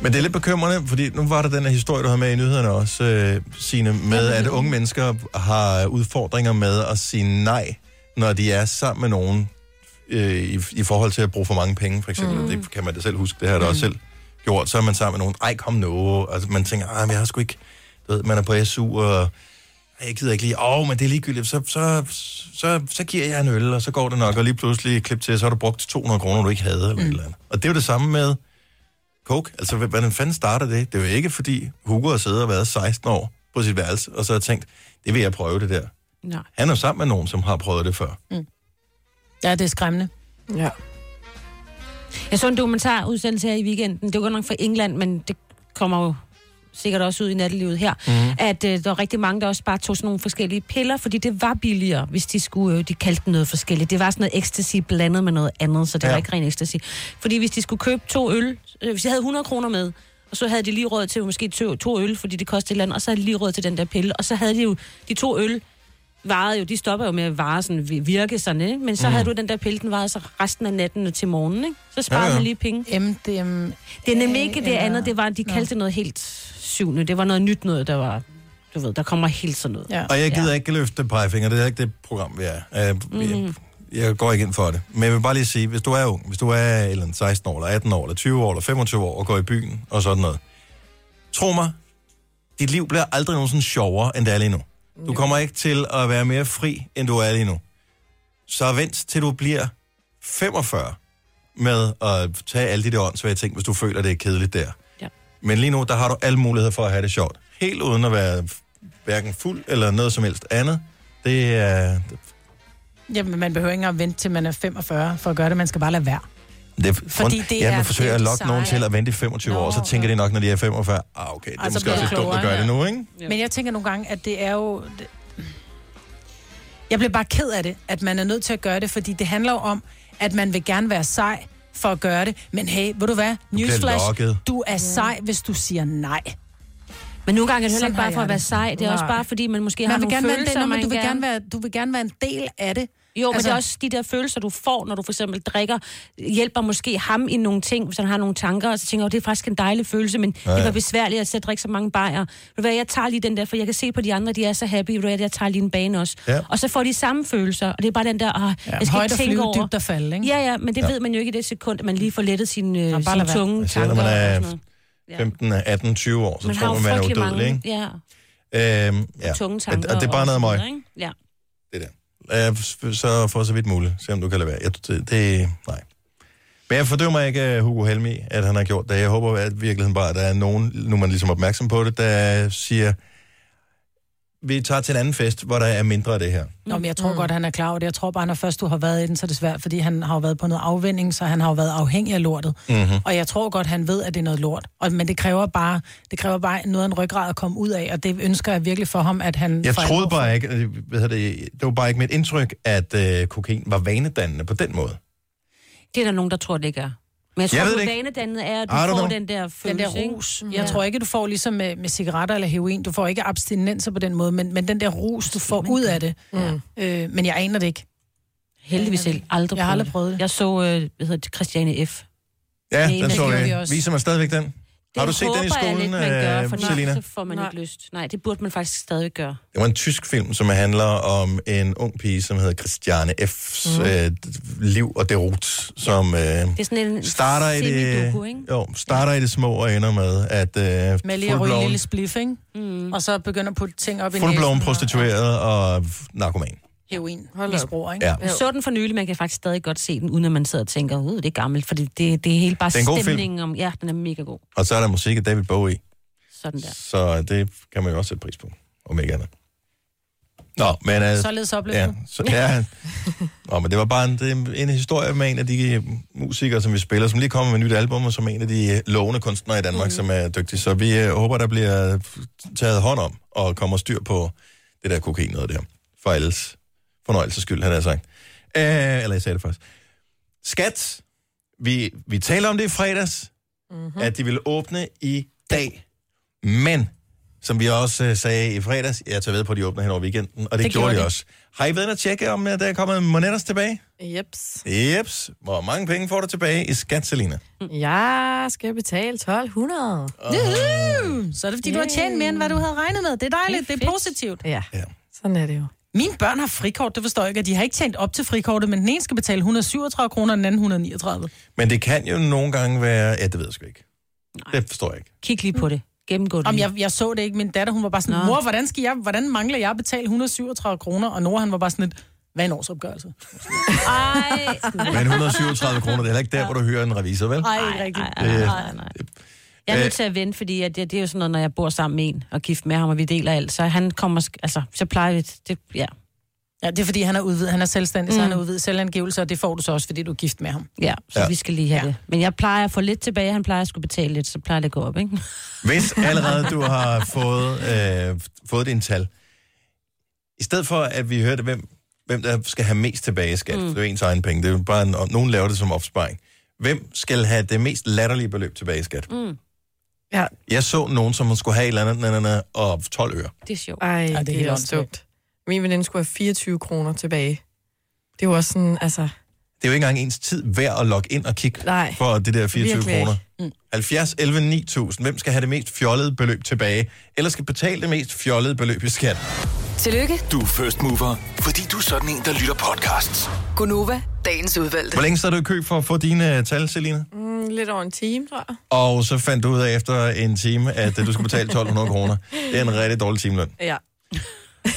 [SPEAKER 1] Men det er lidt bekymrende, fordi nu var der den her historie, du havde med i nyhederne også, øh, Signe, med at unge mennesker har udfordringer med at sige nej, når de er sammen med nogen, øh, i, i forhold til at bruge for mange penge, for eksempel. Mm. Det kan man da selv huske, det har jeg da også selv gjort. Så er man sammen med nogen, ej kom nu, og man tænker, ej, men jeg har sgu ikke, du ved, man er på SU, og "Ej, jeg gider ikke lige, åh, men det er ligegyldigt, så, så, så, så giver jeg en øl, og så går det nok, og lige pludselig klip til, så har du brugt 200 kroner, du ikke havde, eller mm. et eller andet. Og det er jo det samme med, Coke, altså h- hvordan fanden starter det? Det er jo ikke, fordi Hugo har siddet og været 16 år på sit værelse, og så har tænkt, det vil jeg prøve det der.
[SPEAKER 4] Nej.
[SPEAKER 1] Han er jo sammen med nogen, som har prøvet det før.
[SPEAKER 3] ja, det er skræmmende.
[SPEAKER 8] Ja.
[SPEAKER 4] Jeg så en dokumentarudsendelse her i weekenden. Det var godt nok fra England, men det kommer jo sikkert også ud i nattelivet her,
[SPEAKER 2] Mhm.
[SPEAKER 4] mm. at øh, der var rigtig mange, der også bare tog sådan nogle forskellige piller, fordi det var billigere, hvis de skulle, øh, de kaldte det noget forskelligt. Det var sådan noget ecstasy blandet med noget andet, så det ja. var ikke ren ecstasy. Fordi hvis de skulle købe to øl, øh, hvis de havde 100 kroner med, og så havde de lige råd til måske to, to øl, fordi det kostede et eller andet, og så havde de lige råd til den der pille, og så havde de jo de to øl, varede jo, de stopper jo med at vare sådan, vi- virke sådan, ikke? men så
[SPEAKER 2] Mhm.
[SPEAKER 4] mm. havde du den der pille, den varede så resten af natten og til morgenen, ikke? så
[SPEAKER 2] Ja,
[SPEAKER 4] sparede
[SPEAKER 2] ja.
[SPEAKER 4] man lige penge.
[SPEAKER 3] MDM,
[SPEAKER 4] det er nemlig ikke det
[SPEAKER 2] eller-
[SPEAKER 4] andet, det var, de
[SPEAKER 2] Nå.
[SPEAKER 4] kaldte det noget helt syvende. Det var noget nyt noget, der var, du ved, der kommer helt sådan noget.
[SPEAKER 1] Ja. Og jeg gider ja. Mm. ikke løfte pegefinger, det er ikke det program, vi er. Jeg,
[SPEAKER 4] Mm.
[SPEAKER 1] jeg, jeg går ikke ind for det. Men jeg vil bare lige sige, hvis du er ung, hvis du er et eller andet 16 år, eller 18 år, eller 20 år, eller 25 år, og går i byen, og sådan noget. Tro mig, dit liv bliver aldrig nogensinde sjovere, end det er lige nu. Du kommer ikke til at være mere fri, end du er lige nu. Så vent til du bliver 45 med at tage alle de der åndssvage ting, hvis du føler, det er kedeligt der.
[SPEAKER 4] Ja.
[SPEAKER 1] Men lige nu, der har du alle muligheder for at have det sjovt. Helt uden at være hverken fuld eller noget som helst andet. Det er...
[SPEAKER 3] Jamen, man behøver ikke engang vente til man er 45 for at gøre det. Man skal bare lade være.
[SPEAKER 1] Det,
[SPEAKER 3] Fordi
[SPEAKER 1] grund-
[SPEAKER 3] det
[SPEAKER 1] ja,
[SPEAKER 3] er
[SPEAKER 1] man forsøger at
[SPEAKER 3] det
[SPEAKER 1] lokke nogen
[SPEAKER 3] seje.
[SPEAKER 1] til at vente i 25 år, så tænker de nok, når de er 45, ah, okay, det er
[SPEAKER 3] Ej, så
[SPEAKER 1] måske
[SPEAKER 3] bliver
[SPEAKER 1] også
[SPEAKER 3] det
[SPEAKER 1] lidt dumt at
[SPEAKER 3] klogere,
[SPEAKER 1] gøre det
[SPEAKER 3] ja.
[SPEAKER 1] nu, ikke?
[SPEAKER 3] Men jeg tænker nogle gange, at det er jo... det- Jeg bliver bare ked af det, at man er nødt til at gøre det, fordi det handler jo om, at man vil gerne være sej for at gøre det. Men hey, ved du hvad?
[SPEAKER 1] bliver
[SPEAKER 3] Newsflash,
[SPEAKER 1] lokket.
[SPEAKER 3] du er sej, hvis du siger nej.
[SPEAKER 4] Men nogle gange er det heller
[SPEAKER 3] Sådan
[SPEAKER 4] ikke
[SPEAKER 3] har
[SPEAKER 4] bare for
[SPEAKER 3] jeg
[SPEAKER 4] at være sej. Det er også
[SPEAKER 3] Nej.
[SPEAKER 4] bare fordi, man måske
[SPEAKER 3] Man
[SPEAKER 4] har
[SPEAKER 3] vil
[SPEAKER 4] nogle
[SPEAKER 3] gerne være en
[SPEAKER 4] følelser,
[SPEAKER 3] del- Nå, men
[SPEAKER 4] man
[SPEAKER 3] du vil gerne være, du vil gerne være en del af det.
[SPEAKER 4] Jo, altså... men
[SPEAKER 3] Altså-
[SPEAKER 4] det er også de der følelser, du får, når du for eksempel drikker, hjælper måske ham i nogle ting, hvis han har nogle tanker, og så tænker jeg, "Åh, det er faktisk en dejlig følelse, men
[SPEAKER 2] Ja,
[SPEAKER 4] ja, ja. det
[SPEAKER 2] ja.
[SPEAKER 4] var besværligt at sætte drikke så mange bajer. Ved du hvad, jeg tager lige den der, for jeg kan se på de andre, de er så happy, ved du hvad, jeg tager lige en bane også.
[SPEAKER 2] Ja.
[SPEAKER 4] Og så får de samme følelser, og det er bare den der, ah, jeg skal
[SPEAKER 3] højt
[SPEAKER 4] ikke
[SPEAKER 3] at
[SPEAKER 4] tænke
[SPEAKER 3] flyve,
[SPEAKER 4] over.
[SPEAKER 3] dybt at falde, ikke?
[SPEAKER 4] Ja, ja, men det
[SPEAKER 1] Ja.
[SPEAKER 4] ja. ved man jo ikke i det sekund, at man lige får lettet sin, øh,
[SPEAKER 3] bare
[SPEAKER 4] sin
[SPEAKER 3] lad være.
[SPEAKER 4] tunge
[SPEAKER 1] Især
[SPEAKER 4] tanker.
[SPEAKER 1] når man
[SPEAKER 4] og
[SPEAKER 1] er
[SPEAKER 4] sådan noget.
[SPEAKER 1] 15, 18, 20 år, så
[SPEAKER 4] man
[SPEAKER 1] tror
[SPEAKER 4] har
[SPEAKER 1] man, man er
[SPEAKER 4] jo frygtelig
[SPEAKER 1] udødelig,
[SPEAKER 4] mange
[SPEAKER 1] ikke?
[SPEAKER 4] ja,
[SPEAKER 1] Øhm, ja.
[SPEAKER 4] tunge
[SPEAKER 1] Og det-
[SPEAKER 4] tanker.
[SPEAKER 1] Og det er bare noget
[SPEAKER 4] så
[SPEAKER 1] møg.
[SPEAKER 4] videre, ikke? Ja.
[SPEAKER 1] Øh, s- Så for så vidt muligt, se om du kan lade være. Jeg, det, det, nej. Men jeg fordømmer ikke øh, Hugo Helmi, at han har gjort det. Jeg håber at virkeligheden bare, at der er nogen, nu er man ligesom opmærksom på det, der siger, vi tager til en anden fest, hvor der er mindre af det her.
[SPEAKER 3] Nå, men jeg
[SPEAKER 4] Mm.
[SPEAKER 3] tror godt, han er klar over det. Jeg tror bare, når først du har været i den, så er det svært, fordi han har jo været på noget afvinding, så han har jo været afhængig af lortet.
[SPEAKER 1] Mhm.
[SPEAKER 3] Og jeg tror godt, han ved, at det er noget lort. Og, men det kræver, bare, det kræver bare noget af en ryggrad at komme ud af, og det ønsker jeg virkelig for ham, at han...
[SPEAKER 1] Jeg
[SPEAKER 3] for
[SPEAKER 1] troede
[SPEAKER 3] alvor-
[SPEAKER 1] bare ikke, øh, hvad hedder det, det var bare ikke mit indtryk, at øh, kokain var vanedannende på den måde.
[SPEAKER 4] Det er der nogen, der tror, det ikke er. Men jeg tror,
[SPEAKER 1] Jeg ved
[SPEAKER 4] du
[SPEAKER 1] det ikke.
[SPEAKER 4] vanedannet er, at du
[SPEAKER 1] I don't
[SPEAKER 4] får
[SPEAKER 1] know.
[SPEAKER 4] den der
[SPEAKER 3] Den
[SPEAKER 4] følelse.
[SPEAKER 3] der
[SPEAKER 4] ikke? Mm.
[SPEAKER 3] rus. Jeg tror ikke, du får ligesom med, med cigaretter eller heroin. Du får ikke abstinenser på den måde, men, men den der rus, du får ud af det. Mm. Øh, men jeg aner det ikke.
[SPEAKER 4] Heldigvis ikke. Aldrig
[SPEAKER 3] Jeg har aldrig
[SPEAKER 4] prøvet det. Jeg så, øh, hvad hedder det, Christiane F.
[SPEAKER 1] Ja,
[SPEAKER 4] Nej,
[SPEAKER 1] den
[SPEAKER 4] det
[SPEAKER 1] så
[SPEAKER 4] gjorde vi
[SPEAKER 1] jeg.
[SPEAKER 4] også.
[SPEAKER 1] Viser mig stadigvæk den. har du set den i
[SPEAKER 4] håber jeg
[SPEAKER 1] skolen,
[SPEAKER 4] lidt, man gør, for
[SPEAKER 1] øh,
[SPEAKER 4] nej,
[SPEAKER 1] Selina?
[SPEAKER 4] Så får man nej. ikke lyst. Nej, det burde man faktisk stadig gøre.
[SPEAKER 1] Det var en tysk film, som handler om en ung pige, som hedder Christiane F.'s
[SPEAKER 4] Mhm.
[SPEAKER 1] mm. øh, liv og derut, som øh,
[SPEAKER 4] Det er sådan en
[SPEAKER 1] starter, i det,
[SPEAKER 3] semidoku, ikke?
[SPEAKER 1] jo, starter i det små og ender med, at øh,
[SPEAKER 3] Med lige at ryge en
[SPEAKER 1] fullblown,
[SPEAKER 3] lille spliff, ikke? Mm. Og så begynder at putte ting op i
[SPEAKER 1] fullblown
[SPEAKER 3] næsen.
[SPEAKER 1] prostitueret og narkoman.
[SPEAKER 3] Heroin. Misbrug, ikke?
[SPEAKER 1] Ja.
[SPEAKER 4] Jeg så den for nylig, man kan faktisk stadig godt se den, uden at man sidder og tænker, ud det er gammelt, for det, det, det er helt bare
[SPEAKER 1] Det er en god film.
[SPEAKER 4] stemningen om, ja, den er mega god.
[SPEAKER 1] Og så er der musik af David Bowie,
[SPEAKER 4] Sådan der.
[SPEAKER 1] så det kan man jo også sætte pris på, om ikke andet. Nå, men... Øh,
[SPEAKER 3] Således oplevet.
[SPEAKER 1] Ja, så, ja. Nå, men det var bare en, det er en historie med en af de øh, musikere, som vi spiller, som lige kommer med et nyt album, og som er en af de øh, lovende kunstnere i Danmark, mm. som er dygtig. Så vi øh, håber, der bliver taget hånd om, og kommer styr på det der kokain noget der. For alles fornøjelses skyld, han har sagt. Øh, eller jeg sagde det først. Skat, vi, vi taler om det i fredags, mm-hmm. at de vil åbne i dag. Men som vi også øh, sagde i fredags, jeg tager ved på, at de åbner hen over weekenden, og det, det gjorde de også. Har I været inde og tjekke, om øh, der er kommet monetters tilbage?
[SPEAKER 8] Jeps.
[SPEAKER 1] Jeps. Hvor mange penge får du tilbage i skat, Selina?
[SPEAKER 3] Mm.
[SPEAKER 8] Ja, skal jeg betale 1200?
[SPEAKER 3] Juhu! Så er det, fordi du har tjent mere, end hvad du havde regnet med. Det er dejligt, det er positivt.
[SPEAKER 8] Ja. Sådan er det jo.
[SPEAKER 3] Mine børn har frikort, det forstår jeg ikke, og de har ikke tjent op til frikortet, men den ene skal betale 137 kroner, og den anden 139.
[SPEAKER 1] Men det kan jo nogle gange være... Ja, det ved jeg sgu ikke. Nej. Det forstår jeg ikke.
[SPEAKER 4] Kig lige på det. Gennemgå det.
[SPEAKER 3] Mm. Om jeg, jeg så det ikke, min datter, hun var bare sådan,
[SPEAKER 4] Nå.
[SPEAKER 3] Nå. mor, hvordan, skal jeg, hvordan mangler jeg at betale 137 kroner? Og Nora, han var bare sådan lidt, hvad er en årsopgørelse?
[SPEAKER 4] Ej.
[SPEAKER 1] Men 137 kroner, det er heller ikke der, hvor du hører en revisor, vel?
[SPEAKER 3] Ej, ikke rigtigt.
[SPEAKER 1] Det-
[SPEAKER 4] Jeg er
[SPEAKER 1] Øh.
[SPEAKER 4] nødt til at vente, fordi at det, det er jo sådan noget, når jeg bor sammen med en og gift med ham, og vi deler alt, så han kommer, sk- altså, så plejer vi, det, ja.
[SPEAKER 3] Ja, det er fordi, han er udvidet, han er selvstændig, mm. så
[SPEAKER 4] Mm.
[SPEAKER 3] han er udvidet selvangivelse, og det får du så også, fordi du er gift med ham.
[SPEAKER 4] Ja, så
[SPEAKER 1] Ja.
[SPEAKER 4] ja. vi skal lige have ja. det. Men jeg plejer at få lidt tilbage, han plejer at skulle betale lidt, så plejer det at gå op, ikke?
[SPEAKER 1] Hvis allerede du har fået, øh, fået din tal, i stedet for at vi hørte, hvem, hvem der skal have mest tilbage i skat, mm. det er jo ens egen penge, det er jo bare en, og nogen laver det som opsparing. Hvem skal have det mest latterlige beløb tilbage i skat?
[SPEAKER 4] Mm.
[SPEAKER 8] Ja,
[SPEAKER 1] Jeg så nogen, som skulle have et eller andet, na, na, na, og 12 øre.
[SPEAKER 4] det er sjovt.
[SPEAKER 8] Ej, det,
[SPEAKER 3] det er
[SPEAKER 8] det
[SPEAKER 3] helt
[SPEAKER 8] er også dumt. Min veninde skulle have 24 kroner tilbage. Det var sådan, altså...
[SPEAKER 1] Det er jo ikke engang ens tid værd at logge ind og kigge
[SPEAKER 8] Nej,
[SPEAKER 1] for det der 24
[SPEAKER 8] virkelig
[SPEAKER 1] kroner.
[SPEAKER 8] ikke.
[SPEAKER 1] Mm. 70, 11, 9000. Hvem skal have det mest fjollede beløb tilbage? Eller skal betale det mest fjollede beløb i skat?
[SPEAKER 6] Tillykke,
[SPEAKER 1] Du er first mover.
[SPEAKER 15] Fordi du er sådan en, der lytter podcasts.
[SPEAKER 6] Gunova, dagens udvalgte.
[SPEAKER 1] Hvor længe sad du i kø for at få dine øh, tal, Selina?
[SPEAKER 8] Mm, lidt over en time, tror jeg.
[SPEAKER 1] Og så fandt du ud af efter en time, at øh, du skulle betale 1200 kroner. Det er en rigtig dårlig timeløn.
[SPEAKER 8] Ja.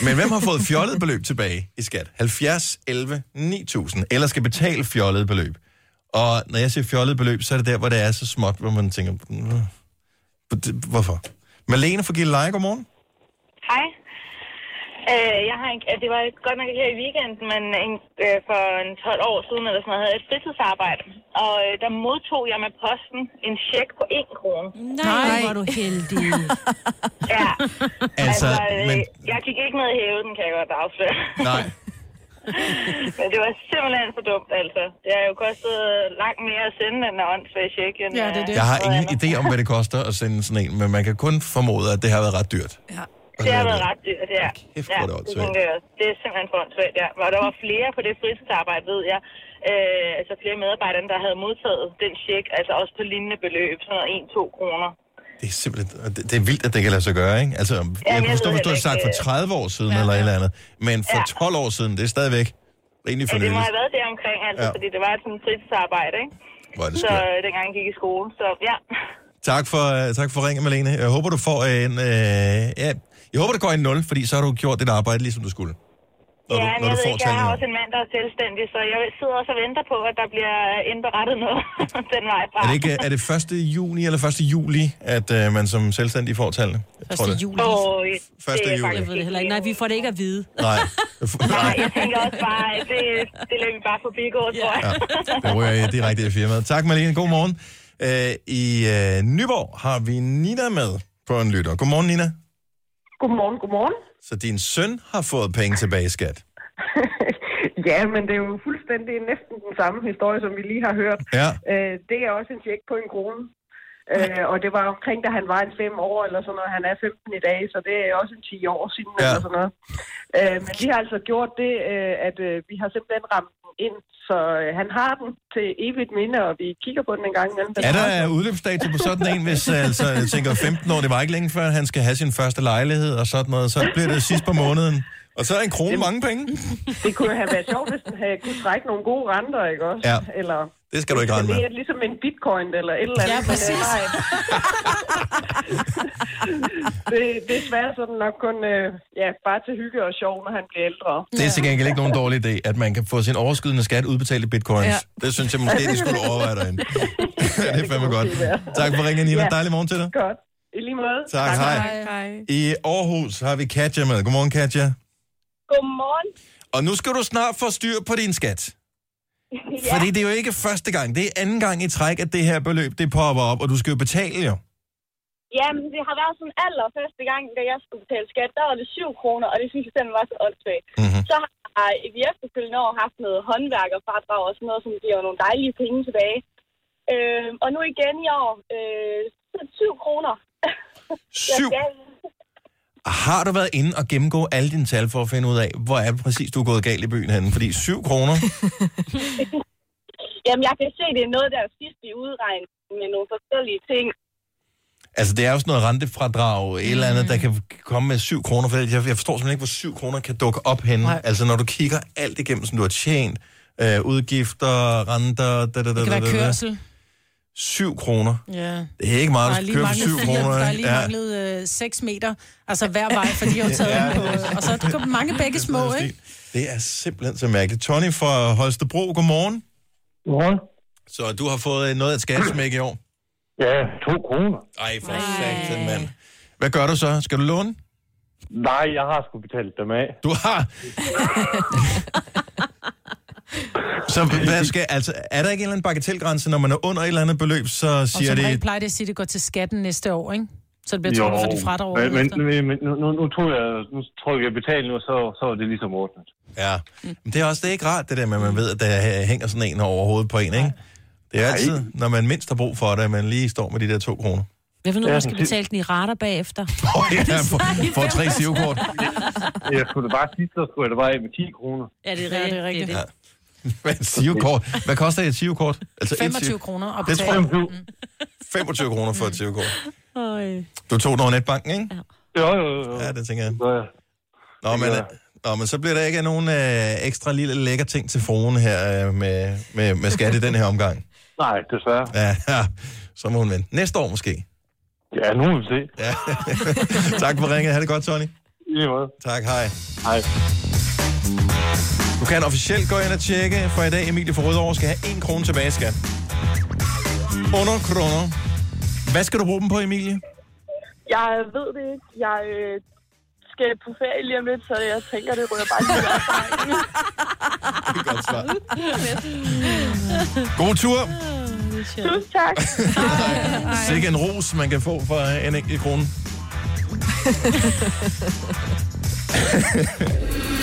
[SPEAKER 1] Men hvem har fået fjollet beløb tilbage i skat? 70, 11, 9000. Eller skal betale fjollet beløb. Og når jeg siger fjollet beløb, så er det der, hvor det er så småt, hvor man tænker, "Mm, hvor- det- hvorfor? Malene fra Gilleleje, godmorgen.
[SPEAKER 10] Hej. Øh, jeg har en, øh, det var godt nok ikke her i weekenden, men en, øh, for en 12 år siden eller sådan noget, havde jeg et fritidsarbejde. Og øh, der modtog jeg med posten en check på 1 krone.
[SPEAKER 4] Nej, hvor er du heldig. (laughs)
[SPEAKER 10] Altså,
[SPEAKER 1] Altså,
[SPEAKER 10] øh,
[SPEAKER 1] men,
[SPEAKER 10] jeg gik ikke ned i hæve den, kan jeg godt
[SPEAKER 1] (laughs)
[SPEAKER 10] afsløre.
[SPEAKER 1] nej.
[SPEAKER 10] men det var simpelthen for dumt, altså. Det har jo kostet langt mere at sende den øh, her åndssvage check, end... Ja, det er
[SPEAKER 1] Jeg har ingen idé om, hvad det koster at sende sådan en, men man kan kun formode, at det har været ret dyrt.
[SPEAKER 10] Det har været ret dyrt, ja. Kæft,
[SPEAKER 1] hvor er det
[SPEAKER 10] ja,
[SPEAKER 1] åndssvagt.
[SPEAKER 10] tænker jeg også. Det er simpelthen for åndssvagt, ja. Og der var flere på det fritidsarbejde, ved jeg. Øh, altså flere medarbejdere, der havde modtaget den check, altså også på lignende beløb, sådan noget 1-2 kroner.
[SPEAKER 1] Det er simpelthen, og det, det er vildt, at det kan lade sig gøre, ikke? Altså, jeg
[SPEAKER 10] jeg
[SPEAKER 1] kan forstå,
[SPEAKER 10] ved
[SPEAKER 1] hvis du havde
[SPEAKER 10] heller
[SPEAKER 1] sagt
[SPEAKER 10] ikke,
[SPEAKER 1] for
[SPEAKER 10] øh,
[SPEAKER 1] 30 år siden ja, eller et eller andet, men for
[SPEAKER 10] Ja.
[SPEAKER 1] 12 år siden, det er stadigvæk rimelig
[SPEAKER 10] Ja, det må
[SPEAKER 1] fornøjeligt.
[SPEAKER 10] have været der omkring, altså,
[SPEAKER 1] Ja.
[SPEAKER 10] ja. fordi det var et sådan fritidsarbejde, ikke?
[SPEAKER 1] Hvor er det
[SPEAKER 10] så
[SPEAKER 1] skørt.
[SPEAKER 10] øh, dengang jeg gik i skole, så ja.
[SPEAKER 1] Tak for, øh, tak for ringen, Malene. Jeg håber, du får en... Øh, ja, jeg håber, det går i nul, fordi så har du gjort dit arbejde, ligesom du skulle. Når
[SPEAKER 10] ja,
[SPEAKER 1] du,
[SPEAKER 10] men
[SPEAKER 1] når
[SPEAKER 10] jeg
[SPEAKER 1] du
[SPEAKER 10] ved
[SPEAKER 1] får
[SPEAKER 10] ikke, jeg har
[SPEAKER 1] tallene.
[SPEAKER 10] også en mand, der er selvstændig, så jeg sidder også og venter på, at der bliver indberettet noget (laughs) den vej fra.
[SPEAKER 1] Er det, ikke, er det 1. juni eller 1. juli, at øh, man som selvstændig får tallene? Jeg tror det.
[SPEAKER 10] Åh, øh,
[SPEAKER 1] Første
[SPEAKER 10] det er
[SPEAKER 1] juli.
[SPEAKER 10] faktisk
[SPEAKER 4] Jeg ved det heller ikke. Nej, vi får det ikke at vide.
[SPEAKER 1] Nej,
[SPEAKER 10] Nej, jeg tænker også bare, at det, det lader vi bare forbigå, tror jeg. (laughs)
[SPEAKER 1] det ryger jeg direkte i firmaet. Tak, Malene. God morgen. Øh, I øh, Nyborg har vi Nina med på en lytter. Godmorgen, Nina.
[SPEAKER 19] Godmorgen, godmorgen.
[SPEAKER 1] Så din søn har fået penge tilbage i skat.
[SPEAKER 19] Ja, men det er jo fuldstændig næsten den samme historie, som vi lige har hørt.
[SPEAKER 1] Ja.
[SPEAKER 19] Øh, det er også en check på en krone. Øh, og det var omkring, da han var en fem år eller sådan noget. Han er 15 i dag, så det er også en 10 år siden ja. eller sådan noget. Øh, men vi har altså gjort det, øh, at øh, vi har simpelthen ramt den ind, så øh, han har den til evigt minde, og vi kigger på den en gang imellem. Den
[SPEAKER 1] Er
[SPEAKER 19] har-
[SPEAKER 1] der udløbsdato på sådan en, hvis altså, jeg tænker 15 år, det var ikke længe før, han skal have sin første lejlighed og sådan noget, så bliver det sidst på måneden. Og så er en krone mange penge.
[SPEAKER 19] Det kunne have været sjovt, hvis den havde kunne trække nogle gode renter, ikke også?
[SPEAKER 1] Ja.
[SPEAKER 19] Eller,
[SPEAKER 1] Det skal du ikke regne med.
[SPEAKER 19] Det er ligesom en bitcoin eller et eller andet.
[SPEAKER 3] Ja,
[SPEAKER 19] men, øh,
[SPEAKER 3] præcis.
[SPEAKER 19] nej. (laughs) det, det er svært sådan nok kun øh, ja, bare til hygge og sjov, når han bliver ældre.
[SPEAKER 1] Det er til gengæld ikke nogen dårlig idé, at man kan få sin overskydende skat udbetalt i bitcoins.
[SPEAKER 19] Ja.
[SPEAKER 1] Det synes jeg måske, de skulle overveje
[SPEAKER 19] (laughs)
[SPEAKER 1] derinde. (laughs) det er fandme godt. Tak for ringen, Nina.
[SPEAKER 19] Ja.
[SPEAKER 1] Dejlig morgen til dig.
[SPEAKER 19] Godt. I lige måde.
[SPEAKER 1] Tak, hej. I Aarhus har vi Katja med. Godmorgen, Katja.
[SPEAKER 12] Godmorgen.
[SPEAKER 1] Og nu skal du snart få styr på din skat. Ja. Fordi det er jo ikke første gang, det er anden gang i træk, at det her beløb det popper op, og du skal jo betale jo.
[SPEAKER 12] Jamen, det har været sådan allerførste gang, da jeg skulle betale skat, der var det 7 kroner, og det synes jeg simpelthen var så åndssvagt.
[SPEAKER 1] Mm-hmm.
[SPEAKER 12] Så har jeg i de efterfølgende år haft noget håndværkerfradrag og sådan noget, som giver nogle dejlige penge tilbage. Øh, og nu igen i år, øh, så er det 7 kroner.
[SPEAKER 1] 7?
[SPEAKER 12] (laughs) Jeg skal,
[SPEAKER 1] Har du været inde og gennemgå alle dine tal for at finde ud af, hvor er det præcis, du er gået galt i byen henne? Fordi 7
[SPEAKER 3] (laughs)
[SPEAKER 1] kroner,
[SPEAKER 20] Jamen, jeg kan se, det er noget, der er sidst i udregningen med nogle forskellige ting.
[SPEAKER 1] altså det er jo sådan noget rentefradrag, et eller
[SPEAKER 3] Mm.
[SPEAKER 1] andet, der kan komme med 7 kroner. For jeg, jeg forstår simpelthen ikke, hvor 7 kroner kan dukke op henne. Nej. Altså når du kigger alt igennem, som du har tjent, øh, udgifter, renter, da, da, da,
[SPEAKER 3] Det kan
[SPEAKER 1] da, da,
[SPEAKER 3] være
[SPEAKER 1] da.
[SPEAKER 3] kørsel.
[SPEAKER 1] 7 kroner.
[SPEAKER 3] Ja.
[SPEAKER 1] Det er ikke meget, du skal køre for
[SPEAKER 3] (laughs)
[SPEAKER 1] 7 kroner.
[SPEAKER 3] Der er
[SPEAKER 1] ikke?
[SPEAKER 3] lige manglet øh, 6 meter, altså hver vej, for
[SPEAKER 1] (laughs)
[SPEAKER 3] de har jo taget
[SPEAKER 1] Ja,
[SPEAKER 3] ja,
[SPEAKER 1] det er
[SPEAKER 3] på. øh, Og så du kan mange begge små, ikke?
[SPEAKER 1] Det er simpelthen så mærkeligt. Tony fra Holstebro, godmorgen.
[SPEAKER 16] Godmorgen.
[SPEAKER 1] Så du har fået noget at skattesmække i år?
[SPEAKER 16] (clears throat) Ja, to kroner.
[SPEAKER 1] Ej, for satan, mand. Hvad gør du så? Skal du låne?
[SPEAKER 16] Nej, jeg har sgu betalt dem af.
[SPEAKER 1] Du
[SPEAKER 16] (laughs)
[SPEAKER 1] har? Så hvad skal, altså, er der ikke en eller anden bagatelgrænse, når man er under et eller andet beløb, så
[SPEAKER 3] Og
[SPEAKER 1] siger
[SPEAKER 3] som
[SPEAKER 1] det...
[SPEAKER 3] regel plejer det at sige, at det går til skatten næste år, ikke? Så det bliver trukket for dit fradrag
[SPEAKER 16] men,
[SPEAKER 3] året
[SPEAKER 16] men,
[SPEAKER 3] efter.
[SPEAKER 16] men, men nu, nu, nu tror jeg, nu tror jeg, jeg betaler nu, så, så er det ligesom ordnet.
[SPEAKER 1] Ja, men det er også det er ikke rart, det der med, at man ved, at der øh, hænger sådan en over hovedet på en, ikke? Det er altid, når man mindst har brug for det, at man lige står med de der to kroner.
[SPEAKER 4] Hvad for noget,
[SPEAKER 1] Ja,
[SPEAKER 4] man skal
[SPEAKER 1] det-
[SPEAKER 4] betale den i rater bagefter?
[SPEAKER 1] Åh, ja,
[SPEAKER 4] (laughs)
[SPEAKER 1] for, for tre sivkort.
[SPEAKER 16] Jeg skulle da bare sige, så skulle jeg da bare af med 10 kroner.
[SPEAKER 4] Ja, det er rigtigt. Ja, det er rigtigt.
[SPEAKER 1] Ja. Hvad et sivkort? Hvad koster et sivkort? Altså et
[SPEAKER 3] 25
[SPEAKER 1] siv-
[SPEAKER 3] kroner at
[SPEAKER 1] Det tror
[SPEAKER 3] betale. Mm.
[SPEAKER 1] jeg, 25 kroner for et sivkort.
[SPEAKER 4] Øj.
[SPEAKER 1] Du tog den over netbanken, ikke? Jo, jo, jo. Ja, det tænker jeg. Nå, men, øh, nå, men så bliver der ikke nogen øh, ekstra lille lækker ting til fruen her øh, med, med, med skat i den her omgang.
[SPEAKER 16] (laughs) Nej, desværre.
[SPEAKER 1] Ja, ja, (laughs) så må hun vente. Næste år måske.
[SPEAKER 16] Ja, nu må vi se.
[SPEAKER 1] Ja. (laughs) tak for ringet. Ha' det godt, Tony.
[SPEAKER 16] Lige måde.
[SPEAKER 1] Tak, hej.
[SPEAKER 16] Hej.
[SPEAKER 1] Du kan officielt gå ind og tjekke, for i dag Emilie fra Rødovre skal have 1 krone tilbage i skat. Under kroner. Hvad skal du bruge dem på, Emilie?
[SPEAKER 21] Jeg ved det ikke. Jeg øh, skal på ferie lige om lidt, så jeg tænker, det ryger bare lige op.
[SPEAKER 1] Godt svar. God tur.
[SPEAKER 21] Tusind tak.
[SPEAKER 1] (laughs) Sikke en ros, man kan få for øh, en enkelt krone.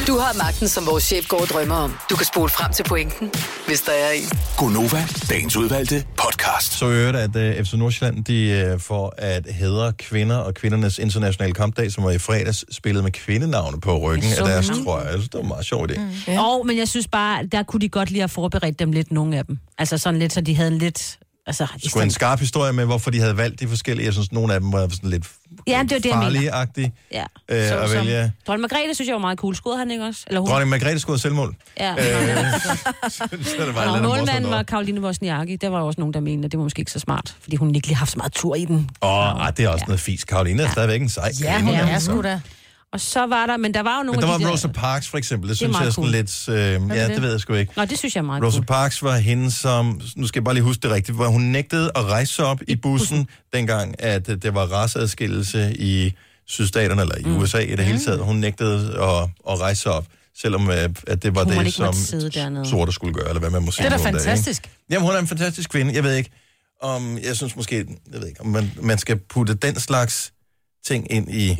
[SPEAKER 6] Du har magten, som vores chef går og drømmer om. Du kan spole frem til pointen, hvis der er en.
[SPEAKER 7] Gonova, dagens udvalgte podcast.
[SPEAKER 1] Så i øvrigt, at øh, FC Nordsjælland, de øh, for at hedre kvinder og kvindernes internationale kampdag, som var i fredags, spillede med kvindenavne på ryggen
[SPEAKER 4] Jeg så
[SPEAKER 1] af deres
[SPEAKER 4] det.
[SPEAKER 1] trøje. Jeg synes, det var en meget sjovt idé. Mm.
[SPEAKER 4] Ja. Og, men jeg synes bare, der kunne de godt lige have forberedt dem lidt, nogle af dem. Altså sådan lidt, så de havde en lidt... Altså, i
[SPEAKER 1] Skulle en
[SPEAKER 4] stedet-
[SPEAKER 1] skarp historie med, hvorfor de havde valgt de forskellige. Jeg synes, nogle af dem var sådan lidt
[SPEAKER 4] ja, men det var det, jeg mener.
[SPEAKER 1] farlige-agtige
[SPEAKER 4] Ja.
[SPEAKER 1] øh, at
[SPEAKER 4] Som-
[SPEAKER 1] vælge.
[SPEAKER 4] Dronning Margrethe synes jeg var meget cool. Skudde han ikke også? Eller hun?
[SPEAKER 1] Dronning Margrethe skulle have selvmål.
[SPEAKER 4] Ja.
[SPEAKER 1] Så det var et eller
[SPEAKER 4] Øh, Og
[SPEAKER 1] andet morsomt
[SPEAKER 4] målmanden
[SPEAKER 1] over.
[SPEAKER 4] var Karoline Wozniacki. Der var også nogen, der mente, at det var måske ikke så smart, fordi hun ikke lige har haft så meget tur i den.
[SPEAKER 1] Åh, oh, det er også noget fisk. Karoline er stadigvæk en sej. kvinde, altså.
[SPEAKER 3] da.
[SPEAKER 4] Og så var der, men der var jo nogle
[SPEAKER 1] Men der
[SPEAKER 4] af de
[SPEAKER 1] var Rosa Parks for eksempel. Det
[SPEAKER 4] Det er
[SPEAKER 1] synes jeg er sådan
[SPEAKER 4] meget
[SPEAKER 1] lidt... Øh, ja,
[SPEAKER 4] var
[SPEAKER 1] det?
[SPEAKER 4] det?
[SPEAKER 1] ved jeg sgu ikke.
[SPEAKER 4] Nå, det synes jeg er meget
[SPEAKER 1] Rosa
[SPEAKER 4] cool.
[SPEAKER 1] Parks var hende, som, nu skal jeg bare lige huske det rigtigt, hvor hun nægtede at rejse sig op i bussen, dengang at øh, der var raceadskillelse i sydstaterne, eller
[SPEAKER 4] Mm.
[SPEAKER 1] i USA i det hele taget. Hun nægtede at, at rejse sig op, selvom øh, at det var det,
[SPEAKER 4] Hun måtte ikke måtte
[SPEAKER 1] som
[SPEAKER 4] sidde dernede.
[SPEAKER 1] sorte skulle gøre, eller hvad man må sige.
[SPEAKER 4] Det er da
[SPEAKER 1] nu om dagen, ikke?
[SPEAKER 4] fantastisk.
[SPEAKER 1] Jamen, hun er en fantastisk kvinde. Jeg ved ikke, om, jeg synes måske, jeg ved ikke, om man, man skal putte den slags ting ind i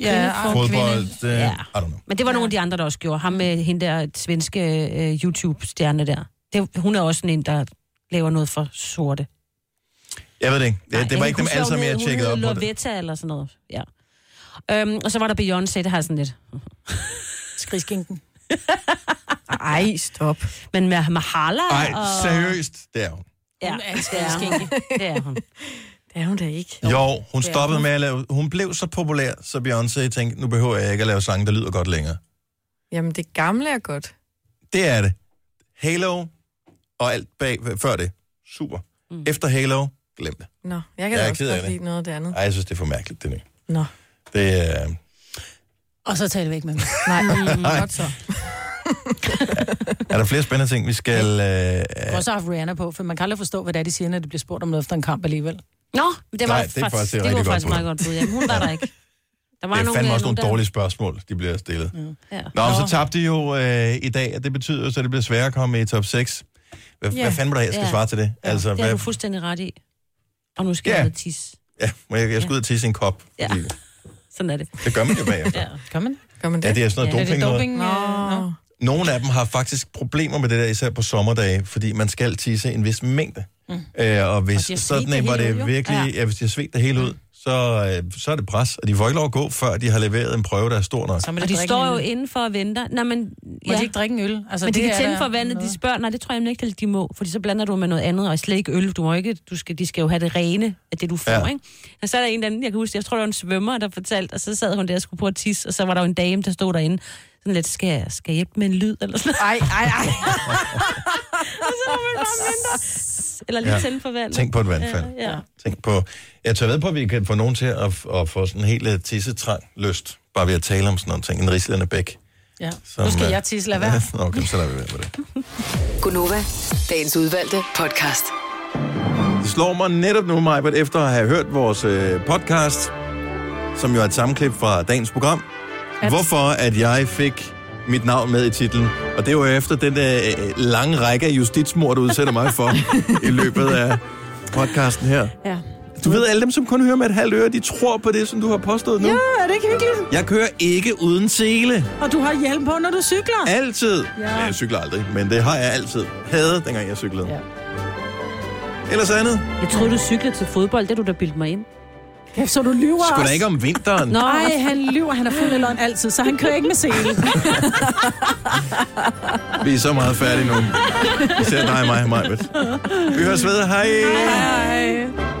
[SPEAKER 4] Ja, og
[SPEAKER 1] fodbold.
[SPEAKER 4] kvinde.
[SPEAKER 1] Øh,
[SPEAKER 4] Ja.
[SPEAKER 1] I don't know.
[SPEAKER 4] Men det var nogle af de andre, der også gjorde. Ham med hende der svenske øh, YouTube-stjerne der. Det, hun er også sådan en, der laver noget for sorte.
[SPEAKER 1] Jeg ved det ikke. Det, det var ikke dem alle sammen, jeg tjekkede op på.
[SPEAKER 4] det. Lovetta eller sådan noget, ja. Øhm, og så var der Beyoncé, det har jeg sådan lidt.
[SPEAKER 3] Skridskinken.
[SPEAKER 4] (laughs) Ej, stop. Men med Mahala
[SPEAKER 1] Nej,
[SPEAKER 4] og...
[SPEAKER 1] seriøst, det er hun.
[SPEAKER 4] Ja,
[SPEAKER 3] Hun er en
[SPEAKER 4] det er hun. Det er hun.
[SPEAKER 8] (laughs) Det er hun da ikke.
[SPEAKER 1] Jo, hun
[SPEAKER 8] Det er
[SPEAKER 1] stoppede
[SPEAKER 8] hun.
[SPEAKER 1] med at lave... Hun blev så populær, så Beyoncé tænkte, nu behøver jeg ikke at lave sange, der lyder godt længere.
[SPEAKER 8] Jamen, det gamle er godt.
[SPEAKER 1] Det er det. Halo og alt bag, før det. Super.
[SPEAKER 4] Mm.
[SPEAKER 1] Efter Halo, glem det.
[SPEAKER 8] Nå, jeg
[SPEAKER 1] Jeg
[SPEAKER 8] kan
[SPEAKER 1] er
[SPEAKER 8] da
[SPEAKER 1] ked
[SPEAKER 8] også
[SPEAKER 1] af
[SPEAKER 8] godt
[SPEAKER 1] det.
[SPEAKER 8] lide noget af det andet.
[SPEAKER 1] Ej, jeg synes, det er for mærkeligt, det nu.
[SPEAKER 8] Nå.
[SPEAKER 1] Det øh, er...
[SPEAKER 3] Og så taler vi ikke med dem.
[SPEAKER 8] Nej,
[SPEAKER 1] Mm, Nej. godt
[SPEAKER 3] så.
[SPEAKER 1] Er der flere spændende ting, vi skal... Øh,
[SPEAKER 3] Ja. Også har haft Rihanna på, for man kan aldrig forstå, hvad det er, de siger, når de bliver spurgt om noget efter en kamp alligevel.
[SPEAKER 4] Nå, men det var
[SPEAKER 1] Nej, det er
[SPEAKER 4] faktisk, det
[SPEAKER 1] faktisk et
[SPEAKER 4] det var
[SPEAKER 1] rigtig godt
[SPEAKER 4] faktisk
[SPEAKER 1] bud.
[SPEAKER 4] meget godt bud. Ja. Hun var der
[SPEAKER 3] (laughs)
[SPEAKER 4] ikke. Der var
[SPEAKER 1] det er
[SPEAKER 4] nogle,
[SPEAKER 1] fandme
[SPEAKER 4] øh,
[SPEAKER 1] også nogle
[SPEAKER 4] der-
[SPEAKER 1] dårlige spørgsmål, de bliver stillet.
[SPEAKER 4] Ja.
[SPEAKER 1] Nå, men så tabte de jo øh, i dag, og det betyder jo så, at det bliver sværere at komme i top 6. Hvad,
[SPEAKER 4] Ja.
[SPEAKER 1] hvad fanden var der, jeg skal
[SPEAKER 4] Ja.
[SPEAKER 1] svare til det? Altså,
[SPEAKER 4] det
[SPEAKER 1] hvad,
[SPEAKER 4] har du fuldstændig ret i. Og nu skal
[SPEAKER 1] Ja.
[SPEAKER 4] jeg ud og tisse.
[SPEAKER 1] Ja, må jeg, jeg skal ud og tisse i en kop.
[SPEAKER 4] Ja.
[SPEAKER 1] fordi
[SPEAKER 4] (laughs) Sådan er det.
[SPEAKER 1] Det gør man jo
[SPEAKER 4] (laughs)
[SPEAKER 1] bagefter.
[SPEAKER 4] Ja.
[SPEAKER 3] Gør man?
[SPEAKER 8] Gør man
[SPEAKER 1] Ja, det er sådan noget doping noget.
[SPEAKER 3] Nå. Nå.
[SPEAKER 1] Nogle af dem har faktisk problemer med det der, især på sommerdage, fordi man skal tisse en vis mængde. Mm. Øh, og hvis
[SPEAKER 7] Og de har svedt
[SPEAKER 1] sådan
[SPEAKER 7] det
[SPEAKER 1] en var
[SPEAKER 7] hele ud,
[SPEAKER 1] det
[SPEAKER 7] jo.
[SPEAKER 1] virkelig, ja.
[SPEAKER 7] Ja.
[SPEAKER 1] ja, hvis de har svedt det hele ud, så, øh, så er det pres, og de får ikke lov at gå, før de har leveret en prøve, der er stor nok.
[SPEAKER 4] Og de står jo indenfor og venter. Nå, men,
[SPEAKER 3] Må de ikke drikke en øl?
[SPEAKER 4] Altså,
[SPEAKER 3] Altså,
[SPEAKER 4] men de
[SPEAKER 3] det
[SPEAKER 4] kan
[SPEAKER 3] er
[SPEAKER 4] tænde
[SPEAKER 3] der
[SPEAKER 4] for vandet, de spørger, nej, det tror jeg nemlig ikke, at de må, fordi så blander du med noget andet, og slet ikke øl. Du må ikke, du skal, de skal jo have det rene af det, du får,
[SPEAKER 1] Ja.
[SPEAKER 4] ja. ikke? Og så er der en eller anden, jeg kan huske, jeg tror, der var en svømmer, der fortalte, og så sad hun der og skulle på at tisse, og så var der jo en dame, der stod derinde, sådan lidt, skal jeg, skal jeg hjælpe med en lyd, eller sådan
[SPEAKER 3] Ej, ej, ej.
[SPEAKER 8] (laughs)
[SPEAKER 4] eller lige ja. tænde for vandet.
[SPEAKER 1] Tænk på et vandfald.
[SPEAKER 4] Ja, ja.
[SPEAKER 1] Tænk på, jeg tager ved på, at vi kan få nogen til at, at få sådan en helt tissetrang lyst, bare ved at tale om sådan nogle ting. En rislende bæk.
[SPEAKER 3] Ja.
[SPEAKER 1] som,
[SPEAKER 3] Nu skal
[SPEAKER 1] øh,
[SPEAKER 3] jeg tisse, lad
[SPEAKER 1] (laughs)
[SPEAKER 3] være.
[SPEAKER 1] okay, så lader vi være med det.
[SPEAKER 6] Gunova, dagens udvalgte podcast.
[SPEAKER 1] Det slår mig netop nu, Majbert, efter at have hørt vores øh, podcast, som jo er et sammenklip fra dagens program, at... hvorfor at jeg fik mit navn med i titlen. Og det var jo efter den der øh, lange række af justitsmord, du udsætter mig
[SPEAKER 3] (laughs)
[SPEAKER 1] for i løbet af podcasten her.
[SPEAKER 3] Ja.
[SPEAKER 1] Du ved, alle dem, som kun hører med et halvt øre, de tror på det, som du har påstået nu.
[SPEAKER 3] Ja, er det ikke hyggeligt?
[SPEAKER 1] Jeg kører ikke uden sele.
[SPEAKER 3] Og du har hjelm på, når du cykler.
[SPEAKER 1] Altid.
[SPEAKER 3] Ah. Ja.
[SPEAKER 1] Ja. Jeg cykler aldrig, men det har jeg altid. Havde, dengang jeg cyklede. Ja. Ellers andet?
[SPEAKER 4] Jeg troede, du cyklede til fodbold, det er du, der bildte mig ind.
[SPEAKER 3] Ja, så du lyver
[SPEAKER 1] Sgu da
[SPEAKER 3] også.
[SPEAKER 1] ikke om vinteren.
[SPEAKER 3] Nå, Ej, han lyver, han er fuld af løgn altid, så han kører ikke med sele.
[SPEAKER 1] Vi er så meget færdige nu. Især dig og mig, Majbet. Vi høres ved. Hej.
[SPEAKER 3] Hej.